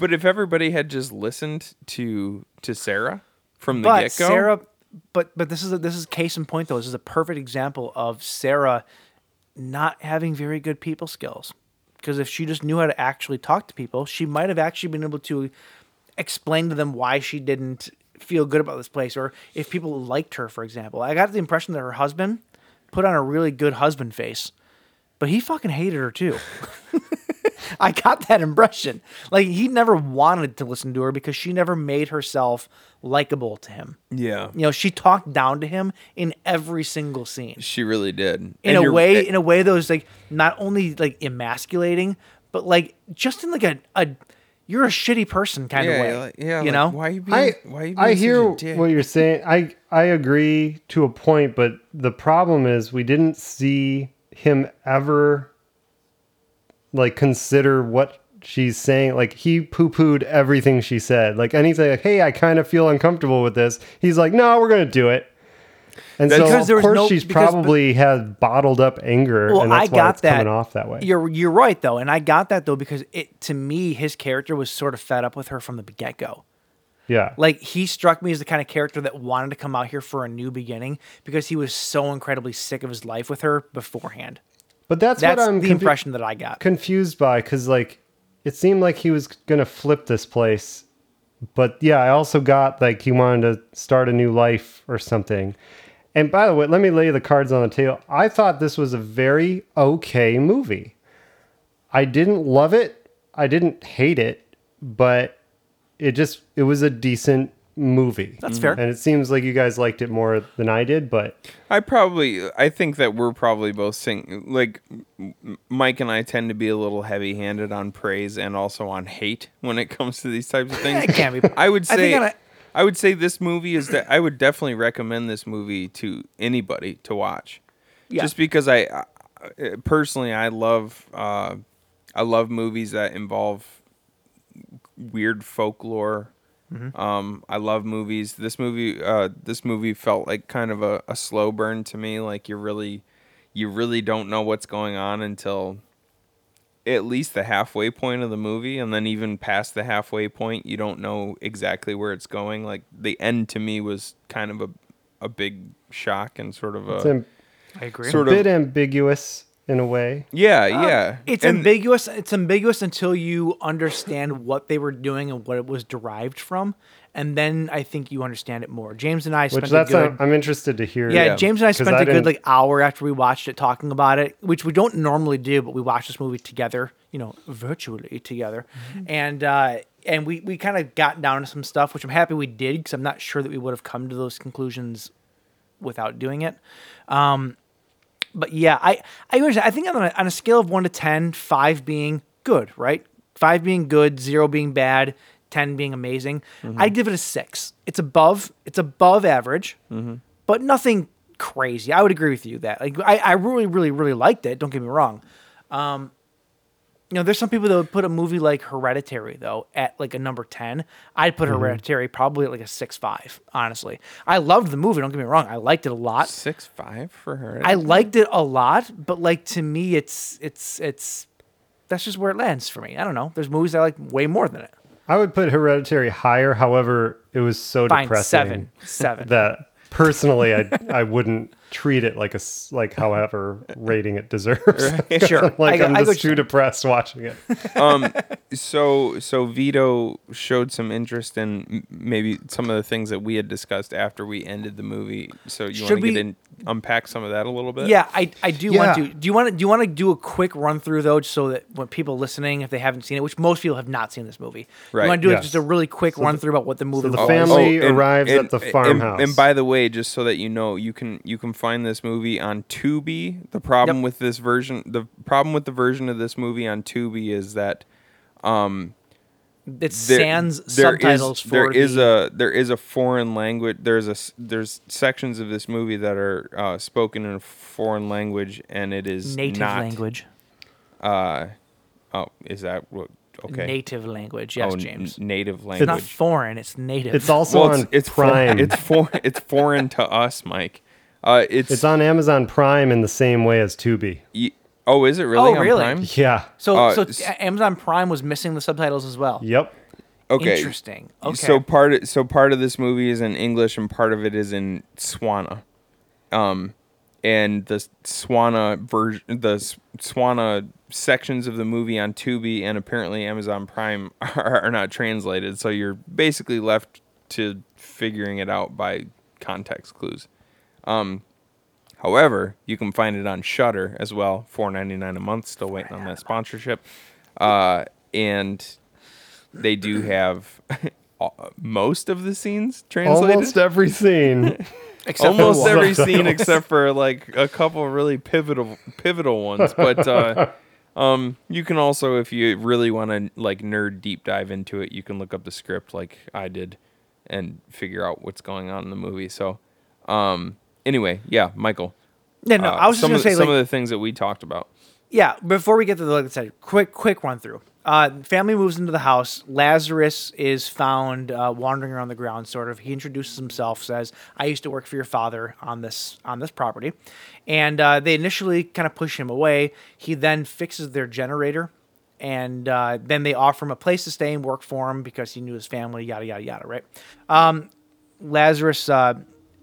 Speaker 5: but if everybody had just listened to to Sarah from the
Speaker 4: but
Speaker 5: get go,
Speaker 4: Sarah, but but this is a, this is case in point though. This is a perfect example of Sarah not having very good people skills. Because if she just knew how to actually talk to people, she might have actually been able to explain to them why she didn't feel good about this place, or if people liked her, for example. I got the impression that her husband put on a really good husband face, but he fucking hated her too. I got that impression. Like he never wanted to listen to her because she never made herself likable to him.
Speaker 5: yeah,
Speaker 4: You know, she talked down to him in every single scene.
Speaker 5: she really did.
Speaker 4: In
Speaker 5: And
Speaker 4: a
Speaker 5: you're- eh,
Speaker 4: way, in a way that was like not only like emasculating, but like just in like a, a you're a shitty person kind
Speaker 5: yeah,
Speaker 4: of way.
Speaker 5: like- yeah,
Speaker 4: you
Speaker 5: like,
Speaker 4: know.
Speaker 5: why you being,
Speaker 6: I
Speaker 5: why you being
Speaker 6: I
Speaker 5: such a
Speaker 6: hear
Speaker 5: dick?
Speaker 6: what you're saying. I I agree to a point, but the problem is we didn't see him ever like consider what she's saying. Like he poo pooed everything she said. Like anything like, hey, I kind of feel uncomfortable with this. He's like, no, we're gonna do it. And so
Speaker 4: Because
Speaker 6: of
Speaker 4: there was
Speaker 6: course
Speaker 4: no-
Speaker 6: she's
Speaker 4: because-
Speaker 6: probably had bottled up anger,
Speaker 4: Well,
Speaker 6: and that's
Speaker 4: I
Speaker 6: why
Speaker 4: got
Speaker 6: it's
Speaker 4: that.
Speaker 6: coming off that way.
Speaker 4: You're you're right though, and I got that though because it to me his character was sort of fed up with her from the get go.
Speaker 6: yeah,
Speaker 4: Like he struck me as the kind of character that wanted to come out here for a new beginning because he was so incredibly sick of his life with her beforehand.
Speaker 6: but that's,
Speaker 4: That's
Speaker 6: what I'm
Speaker 4: the
Speaker 6: confu-
Speaker 4: impression that I got.
Speaker 6: confused by because like it seemed like he was gonna flip this place but yeah i also got like he wanted to start a new life or something and by the way let me lay the cards on the table i thought this was a very okay movie i didn't love it i didn't hate it but it just it was a decent movie
Speaker 4: That's fair.
Speaker 6: and it seems like you guys liked it more than i did but
Speaker 5: I probably, I think that we're probably both sing like m- Mike and I tend to be a little heavy-handed on praise and also on hate when it comes to these types of things.
Speaker 4: It can't be.
Speaker 5: Mm-hmm. *laughs* I would
Speaker 4: Eh, I think
Speaker 5: say,
Speaker 4: on
Speaker 5: I
Speaker 4: a-
Speaker 5: would say this movie is that I would definitely recommend this movie to anybody to watch,
Speaker 4: Yeah.
Speaker 5: just because I, I personally I love, uh, I love movies that involve weird folklore. Um, I love movies. This movie, uh, this movie felt like kind of a, a slow burn to me. Like you really, you really don't know what's going on until at least the halfway point of the movie, and then even past the halfway point, you don't know exactly where it's going. Like the end to me was kind of a, a big shock and sort of a
Speaker 6: it's, am-
Speaker 4: I agree.
Speaker 5: sort
Speaker 6: a
Speaker 5: of
Speaker 6: bit ambiguous in a way.
Speaker 5: yeah, yeah.
Speaker 4: Um, It's
Speaker 5: And-
Speaker 4: ambiguous. It's ambiguous until you understand what they were doing and what it was derived from, and then I think you understand it more. James and I spent
Speaker 6: Which
Speaker 4: a
Speaker 6: that's
Speaker 4: good.
Speaker 6: I'm interested to hear.
Speaker 4: yeah, James and I
Speaker 6: 'Cause
Speaker 4: spent a good
Speaker 6: didn't-
Speaker 4: like hour after we watched it talking about it, which we don't normally do, but we watched this movie together, you know, virtually together, and uh, and we we kind of got down to some stuff, which I'm happy we did because I'm not sure that we would have come to those conclusions without doing it. Um, but yeah, I I understand. I think on a, on a scale of one to 10, five being good, right? Five being good, zero being bad, ten being amazing. I give it a six. It's above. It's above average, but nothing crazy. I would agree with you that like I I really really really liked it. Don't get me wrong. Um, you know, there's some people that would put a movie like Hereditary though at like a number ten. I'd put Hereditary probably at like a six five. Honestly, I loved the movie. Don't get me wrong. I liked it a lot.
Speaker 5: six five for her.
Speaker 4: I liked it a lot, but like to me, it's it's it's that's just where it lands for me. I don't know. There's movies I like way more than it.
Speaker 6: I would put Hereditary higher. However, it was so
Speaker 4: Fine,
Speaker 6: depressing
Speaker 4: seven, seven.
Speaker 6: that personally, I I wouldn't treat it like a s- like however rating
Speaker 5: *laughs*
Speaker 6: it deserves. *laughs*
Speaker 4: Sure.
Speaker 6: like
Speaker 4: go-
Speaker 6: I'm
Speaker 4: go-
Speaker 6: just too depressed watching
Speaker 4: *laughs*
Speaker 6: it.
Speaker 5: so so Vito showed some interest in m- maybe some of the things that we had discussed after we ended the movie. So you want
Speaker 4: Should
Speaker 5: to get
Speaker 4: we-
Speaker 5: in unpack some of that a little bit?
Speaker 4: Yeah, I, I do want
Speaker 6: Yeah.
Speaker 4: to. Do you want to do you want to do a quick run through though, just so that when people listening, if they haven't seen it, which most people have not seen this movie,
Speaker 5: Right.
Speaker 4: you want to do
Speaker 6: Yes.
Speaker 4: just a really quick run through about what the movie
Speaker 6: the
Speaker 4: was.
Speaker 6: Oh, family- arrives at the
Speaker 5: Oh, and-
Speaker 6: farmhouse.
Speaker 5: And, by the way, just so that you know, you can you can find this movie on Tubi. The problem
Speaker 4: Yep.
Speaker 5: with this version, the problem with the version of this movie on Tubi is that
Speaker 4: it's
Speaker 5: there-
Speaker 4: sans
Speaker 5: there is-
Speaker 4: subtitles for
Speaker 5: there is
Speaker 4: the-
Speaker 5: a there is a foreign language there's a s- there's sections of this movie that are uh, spoken in a foreign language and it is
Speaker 4: native
Speaker 5: not-
Speaker 4: language.
Speaker 5: oh is that what okay
Speaker 4: Native language.
Speaker 5: oh,
Speaker 4: Yes,
Speaker 5: n-
Speaker 4: James.
Speaker 5: native
Speaker 4: it's not
Speaker 5: language
Speaker 4: foreign. It's native.
Speaker 6: It's also
Speaker 5: well
Speaker 6: on
Speaker 5: it's it's
Speaker 6: Prime.
Speaker 5: foreign it's foreign it's foreign to us Mike uh it's,
Speaker 6: It's on Amazon Prime in the same way as Tubi.
Speaker 5: y- oh is it really
Speaker 4: Oh,
Speaker 5: on
Speaker 4: really?
Speaker 6: *laughs*
Speaker 5: Prime?
Speaker 6: Yeah.
Speaker 4: so
Speaker 5: uh,
Speaker 4: so
Speaker 5: s-
Speaker 4: Amazon Prime was missing the subtitles as well.
Speaker 6: Yep.
Speaker 5: okay
Speaker 4: Interesting. Okay.
Speaker 5: So part of, so part of this movie is in English and part of it is in Swana. Um and the Swana version the S- Swana sections of the movie on Tubi and apparently Amazon Prime *laughs* are, are not translated, so you're basically left to figuring it out by context clues. Um however, you can find it on Shutter as well, 4.99 a month, still waiting on that sponsorship. Uh and they do have *laughs* all- most of the scenes translated.
Speaker 6: Almost
Speaker 4: *laughs*
Speaker 6: every scene.
Speaker 4: Except for
Speaker 5: Almost
Speaker 4: one.
Speaker 5: every
Speaker 6: Subtitles.
Speaker 5: scene except for like a couple really pivotal pivotal *laughs* ones. But uh, um, you can also, if you really want to like nerd deep dive into it, you can look up the script like I did and figure out what's going on in the movie. So um, anyway, yeah, Michael.
Speaker 4: Yeah, no,
Speaker 5: uh,
Speaker 4: I was just
Speaker 5: some
Speaker 4: gonna
Speaker 5: of the-
Speaker 4: say
Speaker 5: some
Speaker 4: like
Speaker 5: of the things that we talked about.
Speaker 4: yeah, before we get to the like I said, quick quick run through. Uh, family moves into the house. Lazarus is found uh, wandering around the ground. Sort of, he introduces himself, says, "I used to work for your father on this on this property," and uh, they initially kind of push him away. He then fixes their generator, and uh, then they offer him a place to stay and work for him because he knew his family. Yada yada yada. Right. Lazarus, uh,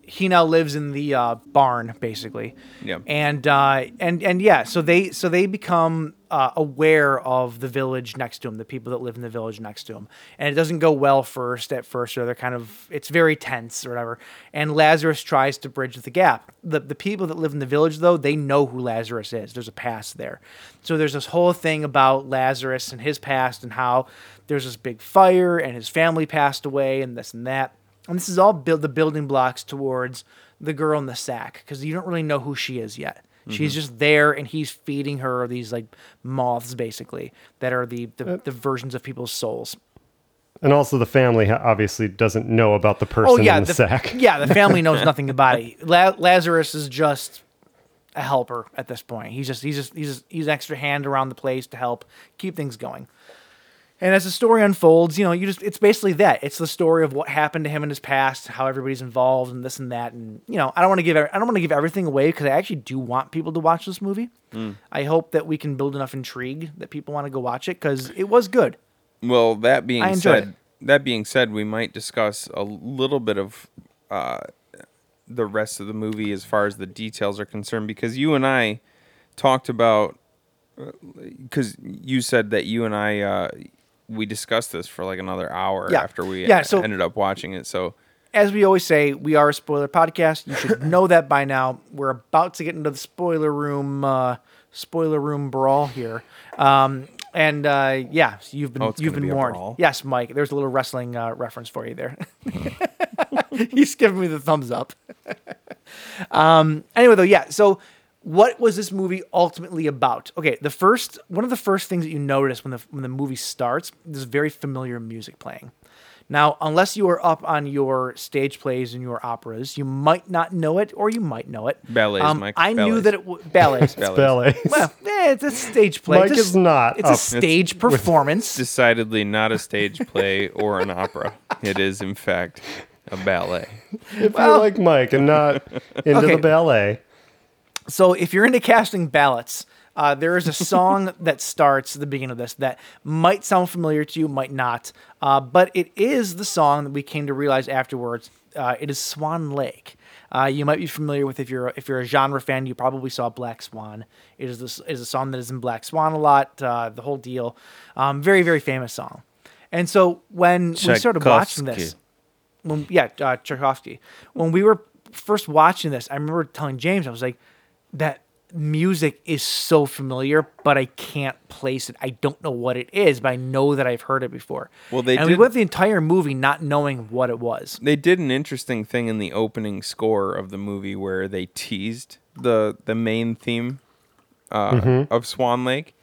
Speaker 4: he now lives in the uh, barn, basically.
Speaker 5: Yeah.
Speaker 4: And uh, and and yeah, so they so they become uh, aware of the village next to him, the people that live in the village next to him, and it doesn't go well first at first, or they're kind of it's very tense or whatever. And Lazarus tries to bridge the gap. The the people that live in the village though, they know who Lazarus is. There's a past there, so there's this whole thing about Lazarus and his past and how there's this big fire and his family passed away and this and that. And this is all build the building blocks towards the girl in the sack because you don't really know who she is yet. She's just there, and he's feeding her these like moths, basically, that are the the, the versions of people's souls.
Speaker 6: And also the family ha- obviously doesn't know about the person in the, sack.
Speaker 4: Oh, *laughs* yeah, the family
Speaker 6: *laughs*
Speaker 4: knows nothing about it. La- Lazarus is just a helper at this point. He's just he's just he's just, he's an extra hand around the place to help keep things going. And as the story unfolds, you know, you just it's basically that. It's the story of what happened to him in his past, how everybody's involved and this and that and you know, I don't want to give e, I don't want to give everything away cuz I actually do want people to watch this movie. I hope that we can build enough intrigue that people want to go watch it cuz it was good.
Speaker 5: Well, that being
Speaker 4: I enjoyed
Speaker 5: said, that being said, we might discuss a little bit of uh, the rest of the movie as far as the details are concerned because you and I talked about because you said that you and I uh, we discussed this for like another hour
Speaker 4: Yeah.
Speaker 5: after we
Speaker 4: Yeah, so-
Speaker 5: ended up watching it. So
Speaker 4: as we always say, we are a spoiler podcast. You should know that by now. We're about to get into the spoiler room, uh, spoiler room brawl here. Um, and uh, yeah, so you've been
Speaker 5: Oh, it's
Speaker 4: you've
Speaker 5: gonna
Speaker 4: been
Speaker 5: be a
Speaker 4: warned.
Speaker 5: brawl?
Speaker 4: Yes, Mike. There's a little wrestling uh, reference for you there. *laughs* He's giving me the thumbs up. um, anyway, though, yeah. So, what was this movie ultimately about? Okay, the first one of the first things that you notice when the when the movie starts, there's very familiar music playing. Now, unless you are up on your stage plays and your operas, you might not know it, or you might know it. Um,
Speaker 5: Ballets, Mike,
Speaker 4: I knew
Speaker 5: ballets.
Speaker 4: that it w-
Speaker 5: *laughs*
Speaker 4: ballets.
Speaker 5: Ballets.
Speaker 6: Ballet.
Speaker 4: Well, eh, it's a stage play.
Speaker 6: Mike
Speaker 4: It's a
Speaker 6: is
Speaker 4: s-
Speaker 6: not
Speaker 4: It's
Speaker 6: up
Speaker 4: a stage performance.
Speaker 5: decidedly not a stage play or an
Speaker 4: *laughs*
Speaker 5: opera. It is in fact a ballet.
Speaker 6: if you're like Mike
Speaker 5: *laughs*
Speaker 6: and not into
Speaker 4: Okay.
Speaker 6: the ballet,
Speaker 4: So if you're into casting ballots, uh, there is a song that starts at the beginning of this that might sound familiar to you, might not, uh, but it is the song that we came to realize afterwards. Uh, it is Swan Lake. Uh, you might be familiar with if you're if you're a genre fan, you probably saw Black Swan. It is this is a song that is in Black Swan a lot. Uh, the whole deal, um, very very famous song. And so when we started watching this,
Speaker 5: Tchaikovsky.
Speaker 4: when yeah, uh, Tchaikovsky. When we were first watching this, I remember telling James, I was like, that music is so familiar, but I can't place it. I don't know what it is, but I know that I've heard it before.
Speaker 5: Well, they
Speaker 4: and we
Speaker 5: did-
Speaker 4: went the entire movie not knowing what it was.
Speaker 5: They did an interesting thing in the opening score of the movie where they teased the the main theme uh, of Swan Lake,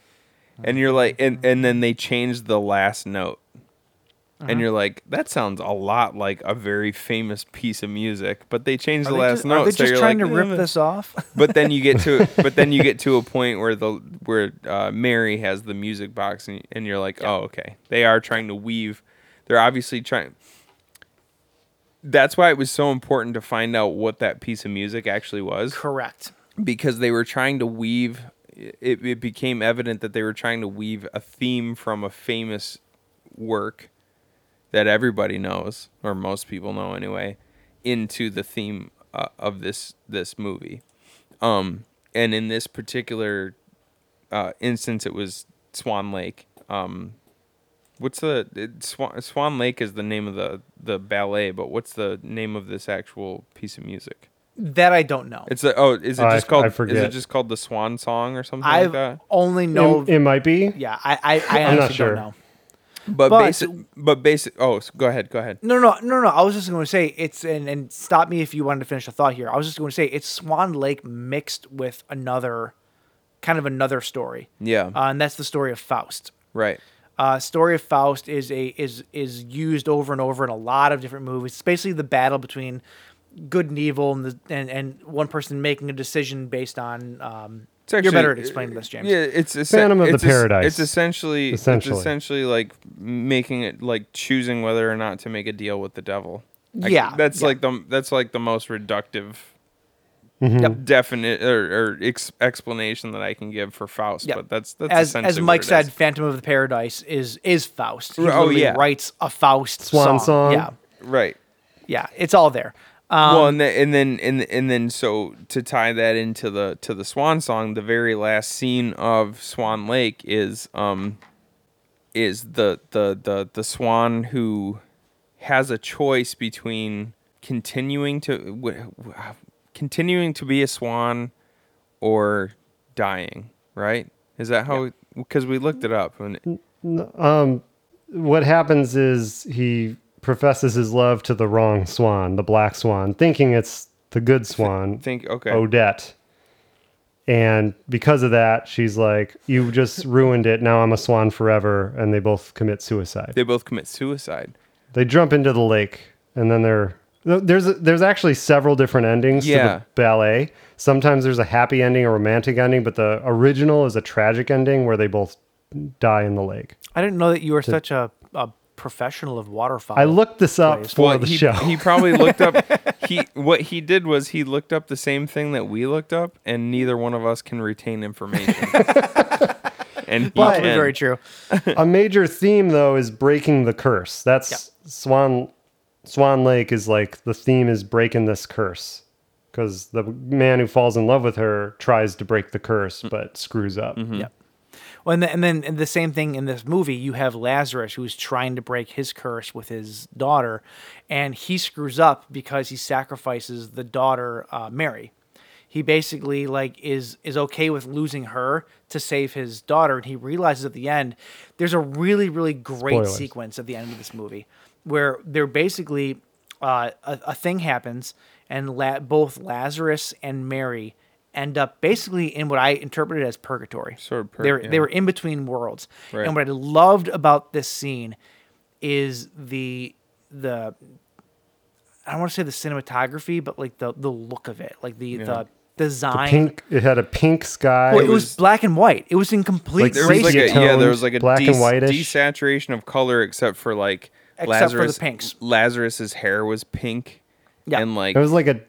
Speaker 5: and you're like, and and then they changed the last note,
Speaker 4: Uh-huh.
Speaker 5: and you're like, that sounds a lot like a very famous piece of music, but they changed
Speaker 4: Are
Speaker 5: the
Speaker 4: they
Speaker 5: last
Speaker 4: just,
Speaker 5: note.
Speaker 4: are they
Speaker 5: so
Speaker 4: just
Speaker 5: you're
Speaker 4: trying
Speaker 5: like,
Speaker 4: to rip
Speaker 5: "Eh."
Speaker 4: this off? *laughs*
Speaker 5: But then you get to, but then you get to a point where the where uh, Mary has the music box, and, and you're like, oh okay, they are trying to weave. They're obviously trying that's why it was so important to find out what that piece of music actually was
Speaker 4: Correct.
Speaker 5: because they were trying to weave it, it became evident that they were trying to weave a theme from a famous work that everybody knows or most people know anyway into the theme uh, of this this movie um and in this particular uh instance it was swan lake um what's the it, swan, swan lake is the name of the the ballet but what's the name of this actual piece of music
Speaker 4: That I don't know.
Speaker 5: it's a, oh, is it
Speaker 6: I-
Speaker 5: just called?
Speaker 6: I
Speaker 5: Is it
Speaker 6: forget.
Speaker 5: just called the Swan Song or something
Speaker 4: I
Speaker 5: like uh, that?
Speaker 4: only
Speaker 6: it,
Speaker 4: know.
Speaker 6: it might be.
Speaker 4: yeah, I I, I
Speaker 6: I'm not
Speaker 4: honestly
Speaker 6: sure.
Speaker 4: don't know.
Speaker 5: But
Speaker 4: but-
Speaker 5: basic, but basic. Oh, s- go ahead, go ahead.
Speaker 4: No, no, no, no. I was just going to say it's and and stop me if you wanted to finish a thought here. I was just going to say it's Swan Lake mixed with another kind of another story.
Speaker 5: Yeah.
Speaker 4: Uh, and that's the story of Faust.
Speaker 5: Right.
Speaker 4: Uh, story of Faust is a is is used over and over in a lot of different movies. It's basically the battle between good and evil, and the, and and one person making a decision based on. Um, you're better at explaining this, James.
Speaker 5: Yeah, it's essen-
Speaker 6: Phantom of the
Speaker 5: it's es-
Speaker 6: Paradise.
Speaker 5: It's essentially,
Speaker 6: Essentially.
Speaker 5: it's essentially like making it like choosing whether or not to make a deal with the devil. I-
Speaker 4: Yeah,
Speaker 5: that's
Speaker 4: yeah.
Speaker 5: like the that's like the most reductive.
Speaker 6: Mm-hmm.
Speaker 5: Definite or, or ex- explanation that I can give for Faust,
Speaker 4: Yeah.
Speaker 5: but that's that's
Speaker 4: As,
Speaker 5: essentially
Speaker 4: as
Speaker 5: what
Speaker 4: Mike
Speaker 5: it
Speaker 4: said,
Speaker 5: is.
Speaker 4: Phantom of the Paradise is is Faust. He
Speaker 5: Oh,
Speaker 4: literally
Speaker 5: yeah.
Speaker 4: writes a Faust
Speaker 6: Swan song.
Speaker 4: Yeah,
Speaker 5: right?
Speaker 4: yeah, it's all there.
Speaker 5: well, and then and then and, and then so to tie that into the to the Swan Song, the very last scene of Swan Lake is um is the the the the swan who has a choice between continuing to w- w- continuing to be a swan or dying. Right? Is that how? Because we looked it up and
Speaker 6: What happens is he professes his love to the wrong swan, the black swan, thinking it's the good swan,
Speaker 5: think okay.
Speaker 6: Odette. And because of that, she's like, "You just ruined it. Now I'm a swan forever." And they both commit suicide.
Speaker 5: They both commit suicide.
Speaker 6: they jump into the lake and then they're th- there's there's actually several different endings
Speaker 5: Yeah.
Speaker 6: to the ballet. Sometimes there's a happy ending, a romantic ending, but the original is a tragic ending where they both die in the lake.
Speaker 4: I didn't know that you were such a, a professional of waterfowl.
Speaker 6: I looked this up for
Speaker 5: Well,
Speaker 6: the
Speaker 5: he,
Speaker 6: show.
Speaker 5: He probably looked
Speaker 4: *laughs*
Speaker 5: up. He what he did was he looked up the same thing that we looked up, and neither one of us can retain
Speaker 4: *laughs*
Speaker 5: information. and he
Speaker 4: Probably
Speaker 5: can.
Speaker 4: very true.
Speaker 6: a major theme though is breaking the curse. That's Swan Swan Lake is like the theme is breaking this curse. because the man who falls in love with her tries to break the curse
Speaker 5: Mm.
Speaker 6: but screws up.
Speaker 5: Mm-hmm.
Speaker 4: Yep. Well, and, the, and then and the same thing in this movie, you have Lazarus who's trying to break his curse with his daughter, and he screws up because he sacrifices the daughter, uh, Mary. He basically like is is okay with losing her to save his daughter, and he realizes at the end there's a really really great
Speaker 6: Spoilers.
Speaker 4: sequence at the end of this movie where they're basically uh, a, a thing happens, and La- both Lazarus and Mary end up basically in what I interpreted as purgatory.
Speaker 5: Sort of pur-
Speaker 4: they were,
Speaker 5: yeah.
Speaker 4: they were in between worlds.
Speaker 5: Right.
Speaker 4: And what I loved about this scene is the the I don't want to say the cinematography, but like the the look of it, like the the design.
Speaker 6: Pink. It had a pink sky.
Speaker 4: Well, it was,
Speaker 5: was-
Speaker 4: black and white. It was in complete
Speaker 5: there was
Speaker 4: sepia
Speaker 5: like a, yeah, there was
Speaker 6: Sepia-toned,
Speaker 5: like a
Speaker 6: black and
Speaker 5: des-
Speaker 6: whitish.
Speaker 5: desaturation of color, except for like
Speaker 4: Except for the
Speaker 5: Lazarus.
Speaker 4: pinks.
Speaker 5: Lazarus's hair was pink,
Speaker 4: Yeah.
Speaker 5: and like
Speaker 6: It was like a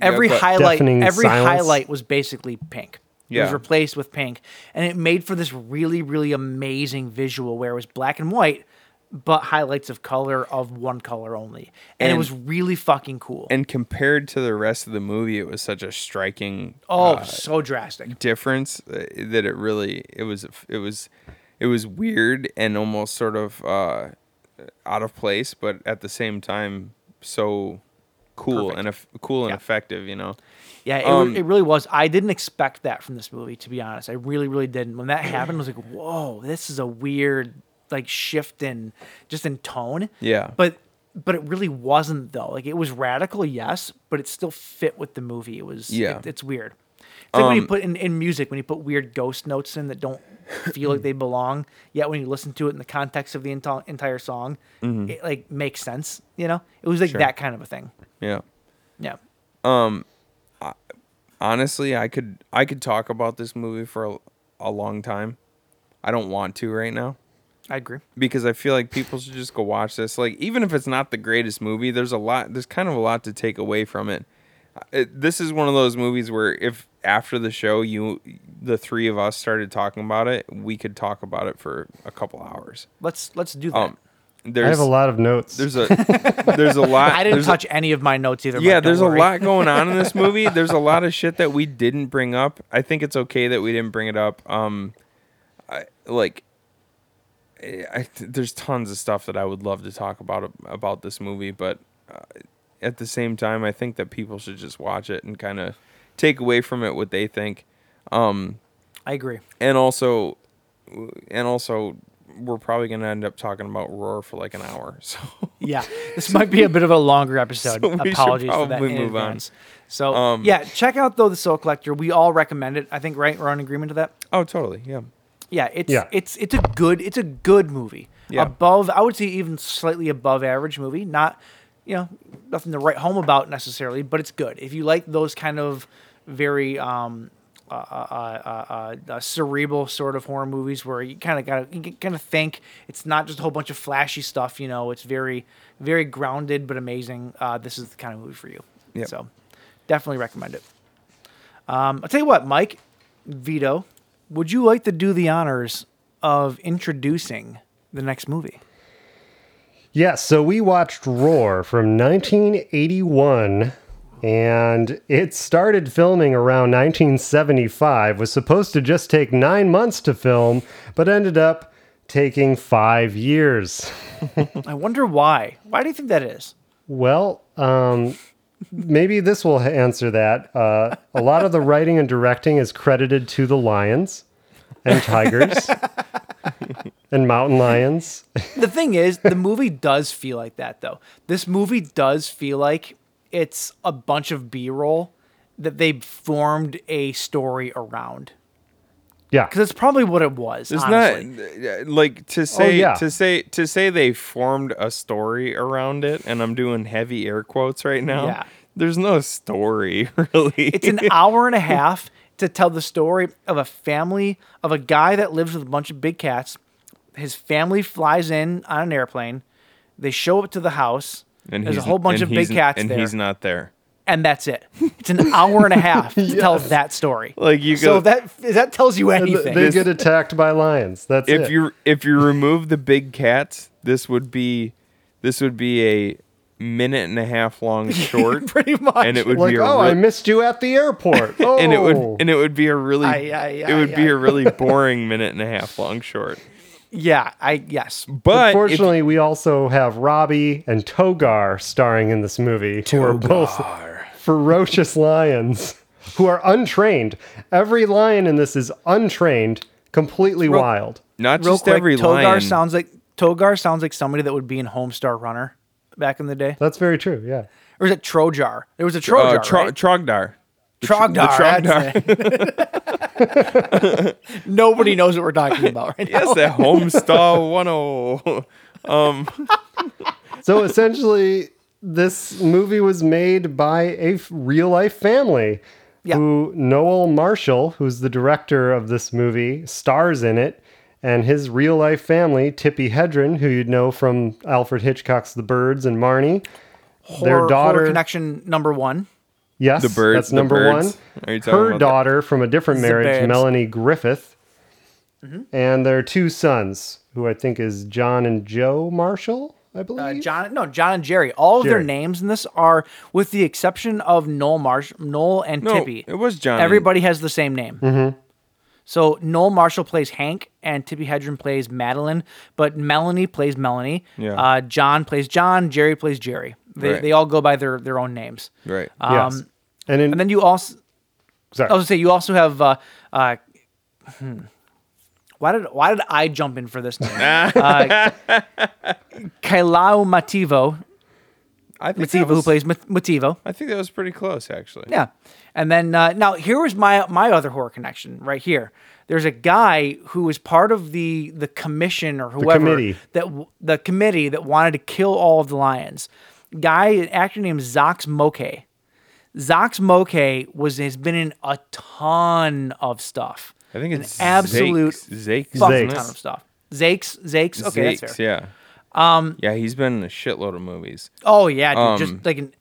Speaker 4: every
Speaker 5: but-
Speaker 4: highlight
Speaker 6: Deafening
Speaker 4: every
Speaker 6: silence.
Speaker 4: highlight was basically pink it was
Speaker 5: Yeah.
Speaker 4: replaced with pink and it made for this really really amazing visual where it was black and white but highlights of color of one color only and, it
Speaker 5: And-
Speaker 4: was really fucking cool
Speaker 5: and compared to the rest of the movie, it was such a striking
Speaker 4: oh
Speaker 5: uh,
Speaker 4: so drastic
Speaker 5: difference uh, that it really it was it was it was weird and almost sort of uh, out of place, but at the same time so cool and eff- cool and
Speaker 4: Yeah.
Speaker 5: effective. You know,
Speaker 4: yeah it,
Speaker 5: um,
Speaker 4: it really was i didn't expect that from this movie to be honest i really really didn't when
Speaker 5: *clears throat*
Speaker 4: that happened i was like whoa this is a weird like shift in just in tone
Speaker 5: Yeah.
Speaker 4: but but it really wasn't though like it was radical yes but it still fit with the movie it was
Speaker 5: Yeah. Um,
Speaker 4: it- it's weird it's like when you put in, in music when you put weird ghost notes in that don't feel like
Speaker 5: *clears throat*
Speaker 4: they belong yet when you listen to it in the context of the enti- entire song
Speaker 5: Mm-hmm.
Speaker 4: it like makes sense you know it was like that kind of a thing
Speaker 5: yeah.
Speaker 4: yeah
Speaker 5: honestly i could i could talk about this movie for a, a long time i don't want to right now
Speaker 4: i agree
Speaker 5: because i feel like people should just go watch this like even if it's not the greatest movie there's a lot there's kind of a lot to take away from it, Uh, it this is one of those movies where if after the show you the three of us started talking about it we could talk about it for a couple hours
Speaker 4: let's let's do that
Speaker 5: um there's
Speaker 6: I have a lot of notes. *laughs*
Speaker 5: there's a there's a lot
Speaker 4: i didn't
Speaker 5: there's a-
Speaker 4: touch any of my notes either
Speaker 5: yeah,
Speaker 4: Mike, don't
Speaker 5: there's a
Speaker 4: worry.
Speaker 5: lot going on in *laughs* this movie. There's a lot of shit that we didn't bring up. I think it's okay that we didn't bring it up. Um, I like, I, I- there's tons of stuff that I would love to talk about about this movie, but uh, at the same time, I think that people should just watch it and kind of take away from it what they think. Um, *laughs*
Speaker 4: i agree
Speaker 5: and also, and also, we're probably gonna end up talking about Roar for like an hour. So
Speaker 4: Yeah, this might be a bit of a longer episode.
Speaker 5: So we should
Speaker 4: Apologies for that.
Speaker 5: probably
Speaker 4: in
Speaker 5: move on. Um,
Speaker 4: advance. So yeah, check out though the Soul Collector. We all recommend it. I think right we're on agreement to that.
Speaker 5: oh, totally, yeah.
Speaker 4: Yeah, it's
Speaker 6: Yeah.
Speaker 4: it's it's a good it's a good movie.
Speaker 5: Yeah.
Speaker 4: Above, I would say even slightly above average movie. Not, you know, nothing to write home about necessarily, but it's good. If you like those kind of very um, uh, uh, uh, uh, uh, cerebral sort of horror movies where you kind of got to you kind of think it's not just a whole bunch of flashy stuff. You know, it's very very grounded but amazing. Uh, this is the kind of movie for you.
Speaker 5: Yep.
Speaker 4: So definitely recommend it. Um, I'll tell you what, Mike, Vito, would you like to do the honors of introducing the next movie?
Speaker 6: Yeah, so we watched Roar from 1981 and it started filming around 1975 was supposed to just take 9 months to film but ended up taking 5 years.
Speaker 4: I wonder why. Why do you think that is?
Speaker 6: Well, um maybe this will answer that. Uh a lot of the writing and directing is credited to the lions
Speaker 5: *laughs*
Speaker 6: and tigers and mountain lions.
Speaker 4: The thing is, the movie *laughs* does feel like that, though. This movie does feel like it's a bunch of B roll that they formed a story around.
Speaker 6: Yeah.
Speaker 4: Because that's probably what it was.
Speaker 5: It's
Speaker 4: honestly. Oh,
Speaker 5: not uh, like to say
Speaker 6: yeah.
Speaker 5: to say to say they formed a story around it, and I'm doing heavy air quotes right now.
Speaker 4: Yeah.
Speaker 5: There's no story *laughs* really.
Speaker 4: It's an hour and a half to tell the story of a family of a guy that lives with a bunch of big cats. His family flies in on an airplane. They show up to the house. There's a
Speaker 5: he's-
Speaker 4: whole bunch
Speaker 5: and
Speaker 4: of big
Speaker 5: he's-
Speaker 4: cats
Speaker 5: and
Speaker 4: there,
Speaker 5: he's not there.
Speaker 4: and that's it. It's an hour and a half to tell that story.
Speaker 5: Like, you go-
Speaker 4: so that if that tells you
Speaker 6: And
Speaker 4: anything.
Speaker 6: They *laughs* get attacked by lions. That's
Speaker 5: If
Speaker 6: it.
Speaker 5: you if you remove the big cats, this would be this would be a minute and a half
Speaker 4: *laughs*
Speaker 5: long short,
Speaker 4: pretty much.
Speaker 5: and it would
Speaker 6: Like,
Speaker 5: be a
Speaker 6: oh, I
Speaker 5: re-
Speaker 6: missed you at the airport.
Speaker 5: *laughs*
Speaker 6: Oh.
Speaker 5: and it would and it would be a really
Speaker 4: Aye, aye,
Speaker 5: it would
Speaker 4: aye,
Speaker 5: be
Speaker 4: aye.
Speaker 5: a
Speaker 4: *laughs*
Speaker 5: really boring minute and a half long short.
Speaker 4: yeah, I yes.
Speaker 5: But if-
Speaker 6: Unfortunately, we also have Robbie and Togar starring in this movie, who are both ferocious lions who are untrained. Every lion in this is untrained, completely wild.
Speaker 5: not
Speaker 4: Real
Speaker 5: just
Speaker 4: quick,
Speaker 5: every
Speaker 4: Togar
Speaker 5: lion
Speaker 4: sounds like Togar sounds like somebody that would be in Homestar Runner back in the day.
Speaker 6: That's very true. Yeah.
Speaker 4: Or is it Trojar? There was a
Speaker 5: uh,
Speaker 4: Trojar.
Speaker 5: tro-
Speaker 4: right?
Speaker 5: Trogdar.
Speaker 4: Trogdar. that's it. *laughs* Nobody knows what we're talking about right now.
Speaker 5: Yes, that
Speaker 4: *laughs*
Speaker 5: Homestar 10.
Speaker 6: So essentially, this movie was made by a real life family.
Speaker 4: Yeah.
Speaker 6: Who Noel Marshall, who's the director of this movie, stars in it, and his real life family, Tippi Hedren, who you'd know from Alfred Hitchcock's The Birds and Marnie.
Speaker 4: Horror-
Speaker 6: their
Speaker 4: horror
Speaker 6: daughter,
Speaker 4: connection number one.
Speaker 6: yes,
Speaker 5: The Birds-
Speaker 6: that's
Speaker 5: The
Speaker 6: number
Speaker 5: Birds. Are
Speaker 6: one.
Speaker 5: you talking
Speaker 6: Her
Speaker 5: about that?
Speaker 6: daughter from a different
Speaker 4: The
Speaker 6: marriage,
Speaker 4: Birds. Mm-hmm.
Speaker 6: Melanie Griffith, and their two sons, who I think is John and Joe Marshall, I believe.
Speaker 4: Uh, John, no, John and Jerry. All of their
Speaker 6: Jerry.
Speaker 4: names in this are, with the exception of Noel Marsh, Noel and
Speaker 5: No,
Speaker 4: Tippy.
Speaker 5: it was John and-
Speaker 4: Everybody has the same name.
Speaker 6: Mm-hmm.
Speaker 4: So Noel Marshall plays Hank, and Tippy Hedren plays Madeline, but Melanie plays Melanie.
Speaker 5: Yeah.
Speaker 4: Uh, John plays John. Jerry plays Jerry. They,
Speaker 5: Right.
Speaker 4: they all go by their their own names.
Speaker 5: Right.
Speaker 6: yes.
Speaker 4: um,
Speaker 6: and, in,
Speaker 4: And then you also,
Speaker 6: sorry.
Speaker 4: I was gonna say, you also have. Uh, uh, hmm. Why did why did I jump in for this name? uh, Kailao Mativo,
Speaker 5: I think that
Speaker 4: Mativo who
Speaker 5: was-
Speaker 4: plays Mat- Mativo.
Speaker 5: I think that was pretty close, actually.
Speaker 4: Yeah. And then uh, now here was my my other horror connection right here. There's a guy who was part of the the commission or whoever
Speaker 6: committee.
Speaker 4: that w- the committee that wanted to kill all of the lions. Guy, an actor named Zox Moke. Zox Moke was has been in a ton of stuff.
Speaker 5: I think
Speaker 4: An
Speaker 5: it's
Speaker 4: absolute
Speaker 5: Zakes. Zakes,
Speaker 4: fuck
Speaker 5: isn't
Speaker 4: ton
Speaker 5: it?
Speaker 4: of stuff. Zakes, Zakes. Okay,
Speaker 5: Zakes,
Speaker 4: that's fair.
Speaker 5: yeah. Um, yeah, he's been in a shitload of movies.
Speaker 4: Oh yeah, dude,
Speaker 5: Um,
Speaker 4: just like an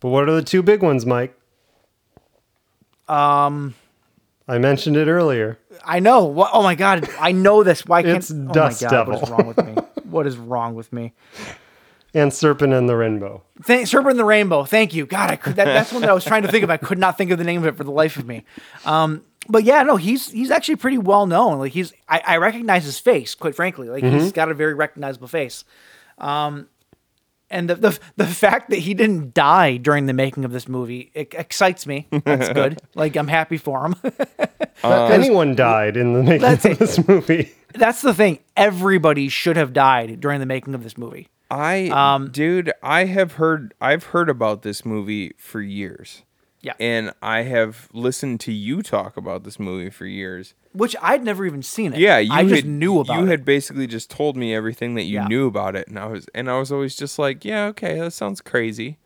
Speaker 6: But what are the two big ones, Mike? Um, I mentioned it earlier.
Speaker 4: I know. What, oh my god, I know this. Why can't
Speaker 6: It's
Speaker 4: oh my
Speaker 6: Dust
Speaker 4: god, What is
Speaker 6: Devil.
Speaker 4: wrong with me? What is wrong with me?
Speaker 6: And Serpent and the Rainbow.
Speaker 4: Thank, Serpent in the Rainbow. Thank you. God, I could, that, that's one that I was trying to think of. I could not think of the name of it for the life of me. Um, but yeah, no, he's he's actually pretty well known. Like he's I, I recognize his face, quite frankly. Like
Speaker 5: Mm-hmm.
Speaker 4: he's got a very recognizable face. Um, and the, the the fact that he didn't die during the making of this movie it excites me. That's
Speaker 5: *laughs*
Speaker 4: good. like I'm happy for him. *laughs*
Speaker 6: Anyone died in the making
Speaker 4: That's
Speaker 6: of
Speaker 4: it.
Speaker 6: this movie. *laughs*
Speaker 4: that's the thing. Everybody should have died during the making of this movie.
Speaker 5: I,
Speaker 4: Um,
Speaker 5: dude, I have heard, I've heard about this movie for years,
Speaker 4: Yeah.
Speaker 5: and I have listened to you talk about this movie for years.
Speaker 4: Which I'd never even seen it.
Speaker 5: Yeah, you
Speaker 4: I just
Speaker 5: had-
Speaker 4: knew about
Speaker 5: You
Speaker 4: it.
Speaker 5: had basically just told me everything that you
Speaker 4: Yeah.
Speaker 5: knew about it, and I was, and I was always just like, yeah, okay, that sounds crazy,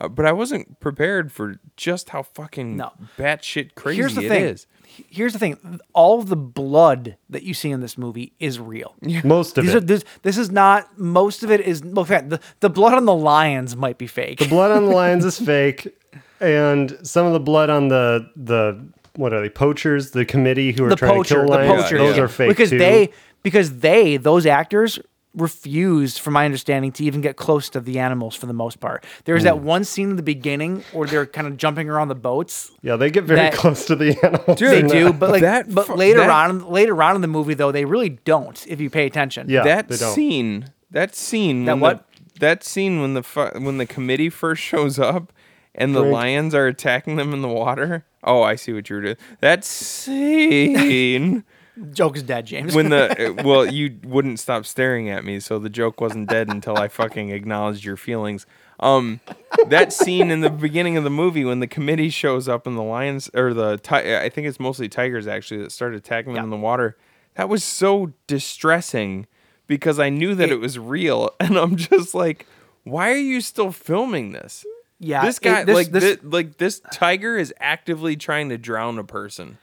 Speaker 5: uh, but I wasn't prepared for just how fucking
Speaker 4: No.
Speaker 5: batshit crazy
Speaker 4: Here's the
Speaker 5: it
Speaker 4: thing.
Speaker 5: is.
Speaker 4: Here's the thing. All the blood that you see in this movie is
Speaker 5: *laughs*
Speaker 4: real.
Speaker 6: Most of
Speaker 4: These
Speaker 6: it.
Speaker 4: are this. This is not. Most of it is. Well, in fact, the the blood on the lions might be *laughs* fake.
Speaker 6: blood on the lions is fake, and some of the blood on the the what are they poachers? The committee who are
Speaker 4: the
Speaker 6: trying
Speaker 4: poacher.
Speaker 6: to
Speaker 4: The
Speaker 6: kill lions.
Speaker 4: poacher.
Speaker 6: Those
Speaker 5: yeah.
Speaker 6: are fake
Speaker 4: because
Speaker 6: too.
Speaker 4: they because they those actors refused, from my understanding, to even get close to the animals for the most part. There's that
Speaker 6: Hmm.
Speaker 4: one scene in the beginning where they're kind of jumping around the boats.
Speaker 6: yeah, they get very
Speaker 4: that-
Speaker 6: close to the animals.
Speaker 5: Dude,
Speaker 4: They
Speaker 6: *laughs* in
Speaker 4: do,
Speaker 6: that.
Speaker 4: but like,
Speaker 5: that
Speaker 4: but
Speaker 5: fu-
Speaker 4: later
Speaker 5: that-
Speaker 4: on, later on in the movie, though, they really don't. If you pay attention,
Speaker 6: Yeah,
Speaker 5: that
Speaker 6: they don't.
Speaker 5: scene that scene
Speaker 4: That
Speaker 5: when
Speaker 4: what?
Speaker 5: The, that scene when the fu- when the committee first shows up and the lions are attacking them in the water oh i see what you're doing that scene
Speaker 4: joke is dead, James. *laughs*
Speaker 5: when the uh, well you wouldn't stop staring at me so the joke wasn't dead until i fucking acknowledged your feelings um that scene in the beginning of the movie when the committee shows up and the lions or the ti- uh, i think it's mostly tigers actually that start attacking them
Speaker 4: Yeah.
Speaker 5: in the water that was so distressing because i knew that it, was real *laughs* and i'm just like why are you still filming this
Speaker 4: Yeah,
Speaker 5: this
Speaker 4: it-
Speaker 5: guy
Speaker 4: this-
Speaker 5: like
Speaker 4: this-
Speaker 5: this, like this tiger is actively trying to drown a person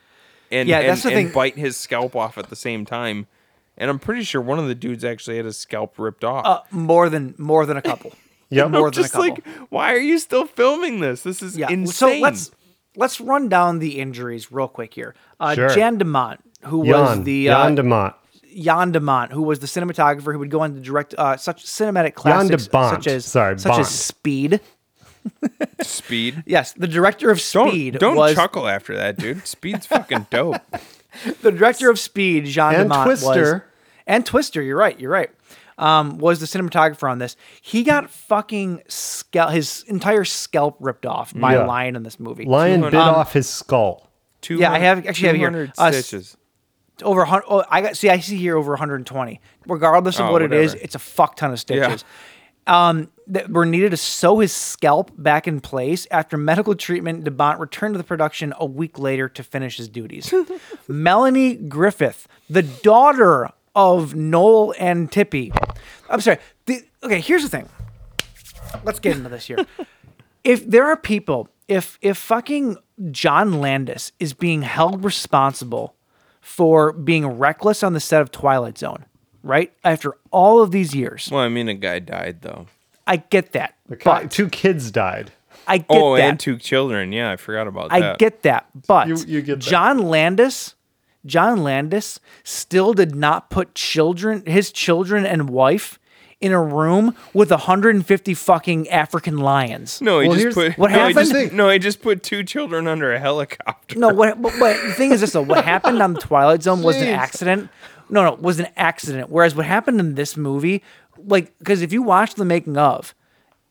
Speaker 5: and
Speaker 4: Yeah,
Speaker 5: and,
Speaker 4: that's the
Speaker 5: and
Speaker 4: thing.
Speaker 5: bite his scalp off at the same time. And I'm pretty sure one of the dudes actually had his scalp ripped off.
Speaker 4: more than more than a couple.
Speaker 6: *laughs*
Speaker 4: more
Speaker 6: Yep.
Speaker 5: I'm
Speaker 4: than Uh, a
Speaker 5: just
Speaker 4: couple.
Speaker 5: like, why are you still filming this? This is
Speaker 4: yeah.
Speaker 5: insane.
Speaker 4: So let's let's run down the injuries real quick here. Uh,
Speaker 6: Sure.
Speaker 4: Jan Demont, who
Speaker 6: Jan,
Speaker 4: was the uh,
Speaker 6: Jan DeMott.
Speaker 4: Jan de Mont, who was the cinematographer who would go on to direct uh, such cinematic classics
Speaker 6: Bont.
Speaker 4: such as
Speaker 6: Sorry,
Speaker 4: such
Speaker 6: Bont.
Speaker 4: as Speed.
Speaker 5: Speed.
Speaker 4: Yes, the director of
Speaker 5: Don't
Speaker 4: Speed
Speaker 5: don't
Speaker 4: was
Speaker 5: chuckle after that, dude. Speed's fucking dope.
Speaker 4: the director of Speed, Jean
Speaker 6: And
Speaker 4: Demont, was,
Speaker 6: Twister.
Speaker 4: and Twister. You're right. You're right. Um, was the cinematographer on this? He got fucking scalp, his entire scalp ripped off by
Speaker 6: Yeah.
Speaker 4: a lion in this movie.
Speaker 6: Lion bit
Speaker 4: Um,
Speaker 6: off his skull.
Speaker 5: Two.
Speaker 4: *laughs* Yeah, I have- actually have here,
Speaker 5: 200
Speaker 4: uh,
Speaker 5: stitches.
Speaker 4: over a hun- oh, I got see I see here over 120. Regardless of
Speaker 5: Oh,
Speaker 4: what it is,
Speaker 5: whatever.
Speaker 4: it's a fuck ton of stitches. Um, that were needed to sew his scalp back in place. After medical treatment, DeBont returned to the production a week later to finish
Speaker 5: *laughs*
Speaker 4: his duties. Melanie Griffith, the daughter of Noel and Tippy. I'm sorry. The, okay, here's the thing. Let's get into this
Speaker 5: *laughs*
Speaker 4: here. if there are people, if if fucking John Landis is being held responsible for being reckless on the set of Twilight Zone, right? After all of these years,
Speaker 5: Well, I mean, a guy died though.
Speaker 4: I get that.
Speaker 6: But
Speaker 4: But
Speaker 6: two kids died.
Speaker 4: I get
Speaker 5: Oh,
Speaker 4: that.
Speaker 5: and two children. Yeah, I forgot about
Speaker 4: I
Speaker 5: that.
Speaker 4: get that. But
Speaker 6: You- you get that.
Speaker 4: John Landis, John Landis still did not put children, his children and wife in a room with 150 fucking African lions.
Speaker 5: No, he
Speaker 6: Well,
Speaker 5: just
Speaker 6: here's-
Speaker 5: put.
Speaker 4: What
Speaker 5: no, he
Speaker 4: happened-
Speaker 5: just- no, he just put two children under a helicopter.
Speaker 4: No, what, but, but the thing is this though, what happened on the Twilight Zone was an accident. No, no, was an accident. Whereas what happened in this movie, like, because if you watch the making of,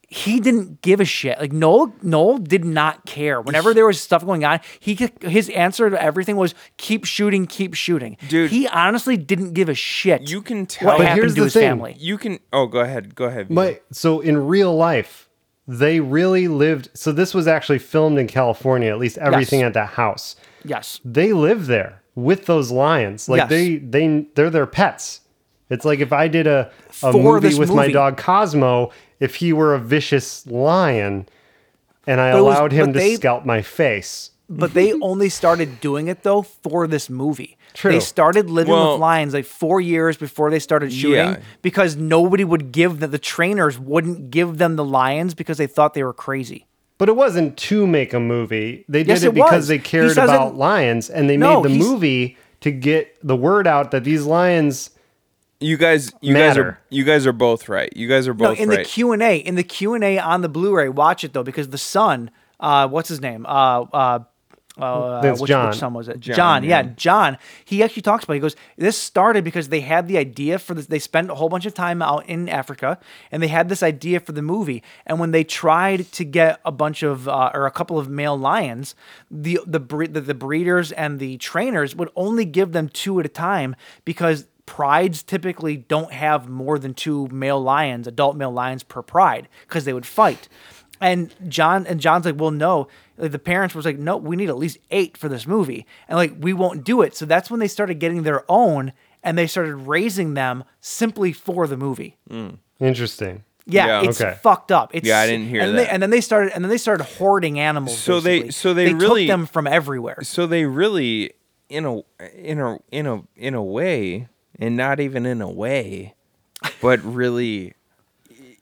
Speaker 4: he didn't give a shit. Like Noel, Noel did not care. Whenever there was stuff going on, he could- his answer to everything was keep shooting, keep shooting.
Speaker 5: Dude.
Speaker 4: he honestly didn't give a shit.
Speaker 5: You can tell-
Speaker 4: what
Speaker 5: But
Speaker 4: happened
Speaker 6: here's
Speaker 4: to
Speaker 6: the
Speaker 4: his
Speaker 6: thing.
Speaker 4: family.
Speaker 5: You can. Oh, go ahead. Go ahead. Vito.
Speaker 6: My so in real life, they really lived. So this was actually filmed in California. At least everything
Speaker 4: Yes.
Speaker 6: at that house.
Speaker 4: yes,
Speaker 6: They live there with those lions. Like
Speaker 4: Yes.
Speaker 6: they they they're their pets. It's like if I did a
Speaker 4: For
Speaker 6: a movie
Speaker 4: this
Speaker 6: with my
Speaker 4: movie.
Speaker 6: dog Cosmo, if he were a vicious lion, and I
Speaker 4: But it was-
Speaker 6: allowed him
Speaker 4: but
Speaker 6: to
Speaker 4: they-
Speaker 6: scalp my face.
Speaker 5: *laughs*
Speaker 4: but they only started doing it though for this movie.
Speaker 6: True.
Speaker 4: They started living
Speaker 5: Well-
Speaker 4: with lions like four years before they started shooting
Speaker 5: Yeah.
Speaker 4: because nobody would give them, the trainers wouldn't give them the lions because they thought they were crazy.
Speaker 6: But it wasn't to make a movie. They did
Speaker 4: Yes,
Speaker 6: it,
Speaker 4: it
Speaker 6: because
Speaker 4: was.
Speaker 6: they
Speaker 4: He
Speaker 6: cared
Speaker 4: says it-
Speaker 6: about lions, and they
Speaker 4: No,
Speaker 6: made the
Speaker 4: he's-
Speaker 6: movie to get the word out that these lions.
Speaker 5: you guys, you guys
Speaker 6: Matter.
Speaker 5: are you guys are both right. You guys are
Speaker 4: No,
Speaker 5: both
Speaker 4: in the
Speaker 5: right.
Speaker 4: Q and A, in the Q and A on the Blu-ray, watch it though because the son, uh, what's his name? Uh, uh, uh,
Speaker 6: That's
Speaker 4: which,
Speaker 6: John.
Speaker 4: which son was it? John,
Speaker 5: yeah.
Speaker 4: yeah. John. He actually talks about. It. He goes, "This started because they had the idea for this. They spent a whole bunch of time out in Africa, and they had this idea for the movie. And when they tried to get a bunch of uh, or a couple of male lions, the the, bre- the the breeders and the trainers would only give them two at a time because prides typically don't have more than two male lions, adult male lions per pride, because they would fight." And John and John's like, well, no. Like the parents was like, no, we need at least eight for this movie, and like we won't do it. So that's when they started getting their own, and they started raising them simply for the movie.
Speaker 6: Interesting.
Speaker 4: Yeah,
Speaker 5: Mm-hmm. Yeah.
Speaker 4: it's
Speaker 6: Okay.
Speaker 4: fucked up. It's,
Speaker 5: Yeah, I didn't hear
Speaker 4: and
Speaker 5: that.
Speaker 4: They, and then they started, and then they started hoarding animals.
Speaker 5: So they-
Speaker 4: basically.
Speaker 5: so they really-
Speaker 4: took them from everywhere.
Speaker 5: so they really, in a in a in a in a way, and not even in a way, but really,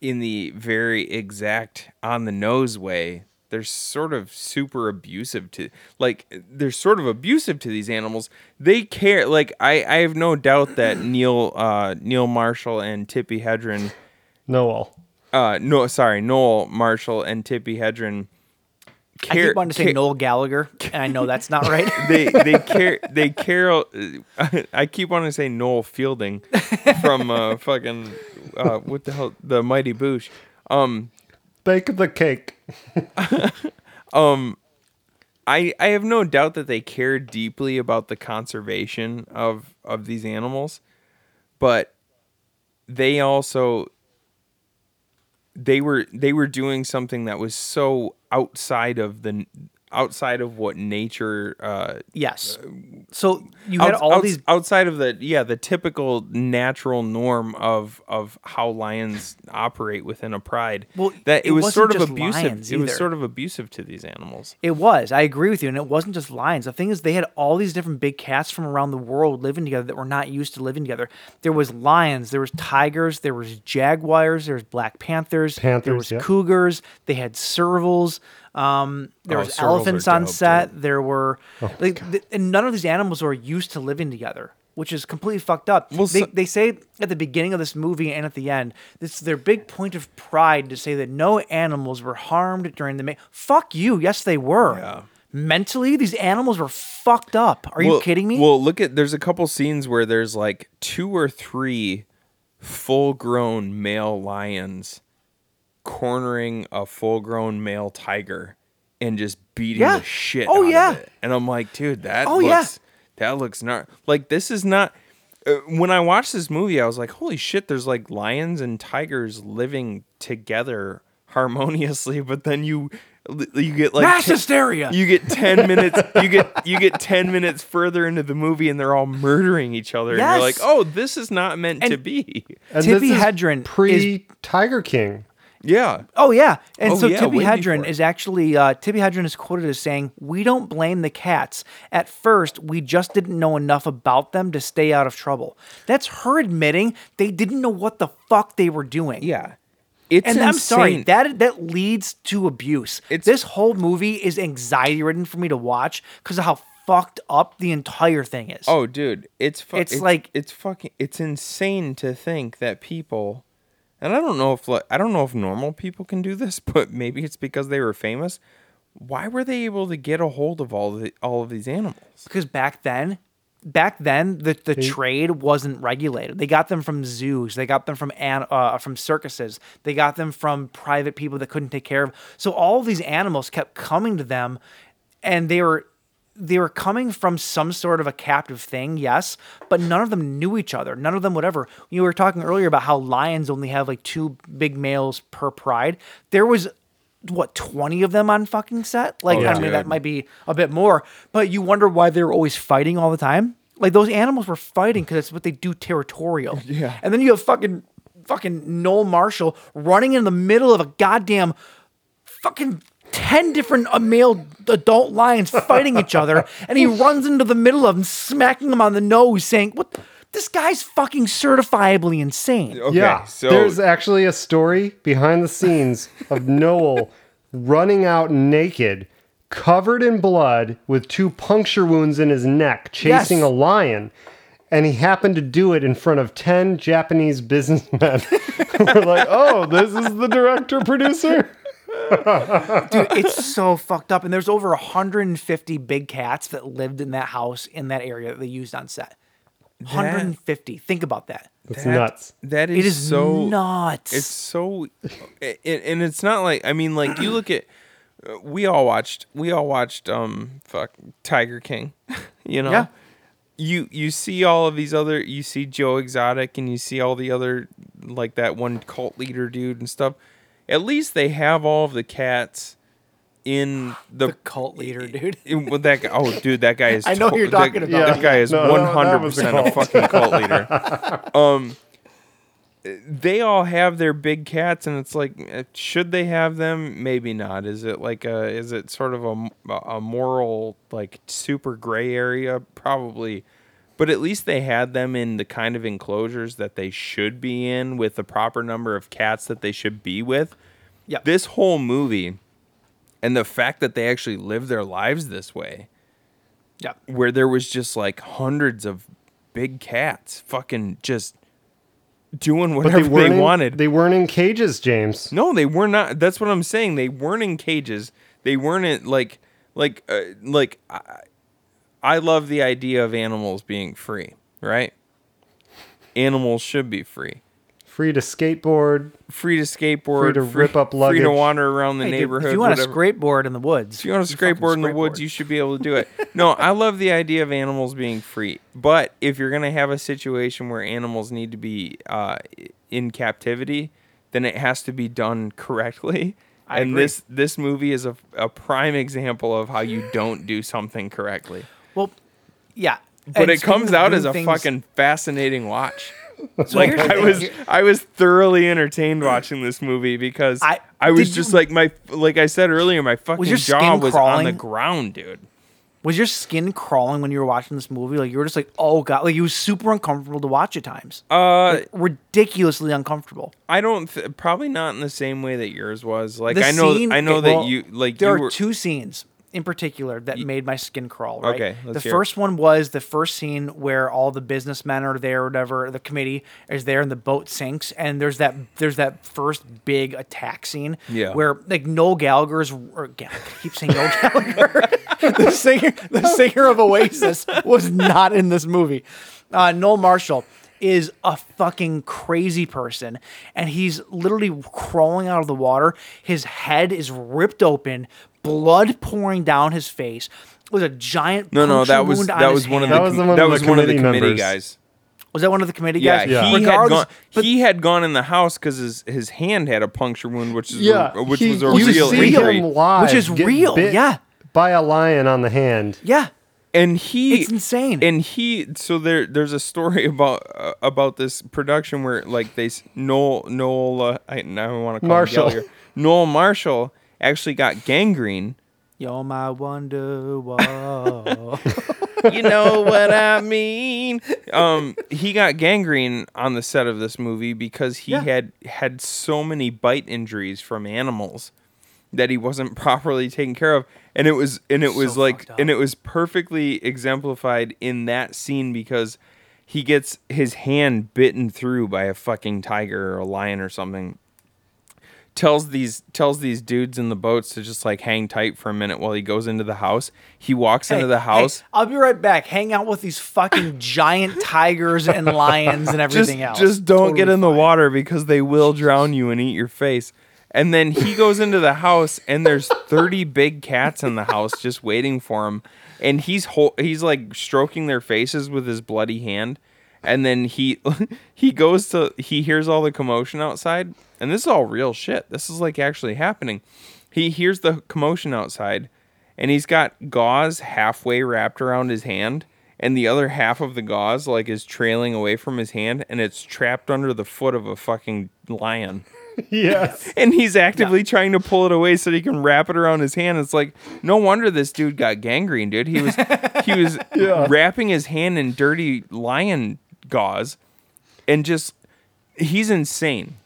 Speaker 5: in the very exact on the nose way, they're sort of super abusive to like they're sort of abusive to these animals. They care. Like I I have no doubt that Neil uh Neil Marshall and Tippy Hedren.
Speaker 6: Noel.
Speaker 5: uh no sorry Noel Marshall and Tippy Hedren
Speaker 4: I
Speaker 5: care
Speaker 4: keep wanting to say
Speaker 5: ca-
Speaker 4: Noel Gallagher, and I know
Speaker 5: *laughs*
Speaker 4: that's not right.
Speaker 5: they they care they care uh, *laughs* I keep wanting to say Noel Fielding from uh fucking uh what the hell the Mighty Boosh um
Speaker 6: Bake the cake.
Speaker 5: I, I have no doubt that they care deeply about the conservation of, of these animals, but they also they were they were doing something that was so outside of the outside of what nature uh, *laughs*
Speaker 4: yes. So you had
Speaker 5: outs-
Speaker 4: all
Speaker 5: outs-
Speaker 4: these
Speaker 5: outside of the yeah the typical natural norm of of how lions operate within a pride.
Speaker 4: Well,
Speaker 5: that it,
Speaker 4: it
Speaker 5: was
Speaker 4: wasn't
Speaker 5: sort of
Speaker 4: just
Speaker 5: abusive.
Speaker 4: lions
Speaker 5: It was
Speaker 4: either.
Speaker 5: sort of abusive to these animals.
Speaker 4: It was. I agree with you. And it wasn't just lions. The thing is, they had all these different big cats from around the world living together that were not used to living together. There was lions, there was tigers, there was jaguars, there was black panthers, there
Speaker 6: Panthers,
Speaker 4: was
Speaker 6: yep.
Speaker 4: cougars. They had servals. Um, there
Speaker 5: Oh,
Speaker 4: was
Speaker 5: servals are
Speaker 4: elephants on
Speaker 5: dope, Oh
Speaker 4: set. There were like, th- and none of these animals were used to living together. which is completely fucked up.
Speaker 5: Well,
Speaker 4: they,
Speaker 5: so-
Speaker 4: they say at the beginning of this movie and at the end, this is their big point of pride to say that no animals were harmed during the. Ma- Fuck you. Yes, they were. Mentally, these animals were fucked up. Are you
Speaker 5: Well-
Speaker 4: kidding me?
Speaker 5: Well, look at there's a couple scenes where there's like two or three full-grown male lions cornering a full-grown male tiger and just beating
Speaker 4: Yeah.
Speaker 5: the shit.
Speaker 4: Oh,
Speaker 5: out of
Speaker 4: yeah.
Speaker 5: it. And I'm like, dude, that
Speaker 4: Oh,
Speaker 5: looks
Speaker 4: yeah.
Speaker 5: that looks not like this is not. Uh, when I watched this movie, I was like, holy shit, there's like lions and tigers living together harmoniously, *laughs* but then you you get like
Speaker 4: Mass
Speaker 5: two-
Speaker 4: hysteria.
Speaker 5: you get 10 minutes you get you get 10 minutes further into the movie and they're all murdering each other and
Speaker 4: Yes.
Speaker 5: you're like oh this is not meant to
Speaker 4: And-
Speaker 5: be
Speaker 6: And
Speaker 4: Tippi
Speaker 6: this is
Speaker 4: Hedren is-
Speaker 6: pre Tiger King.
Speaker 5: yeah
Speaker 4: Oh yeah, and
Speaker 5: Oh,
Speaker 4: so
Speaker 5: yeah,
Speaker 4: Tibby
Speaker 5: way
Speaker 4: Hedren
Speaker 5: before.
Speaker 4: is actually uh, Tibby Hedren is quoted as saying, "We don't blame the cats. At first, we just didn't know enough about them to stay out of trouble." That's her admitting they didn't know what the fuck they were doing.
Speaker 5: yeah it's
Speaker 4: and I'm sorry
Speaker 5: insane.
Speaker 4: that that leads to abuse.
Speaker 5: It's-
Speaker 4: this whole movie is anxiety ridden for me to watch because of how fucked up the entire thing is.
Speaker 5: oh dude it's, fu-
Speaker 4: It's like-
Speaker 5: it's fucking it's insane to think that people and i don't know if like, i don't know if normal people can do this *laughs* but maybe it's because they were famous why were they able to get a hold of all the all of these animals
Speaker 4: because back then back then the, the trade wasn't regulated they got them from zoos they got them from an, uh, from circuses they got them from private people that couldn't take care of so all these animals kept coming to them and they were they were coming from some sort of a captive thing yes but none of them knew each other none of them whatever you were talking earlier about how lions only have like two big males per pride there was what 20 of them on fucking set like i mean that might be a bit more but you wonder why they were always fighting all the time like those animals were fighting because that's what they do territorial yeah and then you have fucking fucking noel marshall running in the middle of a goddamn fucking 10 different uh, male adult lions fighting each other and he runs into the middle of them smacking them on the nose saying what the- this guy's fucking certifiably insane
Speaker 5: okay
Speaker 6: yeah.
Speaker 5: so
Speaker 6: There's actually a story behind
Speaker 5: *laughs*
Speaker 6: the scenes of Noel running out naked, covered in blood, with two puncture wounds in his neck, chasing
Speaker 4: Yes.
Speaker 6: a lion. And he happened to do it in front of 10 Japanese businessmen. *laughs* We're like, oh, this is the director producer?
Speaker 4: it's so fucked up. And there's over 150 big cats that lived in that house in that area that they used on set. 150. Think about that.
Speaker 6: It's
Speaker 5: that-
Speaker 6: nuts.
Speaker 5: that is
Speaker 4: It is
Speaker 5: so
Speaker 4: nuts.
Speaker 5: It's so, and, and it's not like I mean, like you look at, uh, we all watched, we all watched, um, fuck, Tiger King, *laughs* you know.
Speaker 4: Yeah.
Speaker 5: You you see all of these other, you see Joe Exotic, and you see all the other, like that one cult leader dude and stuff. At least they have all of the cats
Speaker 4: *sighs*
Speaker 5: in the,
Speaker 4: cult leader, dude.
Speaker 5: in- with that guy, oh, dude, that guy is.
Speaker 4: I know
Speaker 5: to-
Speaker 4: who you're talking
Speaker 5: that,
Speaker 4: about.
Speaker 5: That guy is
Speaker 6: No,
Speaker 5: one
Speaker 6: that-
Speaker 5: hundred
Speaker 6: that was a
Speaker 5: percent a
Speaker 6: cult.
Speaker 5: fucking cult leader. um, they all have their big cats, and it's like, eh, should they have them? Maybe not. Is it like a? Is it sort of a a moral like super gray area? Probably. But at least they had them in the kind of enclosures that they should be in, with the proper number of cats that they should be with
Speaker 4: Yep.
Speaker 5: this whole movie and the fact that they actually lived their lives this way
Speaker 4: Yep.
Speaker 5: where there was just like hundreds of big cats fucking just doing whatever they,
Speaker 6: weren't in-
Speaker 5: wanted
Speaker 6: They weren't in cages, James.
Speaker 5: no they were not that's what i'm saying they weren't in cages they weren't in, like like uh, like I, I love the idea of animals being free right animals should be free
Speaker 6: Free to skateboard.
Speaker 5: free to skateboard
Speaker 6: Free to rip
Speaker 5: *laughs*
Speaker 6: up
Speaker 5: free
Speaker 6: luggage.
Speaker 5: to wander around the
Speaker 4: Hey, dude,
Speaker 5: neighborhood
Speaker 4: if you want
Speaker 5: whatever.
Speaker 4: a skateboard in the woods,
Speaker 5: If you want to
Speaker 4: fucking
Speaker 5: skateboard in the woods,
Speaker 4: skateboard.
Speaker 5: you should be able to do it. No,
Speaker 4: *laughs*
Speaker 5: I love the idea of animals being free, but if you're gonna have a situation where animals need to be uh, in captivity, then it has to be done correctly.
Speaker 4: I
Speaker 5: and
Speaker 4: agree.
Speaker 5: this this movie is a, a prime example of how
Speaker 4: *laughs*
Speaker 5: you don't do something correctly.
Speaker 4: Well, yeah.
Speaker 5: But
Speaker 4: And
Speaker 5: it
Speaker 4: speaking
Speaker 5: comes
Speaker 4: of
Speaker 5: out
Speaker 4: doing
Speaker 5: as a
Speaker 4: things-
Speaker 5: fucking fascinating watch.
Speaker 4: So
Speaker 5: like
Speaker 4: here's the
Speaker 5: I
Speaker 4: thing.
Speaker 5: was
Speaker 4: Here-
Speaker 5: I was thoroughly entertained watching this movie because
Speaker 4: I-
Speaker 5: I, was
Speaker 4: did
Speaker 5: just
Speaker 4: you-
Speaker 5: like my like I said earlier, my fucking
Speaker 4: your
Speaker 5: jaw
Speaker 4: skin
Speaker 5: was on the
Speaker 4: crawling?
Speaker 5: ground, dude.
Speaker 4: Was your skin crawling when you were watching this movie? Like you were just like, oh god, like it was super uncomfortable to watch at times.
Speaker 5: Uh,
Speaker 4: Ridiculously uncomfortable.
Speaker 5: I don't th- probably not in the same way that yours was. Like
Speaker 4: The
Speaker 5: I know
Speaker 4: scene-
Speaker 5: I know
Speaker 4: well,
Speaker 5: that you like
Speaker 4: there
Speaker 5: you
Speaker 4: are
Speaker 5: were
Speaker 4: two scenes in particular that made my skin crawl. Right?
Speaker 5: Okay, let's
Speaker 4: the
Speaker 5: hear it.
Speaker 4: first one was the first scene where all the businessmen are there, or whatever. The committee is there, and the boat sinks, and there's that there's that first big attack scene.
Speaker 5: Yeah.
Speaker 4: where like Noel Gallagher's or Gall- I keep saying
Speaker 5: *laughs*
Speaker 4: Noel Gallagher, the singer, the singer of Oasis was not in this movie. Uh, Noel Marshall. Is a fucking crazy person, and he's literally crawling out of the water. His head is ripped open, blood pouring down his face, with a giant
Speaker 5: No, no, that
Speaker 4: puncture
Speaker 5: was
Speaker 4: wound on
Speaker 5: that
Speaker 4: his
Speaker 5: was one of
Speaker 4: hand.
Speaker 5: the
Speaker 6: That was
Speaker 5: com- that was
Speaker 6: the one of the
Speaker 5: one of the
Speaker 6: committee
Speaker 5: committee
Speaker 6: members.
Speaker 5: guys.
Speaker 4: Was that one of the committee
Speaker 5: Yeah,
Speaker 4: guys?
Speaker 5: he had
Speaker 4: Regardless-
Speaker 5: gone. he had gone in the house because his, his hand had a puncture wound, which is
Speaker 6: Yeah,
Speaker 5: a, uh, which
Speaker 6: he-
Speaker 5: was a
Speaker 6: you
Speaker 5: real
Speaker 6: see
Speaker 5: injury.
Speaker 6: him live,
Speaker 4: Which is
Speaker 6: get
Speaker 4: real,
Speaker 6: bit
Speaker 4: yeah.
Speaker 6: by a lion on the hand.
Speaker 5: *laughs*
Speaker 4: yeah,
Speaker 5: and he
Speaker 4: It's insane.
Speaker 5: and he so there there's a story *laughs* about uh, about this production where like they s- noel noel uh, i now want to call
Speaker 6: Marshall.
Speaker 5: him Gallagher. noel marshall actually got gangrene
Speaker 4: You're my wonder
Speaker 5: *laughs*
Speaker 4: wall.
Speaker 5: you know what i mean um he got gangrene on the set of this movie because he
Speaker 4: Yeah.
Speaker 5: had had so many bite injuries from animals that he wasn't *laughs* properly taken care of and it was and it was
Speaker 4: So
Speaker 5: like
Speaker 4: fucked up.
Speaker 5: and it was perfectly exemplified in that scene because he gets his hand bitten through by a fucking tiger or a lion or something tells these tells these dudes in the boats to just like hang tight for a minute while he goes into the house he walks into the house
Speaker 4: I'll be right back. Hang out with these fucking giant tigers and lions and
Speaker 5: *laughs*
Speaker 4: everything
Speaker 5: just,
Speaker 4: else.
Speaker 5: Just don't get
Speaker 4: Totally
Speaker 5: in the water because they will drown you and eat your face. And then he goes into the house and there's
Speaker 4: *laughs*
Speaker 5: 30 big cats in the house just waiting for him. And he's ho- he's like stroking their faces with his bloody hand. And then he *laughs* he goes to he hears all the commotion outside. And this is all real shit. This is like actually happening. He hears the commotion outside and he's got gauze halfway wrapped around his hand and the other half of the gauze like is trailing away from his hand and it's trapped under the foot of a fucking lion *laughs*
Speaker 6: Yes.
Speaker 5: and he's actively trying to pull it away so that he can wrap it around his hand it's like no wonder this dude got gangrene dude he was he was wrapping his hand in dirty lion gauze and just he's insane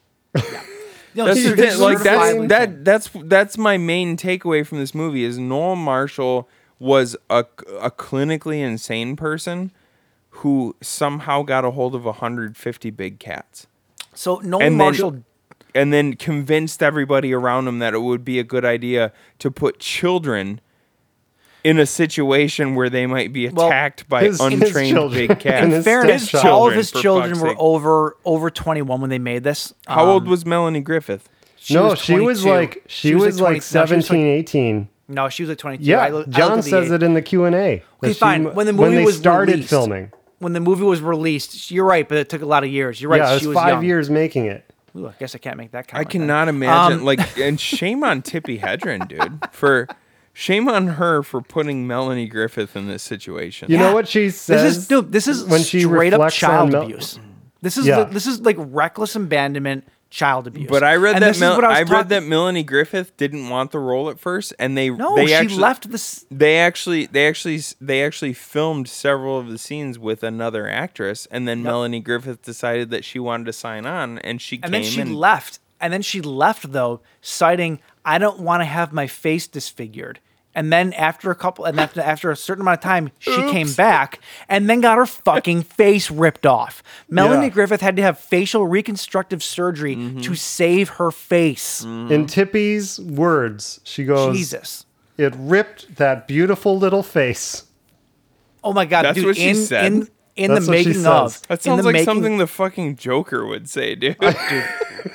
Speaker 4: No,
Speaker 5: that's
Speaker 4: he's
Speaker 5: the thing.
Speaker 4: just
Speaker 5: Like that's
Speaker 4: certifiably-
Speaker 5: that that's that's my main takeaway from this movie is Noel Marshall was a a clinically insane person who somehow got a hold of 150 big cats
Speaker 4: So Noel
Speaker 5: and
Speaker 4: Marshall.
Speaker 5: then and then convinced everybody around him that it would be a good idea to put children in a situation where they might be
Speaker 4: Well,
Speaker 5: attacked by
Speaker 6: his- his
Speaker 5: untrained
Speaker 6: children
Speaker 5: big cats.
Speaker 4: *laughs*
Speaker 6: and
Speaker 4: in
Speaker 6: his
Speaker 4: fairness,
Speaker 6: stepchild.
Speaker 4: all of his
Speaker 5: for
Speaker 4: children
Speaker 5: fuck's
Speaker 4: were
Speaker 5: sake.
Speaker 4: over over 21 when they made this.
Speaker 5: How
Speaker 4: Um,
Speaker 5: old was Melanie Griffith?
Speaker 4: she
Speaker 6: *laughs* no,
Speaker 4: was
Speaker 6: she was
Speaker 4: 22.
Speaker 6: like she, was, like
Speaker 4: 20 no, she
Speaker 6: 17,
Speaker 4: was like-
Speaker 6: 18.
Speaker 4: No, she was like 22.
Speaker 6: Yeah,
Speaker 4: I lo- I looked
Speaker 6: John
Speaker 4: at the
Speaker 6: says
Speaker 4: age.
Speaker 6: it in the Q and A.
Speaker 4: Okay, fine. When the movie
Speaker 6: when they
Speaker 4: was
Speaker 6: started
Speaker 4: released,
Speaker 6: filming,
Speaker 4: When the movie was released, you're right, but it took a lot of years. You're right.
Speaker 6: yeah, it
Speaker 4: she
Speaker 6: was
Speaker 4: was
Speaker 6: five
Speaker 4: young.
Speaker 6: years making it.
Speaker 4: Ooh, I guess I can't make that
Speaker 5: I
Speaker 4: comment. then. Um,
Speaker 5: cannot imagine
Speaker 4: *laughs*
Speaker 5: like and shame on Tippy Hedren, dude. For shame on her for putting Melanie Griffith in this situation.
Speaker 6: You
Speaker 4: Yeah.
Speaker 6: know what she says?
Speaker 4: This is dude. This is
Speaker 6: when she
Speaker 4: straight up
Speaker 6: reflects on
Speaker 4: child
Speaker 6: Mel-
Speaker 4: abuse. This is
Speaker 6: Yeah.
Speaker 4: the- this is like reckless abandonment, child abuse.
Speaker 5: But I read
Speaker 4: And
Speaker 5: that
Speaker 4: this is
Speaker 5: Mel-
Speaker 4: what was
Speaker 5: I, read
Speaker 4: talking-
Speaker 5: that Melanie Griffith didn't want the role at first and they
Speaker 4: No,
Speaker 5: they
Speaker 4: she
Speaker 5: actually,
Speaker 4: left this.
Speaker 5: they actually they actually they actually filmed several of the scenes with another actress and then Melanie Griffith decided that she wanted to sign on and she
Speaker 4: and
Speaker 5: came
Speaker 4: then she
Speaker 5: and
Speaker 4: left. And then she left though, citing, "I don't want to have my face disfigured." And then after a couple, and after, after a certain amount of time, she came back and then got
Speaker 5: *laughs*
Speaker 4: her fucking face ripped off. Melanie
Speaker 6: Yeah.
Speaker 4: Griffith had to have facial reconstructive surgery
Speaker 5: Mm-hmm.
Speaker 4: to save her face.
Speaker 5: Mm.
Speaker 6: in Tippy's words. She goes,
Speaker 4: Jesus.
Speaker 6: "It ripped that beautiful little face."
Speaker 4: Oh my god,
Speaker 5: That's
Speaker 4: dude!
Speaker 5: what she
Speaker 4: in,
Speaker 5: said.
Speaker 4: in in
Speaker 6: That's
Speaker 4: the
Speaker 6: what she
Speaker 4: making
Speaker 6: says.
Speaker 4: of
Speaker 5: That
Speaker 4: in the
Speaker 5: sounds like
Speaker 4: making- *laughs*
Speaker 5: something the fucking Joker would say, dude.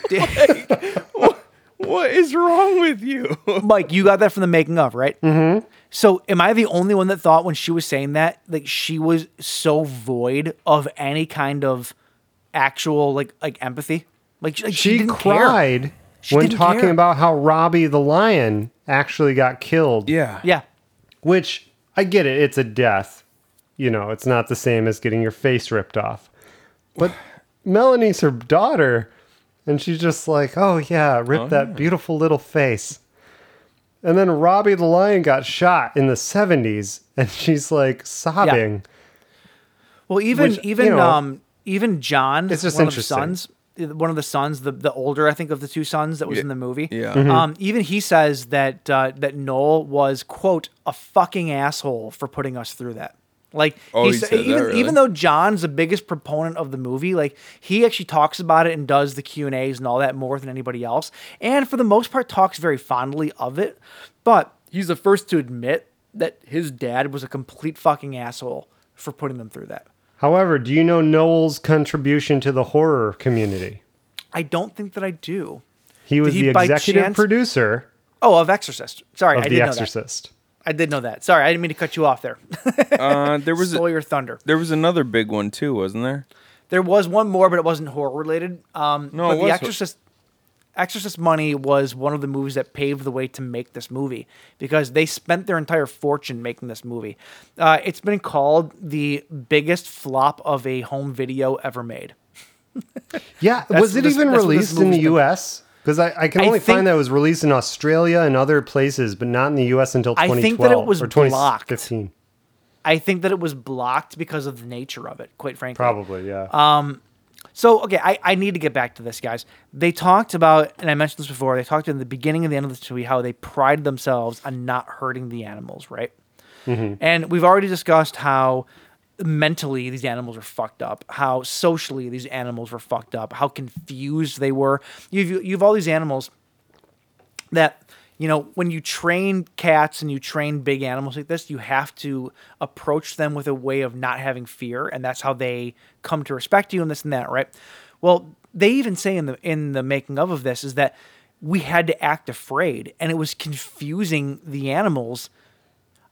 Speaker 5: Like, what- *laughs* what is wrong with you?
Speaker 4: Mike, you got that from the making of, right? Mm-hmm. So, am I the only one that thought when she was saying that, like she was so void of any kind of actual like like empathy? Like, she- like she,
Speaker 6: She,
Speaker 4: didn't care.
Speaker 6: cried
Speaker 4: She
Speaker 6: when
Speaker 4: didn't
Speaker 6: talking
Speaker 4: care.
Speaker 6: about how Robbie the lion actually got killed.
Speaker 5: Yeah.
Speaker 4: Yeah,
Speaker 6: Which I get it, it's a death. You know, it's not the same as getting your face ripped off. But *sighs* Melanie's her daughter, and she's just like, oh yeah, rip that beautiful little face. And then Robbie the Lion got shot in the 70s, and *laughs* she's like sobbing.
Speaker 4: Well, even
Speaker 6: Which,
Speaker 4: even
Speaker 6: you know,
Speaker 4: um even John,
Speaker 6: it's just
Speaker 4: one of the
Speaker 6: interesting.
Speaker 4: sons, one of the sons, the the older I think of the two sons that was in the movie.
Speaker 5: yeah.
Speaker 6: Mm-hmm.
Speaker 4: Um, even he says that uh, that Noel was quote a fucking asshole for putting us through that. Like
Speaker 5: Oh, he
Speaker 4: sa-
Speaker 5: said that,
Speaker 4: even
Speaker 5: really?
Speaker 4: even though John's the biggest proponent of the movie, like he actually talks about it and does the Q and A's and all that more than anybody else, and for the most part talks very fondly of it. But he's the first to admit that his dad was a complete fucking asshole for putting them through that.
Speaker 6: However, do you know Noel's contribution to the horror community?
Speaker 4: I don't think that I do.
Speaker 6: He was
Speaker 4: he
Speaker 6: the
Speaker 4: by
Speaker 6: executive
Speaker 4: chance-
Speaker 6: producer
Speaker 4: Oh, of Exorcist. Sorry,
Speaker 6: of
Speaker 4: I
Speaker 6: The
Speaker 4: did know
Speaker 6: Exorcist.
Speaker 4: that. I did know that. Sorry, I didn't mean to cut you off there.
Speaker 5: Uh, *laughs* there was
Speaker 4: Stole
Speaker 5: a,
Speaker 4: your thunder.
Speaker 5: there was another big one too, wasn't there?
Speaker 4: There was one more, but it wasn't horror related. Um,
Speaker 5: No, it
Speaker 4: but The
Speaker 5: was-
Speaker 4: Exorcist. Exorcist money was one of the movies that paved the way to make this movie because they spent their entire fortune making this movie. Uh, it's been called the biggest flop of a home video ever made.
Speaker 6: Yeah,
Speaker 4: That's
Speaker 6: was it
Speaker 4: what this-
Speaker 6: even
Speaker 4: that's what this
Speaker 6: released in the
Speaker 4: movie's been-
Speaker 6: U.S.? Because I, I can
Speaker 4: I
Speaker 6: only
Speaker 4: think-
Speaker 6: find that it was released in Australia and other places, but not in the U.S. until
Speaker 4: I
Speaker 6: 2012
Speaker 4: think that it was
Speaker 6: or
Speaker 4: blocked.
Speaker 6: 2015.
Speaker 4: I think that it was blocked because of the nature of it, quite frankly.
Speaker 6: Probably, yeah.
Speaker 4: So okay, I, I need to get back to this, guys. They talked about, and I mentioned this before. They talked in the beginning and the end of the movie how they pride themselves on not hurting the animals, right? And we've already discussed how mentally these animals were fucked up, how socially these animals were fucked up, how confused they were. You've you've all these animals that you know when you train cats and you train big animals like this you have to approach them with a way of not having fear and that's how they come to respect you and this and that right well they even say in the in the making of of this is that we had to act afraid and it was confusing the animals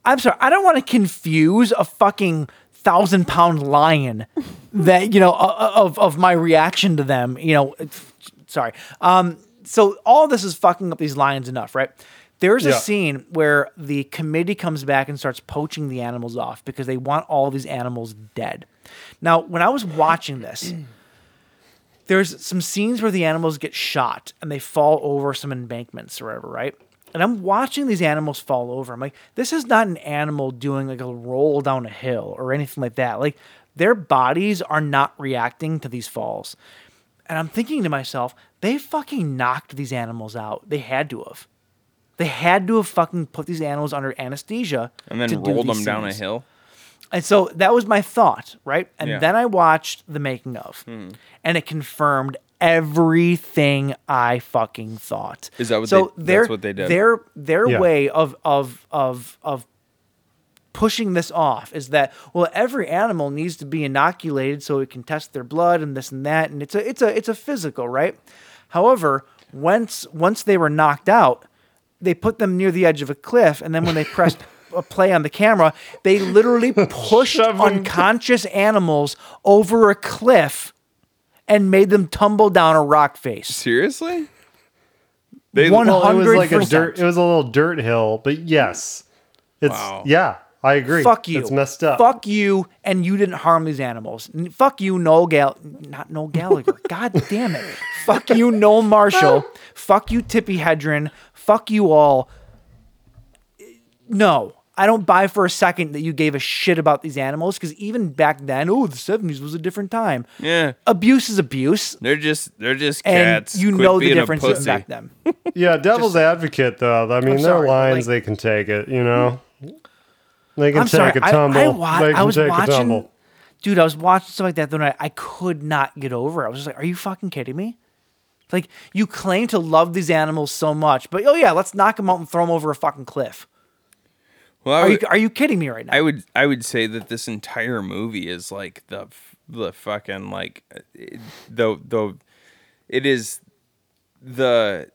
Speaker 4: i'm sorry i don't want to confuse a fucking thousand pound lion that you know o- o- of of my reaction to them you know it's- sorry um so all this is fucking up these lions enough, right? There's a
Speaker 6: Yeah.
Speaker 4: scene where the committee comes back and starts poaching the animals off because they want all these animals dead. Now, when I was watching this, there's some scenes where the animals get shot and they fall over some embankments or whatever, right? And I'm watching these animals fall over. I'm like, this is not an animal doing like a roll down a hill or anything like that. Like their bodies are not reacting to these falls. And I'm thinking to myself, they fucking knocked these animals out. They had to have. They had to have fucking put these animals under anesthesia
Speaker 5: And then
Speaker 4: to do
Speaker 5: rolled
Speaker 4: these
Speaker 5: them down a
Speaker 4: scenes.
Speaker 5: hill.
Speaker 4: And so that was my thought, right? And
Speaker 5: Yeah. Hmm.
Speaker 4: then I watched the making of, and it confirmed everything I fucking thought.
Speaker 5: Is that what
Speaker 4: so
Speaker 5: they-
Speaker 4: their,
Speaker 5: that's what they did?
Speaker 4: Their their
Speaker 6: Yeah.
Speaker 4: way of of of of pushing this off is that well every animal needs to be inoculated so it can test their blood and this and that and it's a it's a it's a physical right however once once they were knocked out they put them near the edge of a cliff and then when they pressed a play on the camera they literally pushed unconscious animals over a cliff and made them tumble down a rock face
Speaker 5: Seriously? They
Speaker 4: One-
Speaker 6: well, it was like a
Speaker 4: 100%.
Speaker 6: dirt. It was a little dirt hill, but yes, it's
Speaker 5: Wow.
Speaker 6: yeah. I agree.
Speaker 4: Fuck you.
Speaker 6: It's messed up.
Speaker 4: Fuck you, and you didn't harm these animals. N- fuck you, Noel Gal, not Noel
Speaker 6: *laughs*
Speaker 4: Gallagher. God damn it. Fuck you, Noel Marshall. fuck you, Tippy Hedren. Fuck you all. No, I don't buy for a second that you gave a shit about these animals because even back then, oh, the seventies was a different time.
Speaker 5: Yeah.
Speaker 4: Abuse is abuse,
Speaker 5: They're just they're just
Speaker 4: and
Speaker 5: cats.
Speaker 4: you
Speaker 5: Quit
Speaker 4: know the
Speaker 5: being a
Speaker 4: difference
Speaker 5: pussy.
Speaker 4: back then.
Speaker 6: Yeah, devil's advocate though. I mean, their
Speaker 4: sorry, but,
Speaker 6: lines
Speaker 4: like-
Speaker 6: they can take it. You know, they can
Speaker 4: I'm
Speaker 6: take
Speaker 4: sorry.
Speaker 6: a
Speaker 4: I-
Speaker 6: tumble.
Speaker 4: I, wa-
Speaker 6: they can
Speaker 4: I was
Speaker 6: take a
Speaker 4: watching,
Speaker 6: tumble.
Speaker 4: dude. I was watching stuff like that the other night. I could not get over. it. I was just like, "Are you fucking kidding me?" Like you claim to love these animals so much, but oh yeah, let's knock them out and throw them over a fucking cliff.
Speaker 5: Well, I
Speaker 4: Are you
Speaker 5: would,
Speaker 4: are you kidding me right now?
Speaker 5: Oh, I would I would say that this entire movie is like the f- the fucking like uh, it- the the it is the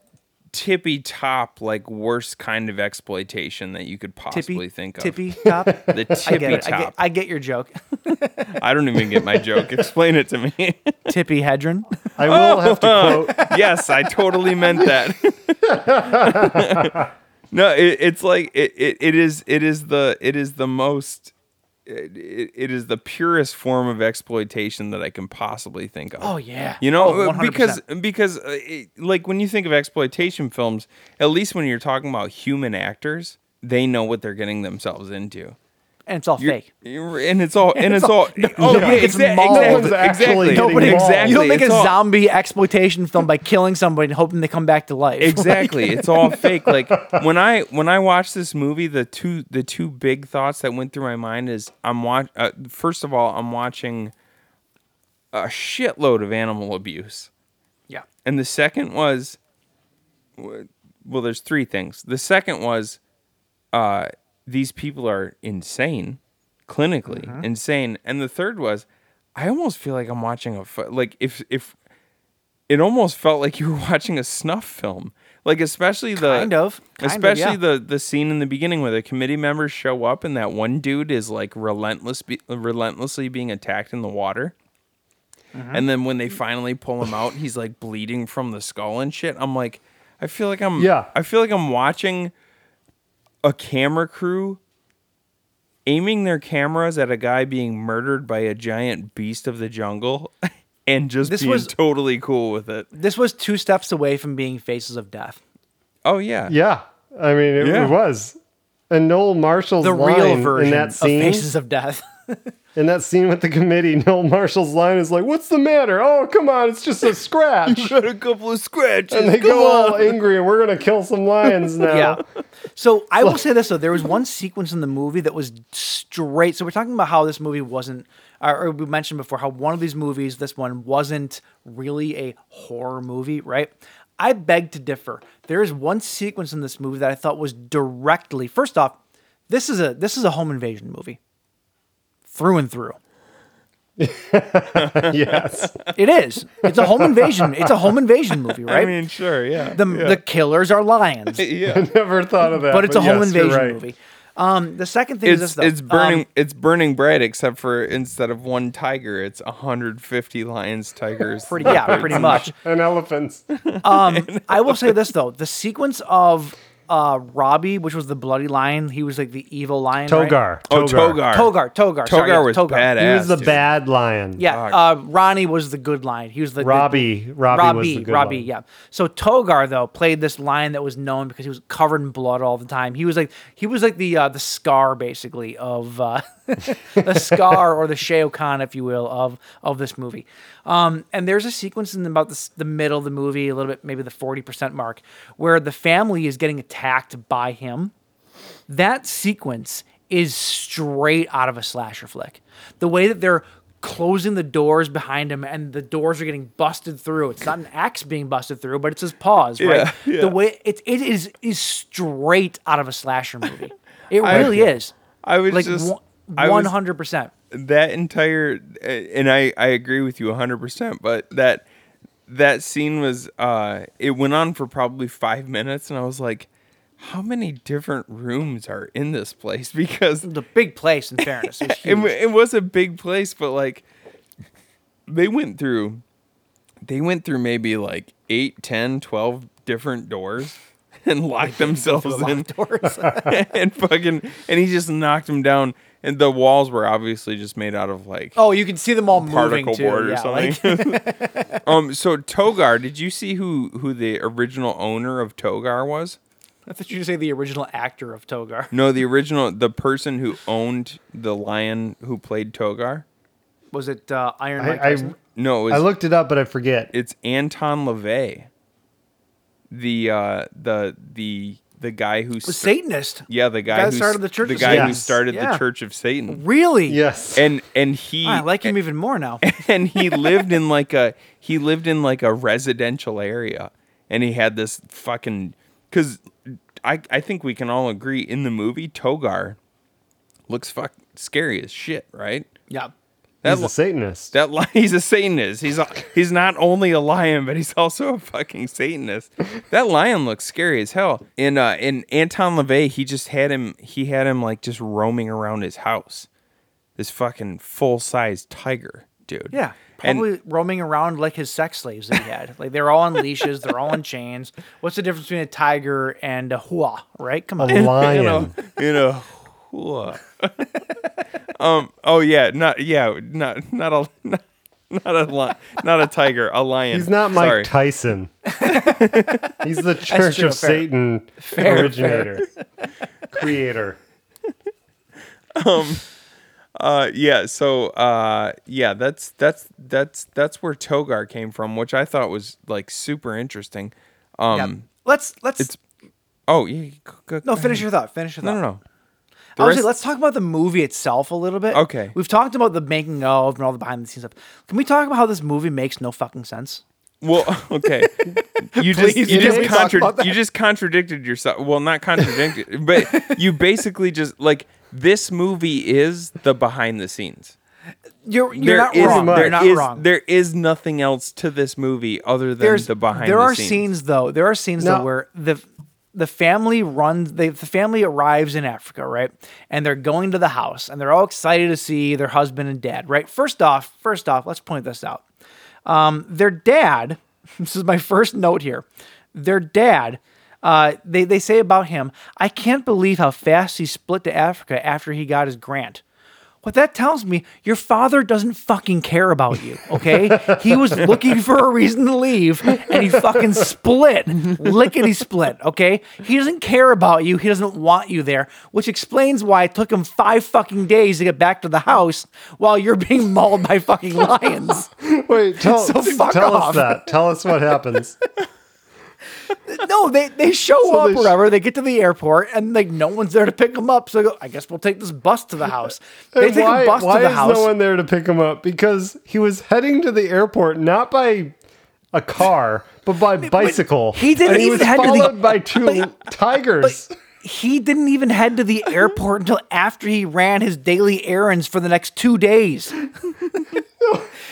Speaker 5: tippy top like worst kind of exploitation that you could possibly
Speaker 4: tippy,
Speaker 5: think of. *laughs*
Speaker 4: tippy top.
Speaker 5: The
Speaker 4: I
Speaker 5: tippy
Speaker 4: get it. I
Speaker 5: top.
Speaker 4: get, I get your joke. *laughs*
Speaker 5: I don't even get my joke. Explain it to me.
Speaker 4: tippy Hedron.
Speaker 6: I
Speaker 4: Oh!
Speaker 6: will have to quote.
Speaker 5: yes, I totally meant that. *laughs* no, it, it's like it, it, it is it is the it is the most it, it, it is the purest form of exploitation that I can possibly think of.
Speaker 4: Oh, yeah.
Speaker 5: you know
Speaker 4: Oh,
Speaker 5: uh, because
Speaker 4: 100%.
Speaker 5: because uh, it, like when you think of exploitation films, at least when you're talking about human actors, they know what they're getting themselves into.
Speaker 4: and it's all
Speaker 5: You're-
Speaker 4: fake.
Speaker 5: you're- and it's all
Speaker 4: *laughs*
Speaker 5: and it's
Speaker 4: It's all-
Speaker 5: all oh,
Speaker 4: nobody
Speaker 5: yeah,
Speaker 4: gets
Speaker 5: exa-
Speaker 4: mauled.
Speaker 5: exactly,
Speaker 4: Nobody's
Speaker 6: actually
Speaker 5: exactly,
Speaker 6: getting
Speaker 4: Nobody,
Speaker 6: mauled.
Speaker 5: exactly.
Speaker 4: you don't make
Speaker 5: it's
Speaker 4: a
Speaker 5: all-
Speaker 4: zombie exploitation film by killing somebody and hoping they come back to *laughs* life.
Speaker 5: Exactly. it's all fake. Like when I when I watched this movie, the two the two big thoughts that went through my mind is I'm watch uh, first of all, I'm watching a shitload of animal abuse.
Speaker 4: yeah.
Speaker 5: And the second was, w- well, there's three things. The second was, uh, these people are insane, clinically
Speaker 4: Mm-hmm.
Speaker 5: insane. And the third was, I almost feel like I'm watching a fu- like if if it almost felt like you were *laughs* watching a snuff film. Like especially the
Speaker 4: Kind of. Kind of,
Speaker 5: especially
Speaker 4: yeah.
Speaker 5: the the scene in the beginning where the committee members show up and that one dude is like relentless be, relentlessly being attacked in the water. And then when they finally pull him out, he's like bleeding from the skull and shit. I'm like, I feel like I'm
Speaker 6: Yeah.
Speaker 5: I feel like I'm watching a camera crew aiming their cameras at a guy being murdered by a giant beast of the jungle *laughs* and just
Speaker 4: This
Speaker 5: being
Speaker 4: was-
Speaker 5: totally cool with it.
Speaker 4: This was two steps away from being Faces of Death.
Speaker 5: Oh yeah.
Speaker 6: Yeah, I mean it,
Speaker 5: Yeah.
Speaker 6: it was. And Noel Marshall's
Speaker 4: The
Speaker 6: line
Speaker 4: real version
Speaker 6: in that
Speaker 4: of
Speaker 6: scene,
Speaker 4: Faces of Death. *laughs*
Speaker 6: in that scene with the committee, *laughs* Noel Marshall's line is like, "What's the matter? Oh, come on, it's just a
Speaker 5: *laughs* *laughs*
Speaker 6: scratch."
Speaker 5: Got a couple of scratches.
Speaker 6: and they go all angry, and we're gonna kill some
Speaker 4: *laughs*
Speaker 6: lions now.
Speaker 4: yeah. So I will say this though, there was one sequence in the movie that was straight. So we're talking about how this movie wasn't, or or we mentioned before how one of these movies, this one wasn't really a horror movie, right? I beg to differ. There is one sequence in this movie that I thought was directly. First off, this is a this is a home invasion movie, through and through.
Speaker 6: yes.
Speaker 4: It is. It's a home invasion. It's a home invasion movie,
Speaker 5: *laughs*
Speaker 4: right?
Speaker 5: I mean, sure, yeah.
Speaker 4: the, the killers are
Speaker 5: *laughs*
Speaker 4: lions,
Speaker 5: yeah.
Speaker 6: Never thought of that.
Speaker 4: but it's a home
Speaker 6: yes, you're
Speaker 4: invasion
Speaker 6: right.
Speaker 4: movie. Um, the second thing is
Speaker 5: It's,
Speaker 4: this though.
Speaker 5: it's
Speaker 4: Um,
Speaker 5: burning it's burning bright except for instead of one tiger it's 150 lions tigers
Speaker 4: pretty yeah,
Speaker 5: *laughs*
Speaker 4: pretty much.
Speaker 6: *laughs*
Speaker 4: Um,
Speaker 6: And elephants.
Speaker 4: I will say this though: the sequence of uh, Robbie, which was the bloody lion, he was like the evil lion. right?
Speaker 5: oh togar
Speaker 4: Togar, Togar, sorry,
Speaker 5: Togar
Speaker 4: yes,
Speaker 5: was
Speaker 4: Togar.
Speaker 5: badass
Speaker 6: He was the
Speaker 5: dude.
Speaker 6: bad lion.
Speaker 4: Yeah, uh, Ronnie was the good lion. He was the the-
Speaker 6: Robbie. Robbie, was the good
Speaker 4: Robbie,
Speaker 6: lion.
Speaker 4: yeah. So Togar though played this lion that was known because he was covered in blood all the time. He was like he was like the uh, the scar basically of uh, *laughs* the scar or the Shao Kahn, if you will, of of this movie. Um, and there's a sequence in about the, s- the middle of the movie, a little bit maybe the forty percent mark, where the family is getting attacked by him that sequence is straight out of a slasher flick. The way that they're closing the doors behind him and the doors are getting busted through. It's not an axe being busted through, but it's his paws, right? The way it it is is straight out of a slasher movie.
Speaker 5: *laughs*
Speaker 4: It really is.
Speaker 5: I was
Speaker 4: like
Speaker 5: just- I was-
Speaker 4: one hundred percent.
Speaker 5: that entire and I I agree with you 100% but that that scene was uh it went on for probably 5 minutes and I was like how many different rooms are in this place *laughs* because
Speaker 4: The big place
Speaker 5: *laughs*
Speaker 4: in fairness. It
Speaker 5: it,
Speaker 4: was huge. *laughs*
Speaker 5: wa- it was a big place but like they went through they went through maybe like 8 10 12 different doors *laughs* and
Speaker 4: *laughs*
Speaker 5: locked themselves in *laughs*
Speaker 4: Doors.
Speaker 5: and fucking and he just knocked them down and the walls were obviously just made out of like
Speaker 4: oh, you can see them all moving
Speaker 5: particle
Speaker 4: too.
Speaker 5: board or
Speaker 4: yeah, like-
Speaker 5: something. *laughs* um, so Togar, did you see who who the original owner of Togar was?
Speaker 4: *laughs* I thought you were gonna say the original actor of Togar.
Speaker 5: No, the original the person who owned the lion who played Togar.
Speaker 4: Was it uh, Iron Mike?
Speaker 6: I, I,
Speaker 4: Tyson?
Speaker 5: No, it was,
Speaker 6: I looked it up, but I forget.
Speaker 5: it's Anton LaVey. The uh the the the guy who
Speaker 4: was
Speaker 5: st-
Speaker 4: Satanist.
Speaker 5: yeah the guy
Speaker 4: guy
Speaker 5: who
Speaker 4: that started
Speaker 5: s-
Speaker 4: the Church
Speaker 5: the
Speaker 4: of
Speaker 5: guy
Speaker 4: Satan.
Speaker 5: who
Speaker 6: Yes.
Speaker 5: started
Speaker 4: Yeah.
Speaker 5: the Church of Satan
Speaker 4: Really?
Speaker 6: Yes.
Speaker 5: and and he
Speaker 4: I like him even more now.
Speaker 5: *laughs* and he lived in like a he lived in like a residential area and he had this fucking cuz I I think we can all agree in the movie Togar looks fuck scary as shit, right?
Speaker 4: yeah.
Speaker 5: That *laughs*
Speaker 6: He's
Speaker 5: li-
Speaker 6: a Satanist.
Speaker 5: that li- he's a satanist. He's a, he's not only a lion, but he's also a fucking satanist. That lion looks scary as hell. And uh, and Anton Levey, he just had him. He had him like just roaming around his house. This fucking full size tiger, dude.
Speaker 4: Yeah.
Speaker 5: And-
Speaker 4: Probably roaming around like his sex slaves that he had. like they're all on leashes, they're all in chains. What's the difference between a tiger and a hua, right? Come
Speaker 6: a
Speaker 5: *laughs*
Speaker 4: on.
Speaker 6: lion.
Speaker 5: you know. Whoa. um. Oh yeah. Not yeah. Not not a not, a li- not a tiger. A lion.
Speaker 6: He's not Mike
Speaker 5: Sorry.
Speaker 6: *laughs* Tyson. He's the Church
Speaker 4: true,
Speaker 6: of
Speaker 4: fair.
Speaker 6: Satan originator, creator.
Speaker 5: Uh, yeah. So, uh, yeah, that's that's that's that's where Togar came from, which I thought was like super interesting. Um,
Speaker 4: Yeah. Let's let's
Speaker 5: it's- oh yeah, go- go-
Speaker 4: no
Speaker 5: go
Speaker 4: finish
Speaker 5: ahead.
Speaker 4: your thought. Finish your
Speaker 5: No,
Speaker 4: thought.
Speaker 5: no, no. The
Speaker 4: I was
Speaker 5: rest-
Speaker 4: like, let's talk about the movie itself a little bit.
Speaker 5: Okay.
Speaker 4: We've talked about the making of and all the behind the scenes stuff. Can we talk about how this movie makes no fucking sense?
Speaker 5: Well, *laughs* okay. You just
Speaker 4: Please,
Speaker 5: you
Speaker 4: can
Speaker 5: just
Speaker 4: we talk
Speaker 5: contra-
Speaker 4: about that?
Speaker 5: you just contradicted yourself. Well, not contradicted, but you basically just like this movie is the behind the scenes.
Speaker 4: You're you're not
Speaker 5: is-
Speaker 4: wrong.
Speaker 5: there
Speaker 4: You're not
Speaker 5: is-
Speaker 4: wrong.
Speaker 5: There is nothing else to this movie other than the behind.
Speaker 4: there
Speaker 5: the
Speaker 4: are
Speaker 5: scenes.
Speaker 4: though there are scenes though where the the family runs they, the family arrives in africa right and they're going to the house and they're all excited to see their husband and dad right first off first off let's point this out um, their dad *laughs* this is my first note here their dad uh, they, they say about him i can't believe how fast he split to africa after he got his grant what that tells me, your father doesn't fucking care about you, okay? he was looking for a reason to leave and he fucking split, lickety split, okay? He doesn't care about you. He doesn't want you there, which explains why it took him five fucking days to get back to the house while you're being mauled by fucking lions.
Speaker 6: Wait, tell,
Speaker 4: So fuck
Speaker 6: tell
Speaker 4: off.
Speaker 6: us that. Tell us what happens.
Speaker 4: no, they, they show up
Speaker 6: they sh-
Speaker 4: wherever, they get to the airport and like no one's there to pick them up. So they go, I guess we'll take this bus to the house. *laughs* They
Speaker 6: And
Speaker 4: take a bus
Speaker 6: why
Speaker 4: to the
Speaker 6: is
Speaker 4: house.
Speaker 6: no one there to pick him up? Because he was heading to the airport not by a car, but by bicycle.
Speaker 4: he didn't
Speaker 6: and he
Speaker 4: even
Speaker 6: was
Speaker 4: head to the- *laughs*
Speaker 6: followed by two tigers.
Speaker 4: he didn't even head to the airport until after he ran his daily errands for the next two days.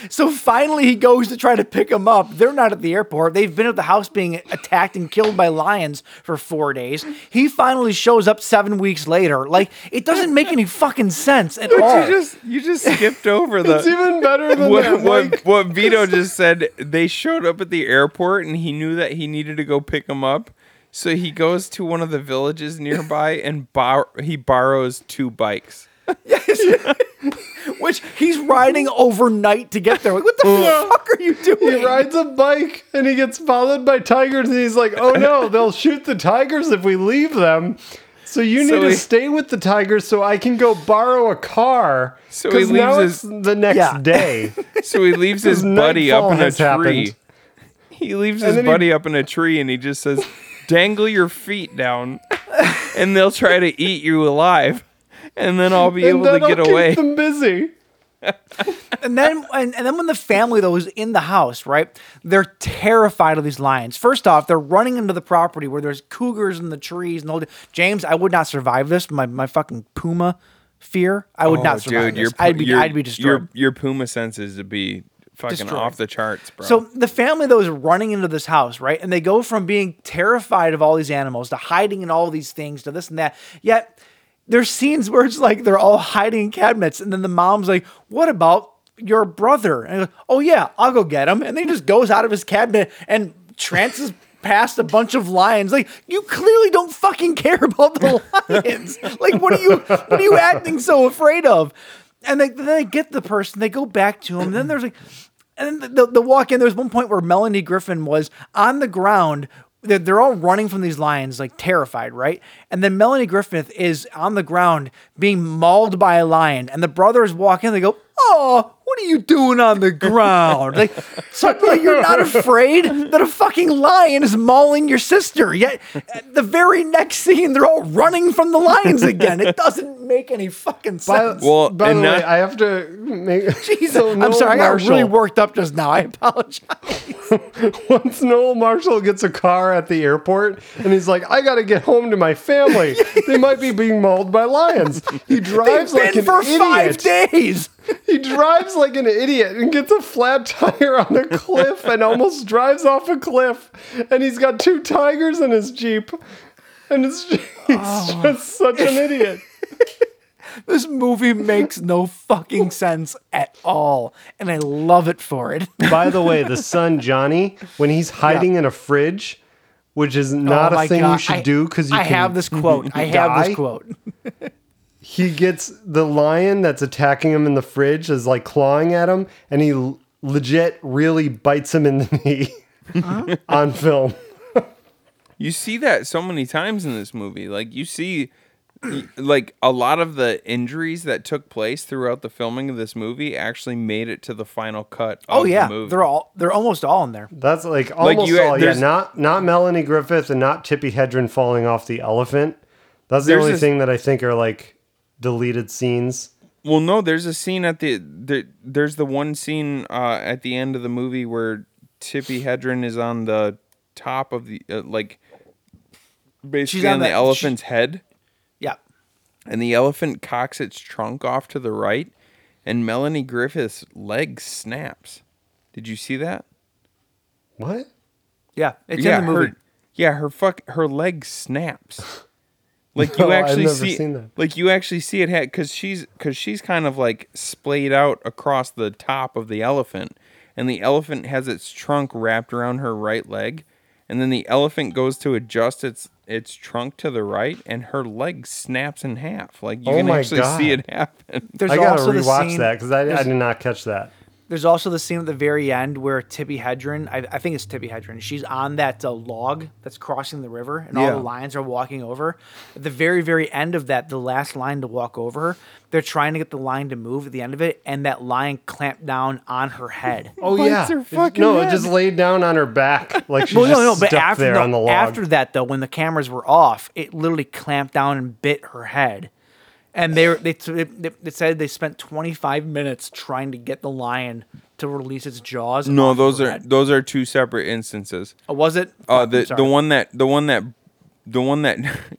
Speaker 4: so finally, he goes to try to pick him up. They're not at the airport. They've been at the house being attacked and killed by lions for four days. He finally shows up seven weeks later. Like, it doesn't make any fucking sense at all.
Speaker 5: You just you just *laughs* skipped over the.
Speaker 6: it's even better than
Speaker 5: what,
Speaker 6: that.
Speaker 5: what,
Speaker 6: Mike.
Speaker 5: what Vito just said, they showed up at the airport and he knew that he needed to go pick him up. So he goes to one of the villages nearby and bor- he borrows two bikes.
Speaker 4: *laughs* Which he's riding overnight to get there. Like, what the fuck are you doing?
Speaker 6: he rides a bike and he gets followed by tigers and he's like,
Speaker 5: *laughs*
Speaker 6: "Oh no, they'll shoot the tigers if we leave them." So you need
Speaker 5: So
Speaker 6: to
Speaker 5: he-
Speaker 6: stay with the tigers so I can go borrow a car.
Speaker 5: So
Speaker 6: So
Speaker 5: he leaves
Speaker 6: now
Speaker 5: his-
Speaker 6: it's the next
Speaker 4: Yeah.
Speaker 5: *laughs*
Speaker 6: day.
Speaker 5: So he leaves his
Speaker 6: Because
Speaker 5: buddy up
Speaker 6: nightfall
Speaker 5: in a
Speaker 6: has
Speaker 5: tree.
Speaker 6: happened.
Speaker 5: He leaves his
Speaker 6: then he-
Speaker 5: buddy up in a tree and he just says, "Dangle your feet down, and they'll try to eat you alive, and then I'll be
Speaker 6: and
Speaker 5: able to
Speaker 6: that'll
Speaker 5: get
Speaker 6: keep
Speaker 5: away."
Speaker 6: them busy.
Speaker 4: and then and, and then when the family though is in the house, right? They're terrified of these lions. First off, they're running into the property where there's cougars in the trees and all. the- James, I would not survive this. My my fucking puma fear. I would not survive this.
Speaker 5: your Oh, pu-
Speaker 4: I'd be
Speaker 5: your-
Speaker 4: I'd be destroyed.
Speaker 5: Your, your puma senses would be fucking
Speaker 4: Destroyed.
Speaker 5: off the charts, bro.
Speaker 4: So the family though is running into this house, right? And they go from being terrified of all these animals to hiding in all these things to this and that. Yet there's scenes where it's like they're all hiding in cabinets, and then the mom's like, "What about your brother?" And he goes, "Oh yeah, I'll go get him." And then he just goes out of his cabinet and trances. Past a bunch of lions, like you clearly don't fucking care about the lions. *laughs* like, what are you, what are you acting so afraid of? And they, then they get the person, they go back to him, and then there's like, and then the, the walk in, there was one point where Melanie Griffin was on the ground. They're, they're all running from these lions, like terrified, right? And then Melanie Griffith is on the ground being mauled by a lion. And the brothers walk in, they go, Oh, what are you doing on the ground? *laughs* like, suddenly you're not afraid that a fucking lion is mauling your sister. Yet, at the very next scene, they're all running from the lions again. It doesn't make any fucking
Speaker 6: By,
Speaker 5: *laughs*
Speaker 4: sense.
Speaker 5: Well,
Speaker 6: by
Speaker 5: and
Speaker 6: the way,
Speaker 5: not-
Speaker 6: I have to make.
Speaker 4: *laughs* Jesus,
Speaker 6: so
Speaker 4: I'm
Speaker 6: Noel
Speaker 4: sorry, I got really
Speaker 6: Marshall-
Speaker 4: worked up just now. I apologize.
Speaker 6: *laughs* Once Noel Marshall gets a car at the airport and he's like, I gotta get home to
Speaker 4: *laughs*
Speaker 6: my family. They might be being mauled by lions. He drives like
Speaker 4: been
Speaker 6: an
Speaker 4: for
Speaker 6: idiot.
Speaker 4: five
Speaker 6: *laughs*
Speaker 4: days.
Speaker 6: He drives like an idiot and gets a flat tire on a cliff and almost drives off a cliff. And he's got two tigers in his Jeep. And it's *laughs* he's
Speaker 4: Oh.
Speaker 6: just such an idiot.
Speaker 4: This movie makes no fucking sense at all, and I love it for it.
Speaker 6: By the way, the son Johnny, when he's hiding in a fridge, which is not
Speaker 4: Oh my
Speaker 6: a thing you
Speaker 4: God,
Speaker 6: should
Speaker 4: I-
Speaker 6: do because you
Speaker 4: I
Speaker 6: can
Speaker 4: have this quote.
Speaker 6: *laughs*
Speaker 4: I have
Speaker 6: die?
Speaker 4: this quote.
Speaker 6: he gets the lion that's attacking him in the fridge is like clawing at him and he l- legit really bites him in the *laughs* knee on film
Speaker 5: You see that so many times in this movie. Like you see like a lot of the injuries that took place throughout the filming of this movie actually made it to the final cut.
Speaker 4: Oh
Speaker 5: of
Speaker 4: yeah,
Speaker 5: the movie.
Speaker 4: they're all they're almost all in there.
Speaker 6: That's like almost
Speaker 5: you-
Speaker 6: all. Yeah,
Speaker 5: there's-
Speaker 6: not not Melanie Griffith and not Tippy Hedren falling off the elephant. That's the
Speaker 5: There's
Speaker 6: only
Speaker 5: this-
Speaker 6: thing that I think are like deleted scenes.
Speaker 5: Well, no, there's a scene at the, the there's the one scene uh, at the end of the movie where Tippy Hedren is on the top of the uh, like basically
Speaker 4: on
Speaker 5: on, the,
Speaker 4: the-
Speaker 5: elephant's head,
Speaker 4: Yeah,
Speaker 5: and the elephant cocks its trunk off to the right, and Melanie Griffith's leg snaps. Did you see that?
Speaker 6: What?
Speaker 4: yeah, it's in the movie.
Speaker 5: Her, yeah, her fuck her leg
Speaker 6: *laughs*
Speaker 5: snaps. Like
Speaker 6: No,
Speaker 5: you
Speaker 6: I've
Speaker 5: actually
Speaker 6: never
Speaker 5: see,
Speaker 6: seen that.
Speaker 5: like you actually see it had because she's because she's kind of like splayed out across the top of the elephant, and the elephant has its trunk wrapped around her right leg, and then the elephant goes to adjust its its trunk to the right, and her leg snaps in half. Like you
Speaker 6: Oh
Speaker 5: can
Speaker 6: my
Speaker 5: actually see
Speaker 6: God.
Speaker 5: it happen.
Speaker 4: There's
Speaker 6: I gotta
Speaker 4: also the
Speaker 6: rewatch
Speaker 4: scene-
Speaker 6: that because I, I
Speaker 4: there's-
Speaker 6: did not catch that.
Speaker 4: There's also the scene at the very end where Tibby Hedren, I, I think it's Tibby Hedren, she's on that uh, log that's crossing the river and all
Speaker 5: Yeah.
Speaker 4: the lions are walking over. At the very, very end of that, the last lion to walk over her, they're trying to get the lion to move at the end of it, and that lion clamped down on her
Speaker 6: *laughs*
Speaker 4: head.
Speaker 6: Oh yeah,
Speaker 5: her
Speaker 6: It-
Speaker 5: fucking
Speaker 6: no,
Speaker 5: head.
Speaker 6: it just laid down on her back like she
Speaker 4: Well,
Speaker 6: just
Speaker 4: no, no, but
Speaker 6: stuck
Speaker 4: after,
Speaker 6: there
Speaker 4: no,
Speaker 6: on the log.
Speaker 4: after that, though, when the cameras were off, it literally clamped down and bit her head. And they, were, they, they, they said they spent 25 minutes trying to get the lion to release its jaws.
Speaker 5: No,
Speaker 4: off
Speaker 5: those
Speaker 4: her
Speaker 5: are
Speaker 4: head.
Speaker 5: those are two separate instances.
Speaker 4: Oh, was it?
Speaker 5: Uh,
Speaker 4: Fuck, I'm
Speaker 5: the
Speaker 4: sorry.
Speaker 5: the one that the one that the one that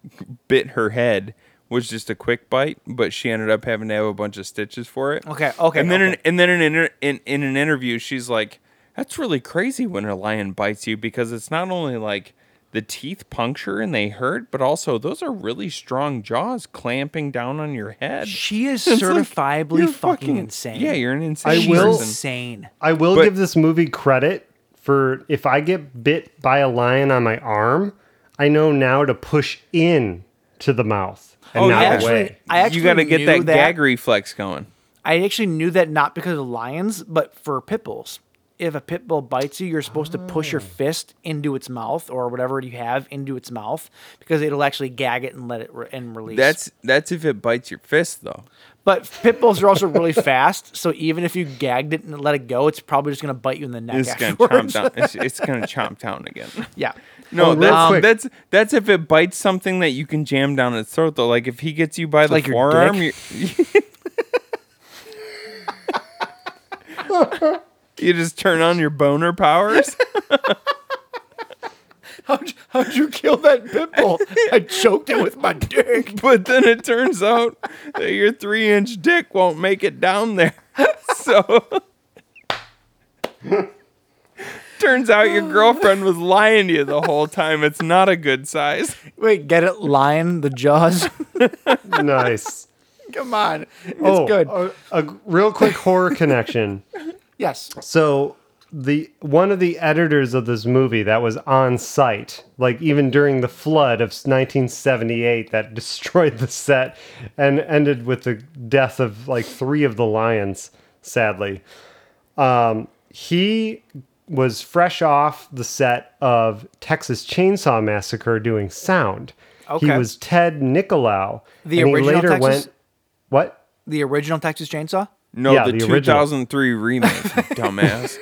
Speaker 5: *laughs* bit her head was just a quick bite, but she ended up having to have a bunch of stitches for it.
Speaker 4: Okay, okay,
Speaker 5: And then
Speaker 4: okay.
Speaker 5: in, and then in, inter, in in an interview, she's like, "That's really crazy when a lion bites you because it's not only like." The teeth puncture and they hurt, but also those are really strong jaws clamping down on your head.
Speaker 4: She
Speaker 5: *laughs*
Speaker 4: is
Speaker 5: It's like,
Speaker 4: certifiably
Speaker 5: you're
Speaker 4: fucking, insane.
Speaker 5: Yeah, you're an insane.
Speaker 6: I
Speaker 4: She's
Speaker 6: will-
Speaker 5: person.
Speaker 4: insane.
Speaker 6: I will
Speaker 5: But-
Speaker 6: give this movie credit for if I get bit by a lion on my arm, I know now to push in to the mouth and
Speaker 5: Oh,
Speaker 6: not
Speaker 4: I
Speaker 5: yeah.
Speaker 4: actually,
Speaker 6: away.
Speaker 4: I actually
Speaker 5: you got to
Speaker 4: knew
Speaker 5: get that, gag reflex going.
Speaker 4: I actually knew that not because of lions, but for pit bulls. If a pit bull bites you, you're supposed to push your fist into its mouth or whatever you have into its mouth because it'll actually gag it and let it re- and release.
Speaker 5: That's that's if it bites your fist though.
Speaker 4: but pit bulls are also really *laughs* fast, so even if you gagged it and let it go, it's probably just gonna bite you in the neck.
Speaker 5: It's
Speaker 4: *laughs*
Speaker 5: gonna chomp
Speaker 4: afterwards.
Speaker 5: down. It's, it's gonna chomp down again.
Speaker 4: *laughs* yeah.
Speaker 5: No,
Speaker 6: real
Speaker 5: that's
Speaker 6: quick.
Speaker 5: that's that's if it bites something that you can jam down its throat though. Like if he gets you by the
Speaker 4: Like your
Speaker 5: forearm, you
Speaker 4: dick?
Speaker 5: *laughs* you just turn on your boner
Speaker 4: *laughs*
Speaker 5: powers.
Speaker 4: How'd, how'd you kill that pit
Speaker 5: *laughs*
Speaker 4: bull? I choked it with my dick.
Speaker 5: but then it turns out that your three inch dick won't make it down there. *laughs* So *laughs* turns out your girlfriend was lying to you the whole time. It's not a good size.
Speaker 4: Wait, get it? Lion the jaws.
Speaker 6: *laughs* nice.
Speaker 4: Come on, it's
Speaker 6: oh,
Speaker 4: good.
Speaker 6: A, a real
Speaker 4: *laughs*
Speaker 6: quick horror connection.
Speaker 4: yes.
Speaker 6: So the one of the editors of this movie that was on site, like even during the flood of 1978 that *laughs* destroyed the set and ended with the death of like three of the lions, sadly. Um, he was fresh off the set of Texas Chainsaw Massacre doing sound. He
Speaker 4: Okay.
Speaker 6: was Ted Nicolau.
Speaker 4: The
Speaker 6: and he
Speaker 4: original
Speaker 6: later
Speaker 4: Texas-
Speaker 6: went what?
Speaker 4: The original Texas Chainsaw.
Speaker 5: No,
Speaker 6: Yeah,
Speaker 5: the,
Speaker 6: the original.
Speaker 5: 2003 remake, dumbass.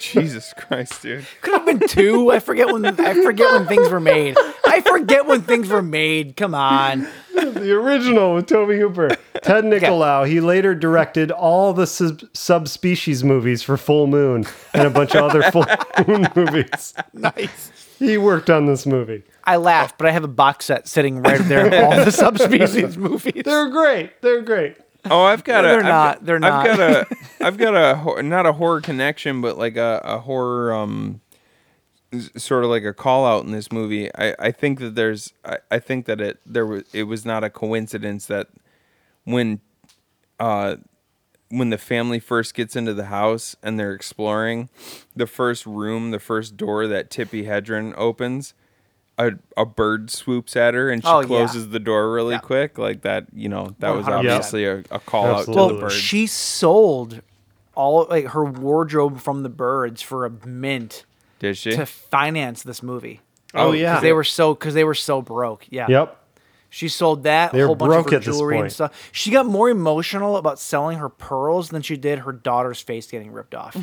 Speaker 5: Jesus Christ, dude.
Speaker 4: Could have been two. I forget when. I forget when things were made. I forget when things were made. Come on.
Speaker 6: the original with Toby
Speaker 4: *laughs*
Speaker 6: Hooper. Ted Nicolau. He later directed all the sub- subspecies movies for Full Moon and a bunch of other
Speaker 4: *laughs*
Speaker 6: Full Moon movies.
Speaker 4: Nice.
Speaker 6: He worked on this movie.
Speaker 4: I laughed, but I have a box set sitting right there of all the subspecies movies.
Speaker 6: *laughs* They're great. They're great.
Speaker 5: Oh, I've got a.
Speaker 4: They're
Speaker 5: I've
Speaker 4: not,
Speaker 5: got-
Speaker 4: they're not. *laughs*
Speaker 5: I've got a. I've got a hor- not a horror connection, but like a, a horror um, s- sort of like a call out in this movie. I, I think that there's. I, I think that it there was it was not a coincidence that when, uh, when the family first gets into the house and they're exploring, the first room, the first door that Tippy Hedren opens. A, a bird swoops at her and she
Speaker 4: Oh, yeah.
Speaker 5: closes the door really
Speaker 4: Yeah.
Speaker 5: quick like that you know that was
Speaker 4: 100%.
Speaker 5: obviously a, a call out to
Speaker 6: Absolutely.
Speaker 5: the
Speaker 4: well,
Speaker 5: bird.
Speaker 4: she sold all like her wardrobe from the birds for a mint
Speaker 5: Did *laughs* she?
Speaker 4: to finance this movie.
Speaker 5: Oh,
Speaker 6: yeah.
Speaker 4: They were so because they were so broke. Yeah.
Speaker 6: Yep.
Speaker 4: She sold that
Speaker 6: They're
Speaker 4: a whole bunch
Speaker 6: broke
Speaker 4: of her
Speaker 6: at this
Speaker 4: jewelry and
Speaker 6: point.
Speaker 4: stuff. She got more emotional about selling her pearls than she did her daughter's face getting ripped
Speaker 6: *laughs*
Speaker 4: off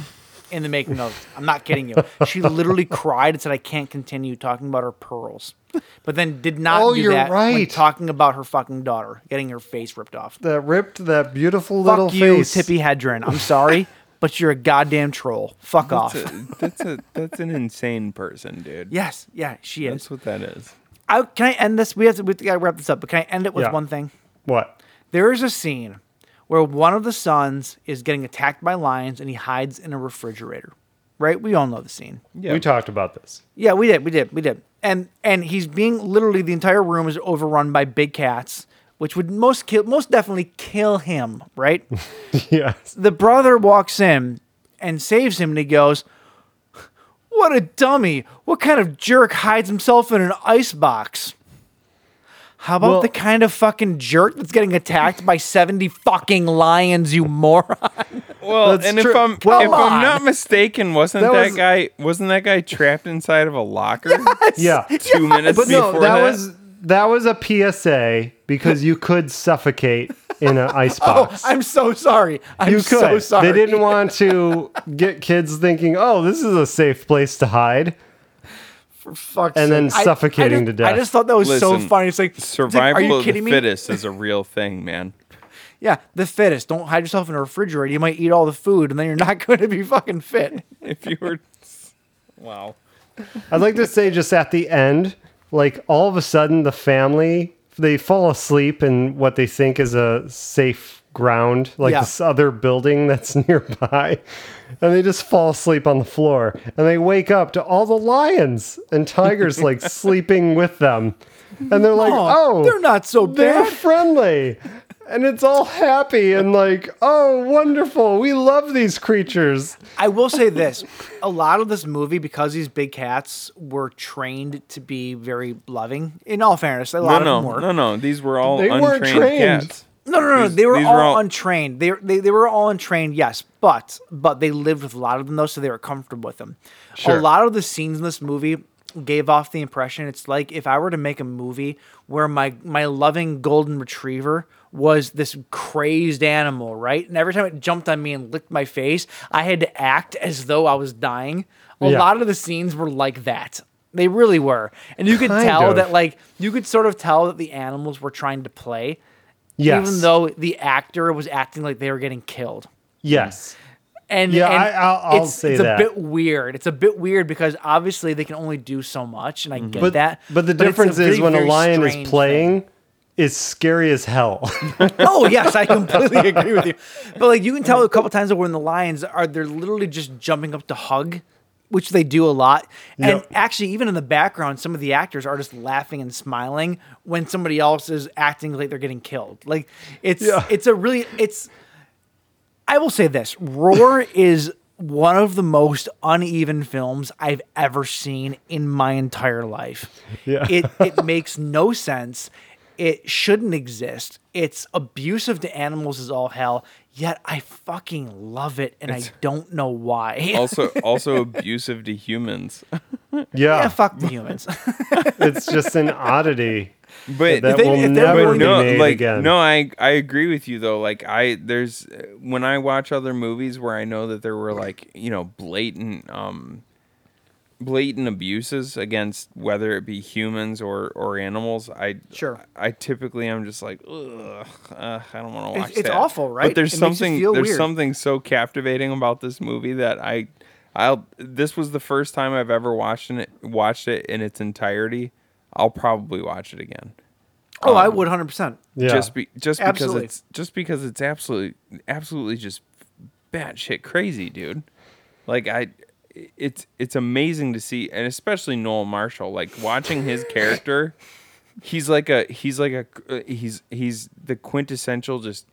Speaker 4: in the making of. I'm not kidding you. She literally cried and said, "I can't continue talking about her pearls," but then did not
Speaker 6: Oh,
Speaker 4: do
Speaker 6: you're
Speaker 4: that when
Speaker 6: right.
Speaker 4: talking about her fucking daughter getting her face ripped off.
Speaker 6: That ripped that beautiful little
Speaker 4: Fuck you,
Speaker 6: face.
Speaker 4: Tippy Hedren. I'm
Speaker 6: *laughs*
Speaker 4: sorry, but you're a goddamn troll. Fuck off.
Speaker 5: That's, a, that's a that's an insane person, dude.
Speaker 4: Yes, yeah, she is.
Speaker 5: that's what that is.
Speaker 4: I, can I end this? We have to. We gotta wrap this up. But can I end it with
Speaker 6: Yeah.
Speaker 4: one thing?
Speaker 6: What?
Speaker 4: There is a scene where one of the sons is getting attacked by lions and he hides in a refrigerator. Right? We all know the scene.
Speaker 5: Yeah.
Speaker 6: We talked about
Speaker 4: *laughs*
Speaker 6: this.
Speaker 4: Yeah, we did, we did, we did. And and he's being literally the entire room is overrun by big cats, which would most kill, most definitely kill him. Right?
Speaker 6: *laughs* Yes.
Speaker 4: the brother walks in and saves him, and he goes. What a dummy! What kind of jerk hides himself in an ice box? How about
Speaker 6: Well-
Speaker 4: the kind of fucking jerk that's getting attacked by seventy fucking lions, you *laughs* moron?
Speaker 5: Well,
Speaker 6: That's
Speaker 5: and
Speaker 6: true.
Speaker 5: if I'm
Speaker 6: Well-
Speaker 5: if
Speaker 4: Come
Speaker 5: I'm not *laughs*
Speaker 4: on.
Speaker 5: mistaken, wasn't that,
Speaker 6: That was-
Speaker 5: guy wasn't that guy trapped inside of a locker
Speaker 6: Yeah.
Speaker 5: two minutes
Speaker 6: But no,
Speaker 5: before
Speaker 6: that, was that was a PSA because you could suffocate
Speaker 4: *laughs*
Speaker 6: in an ice box.
Speaker 4: I'm so sorry. I'm
Speaker 6: you could.
Speaker 4: so sorry.
Speaker 6: They didn't want to get kids thinking, "Oh, this is a safe place to hide."
Speaker 4: Fuck's
Speaker 6: and then
Speaker 4: sake. I- I
Speaker 6: suffocating
Speaker 4: just-
Speaker 6: to death.
Speaker 4: I just thought that was so
Speaker 5: Listen,
Speaker 4: funny. It's like it's like,
Speaker 5: Survival
Speaker 4: are you
Speaker 5: of the
Speaker 4: kidding me?
Speaker 5: fittest is a real thing,
Speaker 4: *laughs*
Speaker 5: man.
Speaker 4: Yeah, the fittest. Don't hide yourself in a refrigerator. You might eat all the food, and then you're *laughs* not going to be fucking fit.
Speaker 5: If you were, *laughs* wow.
Speaker 6: I'd like to say just at the end, like all of a sudden the family they fall asleep in what they think is a safe ground, like
Speaker 4: Yeah.
Speaker 6: this other building *laughs* that's nearby. And they just fall asleep on the floor. And they wake up to all the lions and tigers
Speaker 4: *laughs*
Speaker 6: like sleeping with them. And they're like,
Speaker 4: Oh,
Speaker 6: Oh,
Speaker 4: they're not so
Speaker 6: they're
Speaker 4: bad."
Speaker 6: friendly. And it's all happy and like, oh wonderful, we love these creatures.
Speaker 4: I will say this: a lot of this movie, because these big cats were trained to be very loving. In all fairness, a
Speaker 5: No,
Speaker 4: lot of them
Speaker 5: no,
Speaker 4: were.
Speaker 5: no, no. These were all
Speaker 6: They weren't
Speaker 5: untrained
Speaker 6: trained.
Speaker 5: cats.
Speaker 4: No, no, no.
Speaker 5: These-
Speaker 4: they were
Speaker 5: these
Speaker 4: all,
Speaker 5: were all-
Speaker 4: untrained. They, they they were all untrained. Yes, but but they lived with a lot of them though, so they were comfortable with them.
Speaker 6: Sure.
Speaker 4: A lot of the scenes in this movie gave off the impression it's like if I were to make a movie where my my loving golden retriever was this crazed animal, right? And every time it jumped on me and licked my face, I had to act as though I was dying. A
Speaker 6: Yeah.
Speaker 4: lot of the scenes were like that. They really were. And you could
Speaker 6: Kind
Speaker 4: tell
Speaker 6: of.
Speaker 4: that like you could sort of tell that the animals were trying to play
Speaker 6: Yes.
Speaker 4: even though the actor was acting like they were getting killed.
Speaker 6: Yes.
Speaker 4: And
Speaker 6: Yeah,
Speaker 4: and
Speaker 6: I- I'll- I'll
Speaker 4: it's,
Speaker 6: say
Speaker 4: it's
Speaker 6: that.
Speaker 4: a bit weird. It's a bit weird because obviously they can only do so much, and I get
Speaker 6: Mhm. But
Speaker 4: that.
Speaker 6: But the
Speaker 4: it's a
Speaker 6: difference is
Speaker 4: very,
Speaker 6: when a
Speaker 4: very
Speaker 6: lion is
Speaker 4: strange
Speaker 6: playing, it's scary as hell. *laughs*
Speaker 4: thing. oh yes, I completely agree with you. But like you can tell a couple times that when the lions are, they're literally just jumping up to hug. Which they do a lot, and
Speaker 6: Yep.
Speaker 4: actually, even in the background, some of the actors are just laughing and smiling when somebody else is acting like they're getting killed. Like it's
Speaker 6: Yeah.
Speaker 4: it's a really it's I will say this: Roar is one of the most uneven films I've ever seen in my entire life.
Speaker 6: Yeah.
Speaker 4: it it *laughs* makes no sense. It shouldn't exist. It's abusive to animals is all hell. Yet I fucking love it, and I don't know why. *laughs*
Speaker 5: Also, also abusive to humans.
Speaker 6: yeah.
Speaker 4: yeah, fuck the humans. *laughs*
Speaker 6: it's just an oddity.
Speaker 5: But
Speaker 6: That
Speaker 4: they-
Speaker 6: will
Speaker 4: if they're
Speaker 6: never
Speaker 4: willing
Speaker 6: be
Speaker 4: to-
Speaker 5: no,
Speaker 6: made
Speaker 5: like
Speaker 6: again.
Speaker 5: no, I I agree with you though. Like I there's when I watch other movies where I know that there were like you know blatant um blatant abuses against whether it be humans or or animals. I
Speaker 4: Sure.
Speaker 5: I typically am just like ugh, uh, I don't want to watch.
Speaker 4: it's
Speaker 5: that."
Speaker 4: awful, right?
Speaker 5: But there's
Speaker 4: It makes you
Speaker 5: something
Speaker 4: feel
Speaker 5: there's
Speaker 4: weird.
Speaker 5: something so captivating about this movie that I. I'll. This was the first time I've ever watched it. Watched it in its entirety. I'll probably watch it again
Speaker 4: oh,
Speaker 5: Um,
Speaker 4: I would hundred percent.
Speaker 6: Yeah.
Speaker 5: just be just
Speaker 4: Absolutely.
Speaker 5: because it's just because it's absolutely absolutely just batshit crazy, dude. Like I, it's it's amazing to see, and especially Noel Marshall. Like watching
Speaker 4: *laughs*
Speaker 5: his character, he's like a he's like a uh, he's he's the quintessential just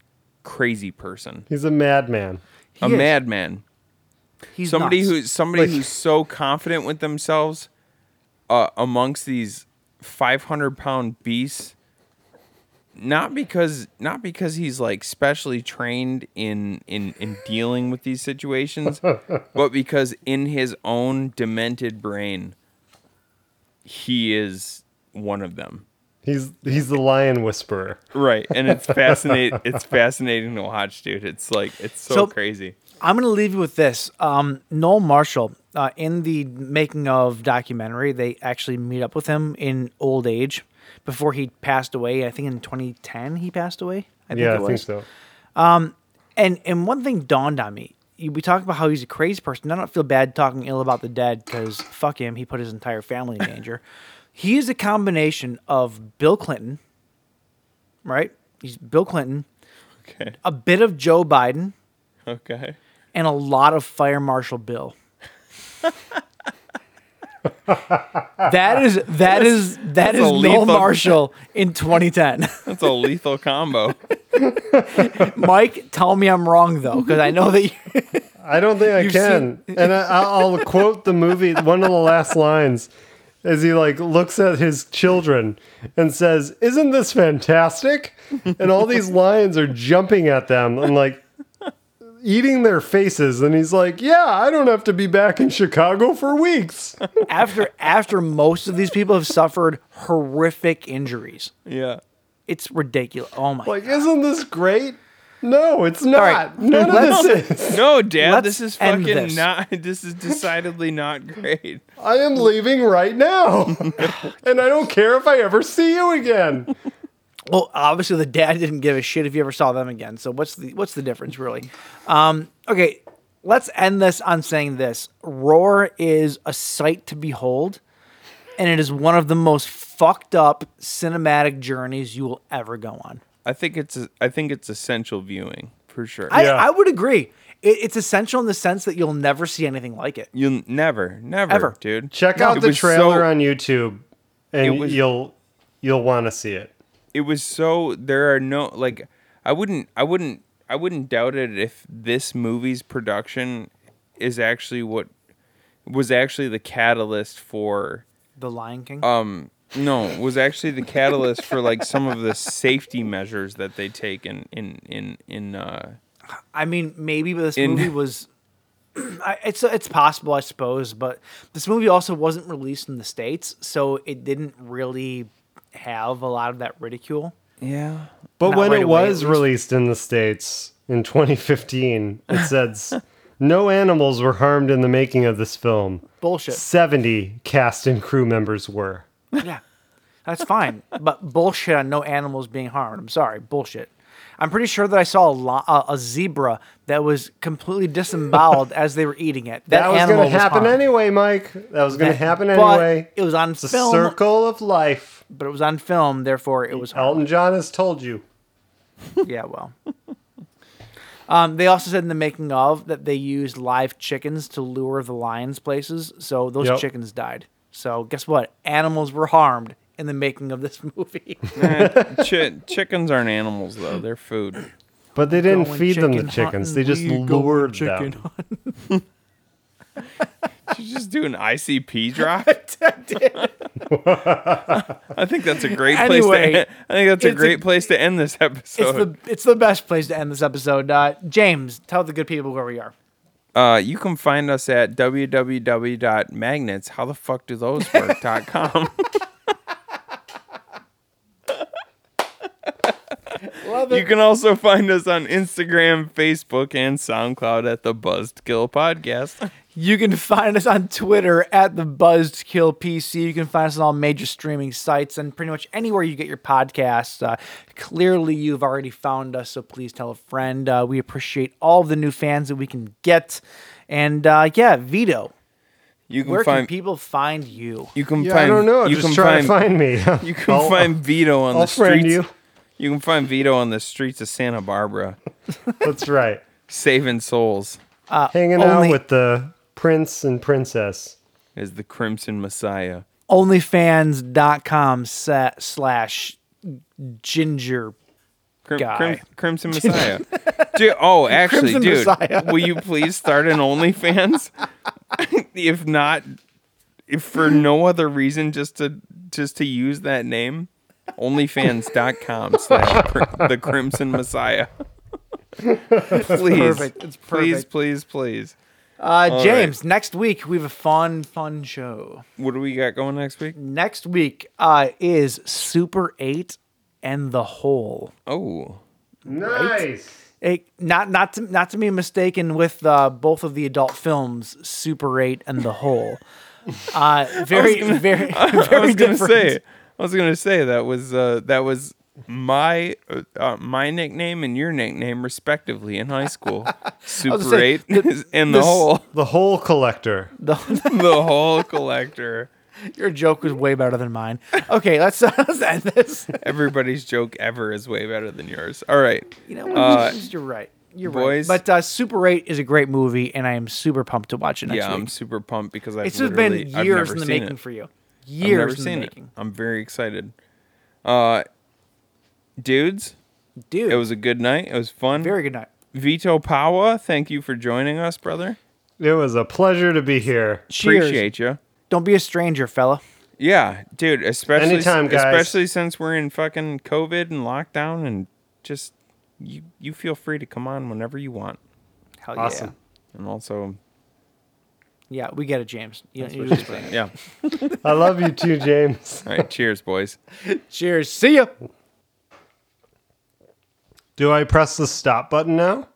Speaker 5: crazy person,
Speaker 6: He's a madman.
Speaker 5: a
Speaker 4: is.
Speaker 5: madman,
Speaker 4: He's
Speaker 5: somebody
Speaker 4: nuts.
Speaker 5: who's somebody who's so confident with themselves uh, amongst these 500 pound beasts not because not because he's like specially trained in in in dealing with these situations but because in his own demented brain he is one of them
Speaker 6: He's he's the lion whisperer.
Speaker 5: Right, and it's fascinate. It's fascinating to watch, dude. It's like it's so, *laughs*
Speaker 4: So-
Speaker 5: crazy.
Speaker 4: I'm going to leave you with this. Um, Noel Marshall, uh, in the making of documentary, they actually meet up with him in old age before he passed away. I think in 2010 he passed away. I think
Speaker 6: Yeah,
Speaker 4: it
Speaker 6: I think
Speaker 4: was.
Speaker 6: so.
Speaker 4: And and one thing dawned on me. You- We talk about how he's a crazy person. I don't feel bad talking ill about the dead because fuck him. He put his entire family in
Speaker 6: *laughs*
Speaker 4: danger. he is a combination of Bill Clinton, right? He's Bill Clinton,
Speaker 5: Okay,
Speaker 4: a bit of Joe Biden,
Speaker 5: okay.
Speaker 4: and a lot of Fire Marshal Bill. that is that is that
Speaker 5: a
Speaker 4: is Noel
Speaker 5: lethal-
Speaker 4: Marshall in 2010.
Speaker 5: That's a lethal combo.
Speaker 4: Mike, tell me I'm wrong though, because I know that you,
Speaker 6: I don't think I
Speaker 4: You've
Speaker 6: can. and I, I'll
Speaker 4: *laughs*
Speaker 6: I'll quote the movie. One of the last lines, as he like looks at his children and says, "Isn't this fantastic?" And
Speaker 4: *laughs*
Speaker 6: all these lions are jumping at them and like eating their faces. And he's like, "Yeah, I don't have to be back in Chicago for weeks."
Speaker 4: after after most of these people have suffered horrific injuries.
Speaker 5: *laughs* Yeah.
Speaker 4: It's ridiculous. Oh my.
Speaker 6: Like, isn't this great? No, it's
Speaker 4: right.
Speaker 6: not. None of
Speaker 4: Let's-
Speaker 6: this is.
Speaker 5: No, Dad,
Speaker 4: Let's
Speaker 5: this is fucking
Speaker 4: end this.
Speaker 5: not. *laughs* This is decidedly not great.
Speaker 6: I am leaving right now.
Speaker 4: *laughs*
Speaker 6: and I don't care if I ever see you again.
Speaker 4: Well, obviously the dad *laughs* didn't give a shit if you ever saw them again. So what's the what's the difference really? Um, okay, let's end this on saying this. Roar is a sight to behold, and it is one of the most fucked up cinematic journeys you will ever go on.
Speaker 5: I think it's. a- I think it's essential viewing for sure.
Speaker 4: I,
Speaker 6: Yeah.
Speaker 4: I would agree. It, it's essential in the sense that you'll never see anything like it.
Speaker 5: You'll never, never,
Speaker 4: Ever.
Speaker 5: dude.
Speaker 6: Check
Speaker 5: No,
Speaker 6: out
Speaker 5: it
Speaker 6: the
Speaker 5: was
Speaker 6: trailer
Speaker 5: so-
Speaker 6: on YouTube and
Speaker 5: It was-
Speaker 6: you'll you'll want to see it.
Speaker 5: it was so there are no like i wouldn't i wouldn't i wouldn't doubt it if this movie's production is actually what was actually the catalyst for
Speaker 4: The Lion King.
Speaker 5: no was actually the catalyst for like some of the safety measures that they take in in in in uh
Speaker 4: I mean, maybe this
Speaker 5: In-
Speaker 4: movie was. *clears throat* I- It's it's possible, I suppose, but this movie also wasn't released in the states, so it didn't really have a lot of that ridicule.
Speaker 5: yeah
Speaker 6: But
Speaker 4: Not
Speaker 6: when
Speaker 4: right
Speaker 6: it
Speaker 4: away, at
Speaker 6: was
Speaker 4: least.
Speaker 6: released in the states in 2015, it says *laughs* no animals were harmed in the making of this film. *laughs*
Speaker 4: Bullshit.
Speaker 6: 70 cast and crew members were.
Speaker 4: yeah, that's fine, but bullshit on no animals being harmed. I'm sorry, bullshit. I'm pretty sure that I saw a, lo- a, a zebra that was completely disemboweled as they were eating it. That,
Speaker 6: That, was
Speaker 4: animal
Speaker 6: going to happen
Speaker 4: harmed.
Speaker 6: anyway, Mike. That was going to
Speaker 4: That-
Speaker 6: happen
Speaker 4: but
Speaker 6: anyway.
Speaker 4: It was on
Speaker 6: It's a
Speaker 4: film,
Speaker 6: circle of life.
Speaker 4: but it was on film, therefore it was harmed.
Speaker 6: Elton John has told you.
Speaker 4: Yeah, well. *laughs* Um, they also said in the making of that they used live chickens to lure the lions places, so those
Speaker 6: Yep.
Speaker 4: chickens died. So guess what? Animals were harmed in the making of this *laughs* movie.
Speaker 6: *laughs*
Speaker 5: *laughs* Chi- chickens aren't animals though they're food
Speaker 6: But they didn't
Speaker 4: Going
Speaker 6: feed them the
Speaker 4: chicken
Speaker 6: chickens.
Speaker 4: hunting,
Speaker 6: They just
Speaker 4: we going
Speaker 6: lured
Speaker 4: chicken *laughs*
Speaker 6: them.
Speaker 5: Did you just do an icp drop i think that's a great place to
Speaker 4: Anyway,
Speaker 5: end. i think that's a
Speaker 4: it's a-
Speaker 5: great place to end this
Speaker 4: It's
Speaker 5: episode
Speaker 4: the it's the best place to end this episode. Uh, James, tell the good people where we are.
Speaker 5: Uh, you can find us at www.magnets. How the fuck do those *laughs* work.com. You can also find us on Instagram, Facebook, and SoundCloud at the Buzzkill Podcast.
Speaker 4: You can find us on Twitter at the Buzzkill PC. You can find us on all major streaming sites and pretty much anywhere you get your podcasts. Uh, clearly, you've already found us, so please tell a friend. Uh, we appreciate all the new fans that we can get. And uh, yeah, Vito,
Speaker 5: You can
Speaker 4: where
Speaker 5: find
Speaker 4: can people find you?
Speaker 5: you can
Speaker 6: Yeah,
Speaker 5: find
Speaker 6: I don't know.
Speaker 5: You
Speaker 6: just
Speaker 5: can find,
Speaker 4: *laughs*
Speaker 6: try to find me.
Speaker 5: you can
Speaker 6: I'll-
Speaker 5: find Vito on
Speaker 6: I'll
Speaker 5: the
Speaker 6: friend
Speaker 5: streets.
Speaker 6: you.
Speaker 5: you can find Vito on the streets of Santa Barbara,
Speaker 6: That's right.
Speaker 5: saving souls
Speaker 6: Hanging
Speaker 4: Uh, only-
Speaker 6: out with the prince and princess.
Speaker 5: as the Crimson Messiah.
Speaker 4: Onlyfans.com sa- slash ginger.
Speaker 5: Crim-
Speaker 4: guy.
Speaker 5: Crim-
Speaker 4: *laughs*
Speaker 5: Crimson Messiah. dude, oh, actually,
Speaker 4: Crimson
Speaker 5: dude,
Speaker 4: Messiah.
Speaker 5: will you please start an OnlyFans? *laughs* if not, if for no other reason, just to just to use that name,
Speaker 4: *laughs*
Speaker 5: OnlyFans.com slash cr- the Crimson Messiah. please,
Speaker 4: perfect. It's
Speaker 5: please,
Speaker 4: perfect.
Speaker 5: please, please.
Speaker 4: Uh, James, next week we have a fun, fun show.
Speaker 5: What do we got going next week?
Speaker 4: Next week uh, is Super 8 and the Hole. *laughs*
Speaker 5: Oh,
Speaker 6: Nice.
Speaker 4: It, not not to, not to be mistaken with uh, both of the adult films, Super 8 and the Hole.
Speaker 5: *laughs*
Speaker 4: Uh, very, very, very
Speaker 5: I was gonna
Speaker 4: different.
Speaker 5: say. I was gonna say that was uh, that was my uh, uh, my nickname and your nickname respectively in high
Speaker 4: *laughs*
Speaker 5: school. Super
Speaker 4: gonna say,
Speaker 5: eight is *laughs* in the
Speaker 4: this- *laughs*
Speaker 5: hole,
Speaker 6: The whole collector.
Speaker 5: the hole collector.
Speaker 4: Your joke was way better than mine. Okay, let's, *laughs* let's end this.
Speaker 5: Everybody's joke ever is way better than yours. All right,
Speaker 4: You know, what? you're right. You're
Speaker 5: Uh, boys?
Speaker 4: right. But uh, Super 8 is a great movie, and I am super pumped to watch it next
Speaker 5: yeah,
Speaker 4: week.
Speaker 5: I'm super pumped because I've
Speaker 4: it's just been
Speaker 5: literally- I've
Speaker 4: years
Speaker 5: never
Speaker 4: in the
Speaker 5: seen
Speaker 4: making
Speaker 5: it.
Speaker 4: for you.
Speaker 5: I've
Speaker 4: Years
Speaker 5: never
Speaker 4: in the
Speaker 5: seen it.
Speaker 4: making.
Speaker 5: I'm very excited. Uh, dudes,
Speaker 4: Dude,
Speaker 5: it was a good night. It was fun.
Speaker 4: very good night.
Speaker 5: Vito Pawa, thank you for joining us, brother.
Speaker 6: It was a pleasure to be here.
Speaker 4: Cheers.
Speaker 5: Appreciate you.
Speaker 4: Don't be a stranger, fella.
Speaker 5: Yeah, dude. Especially
Speaker 6: Anytime, guys.
Speaker 5: especially since we're in fucking COVID and lockdown, and just you you feel free to come on whenever you want.
Speaker 4: Hell
Speaker 6: Awesome.
Speaker 5: And also,
Speaker 4: yeah. Yeah, we get it, James. You don't need to explain it.
Speaker 5: yeah.
Speaker 6: I love you too,
Speaker 4: *laughs*
Speaker 6: James.
Speaker 5: All right, *laughs* cheers, boys.
Speaker 4: Cheers. See ya.
Speaker 6: Do I press the stop button now?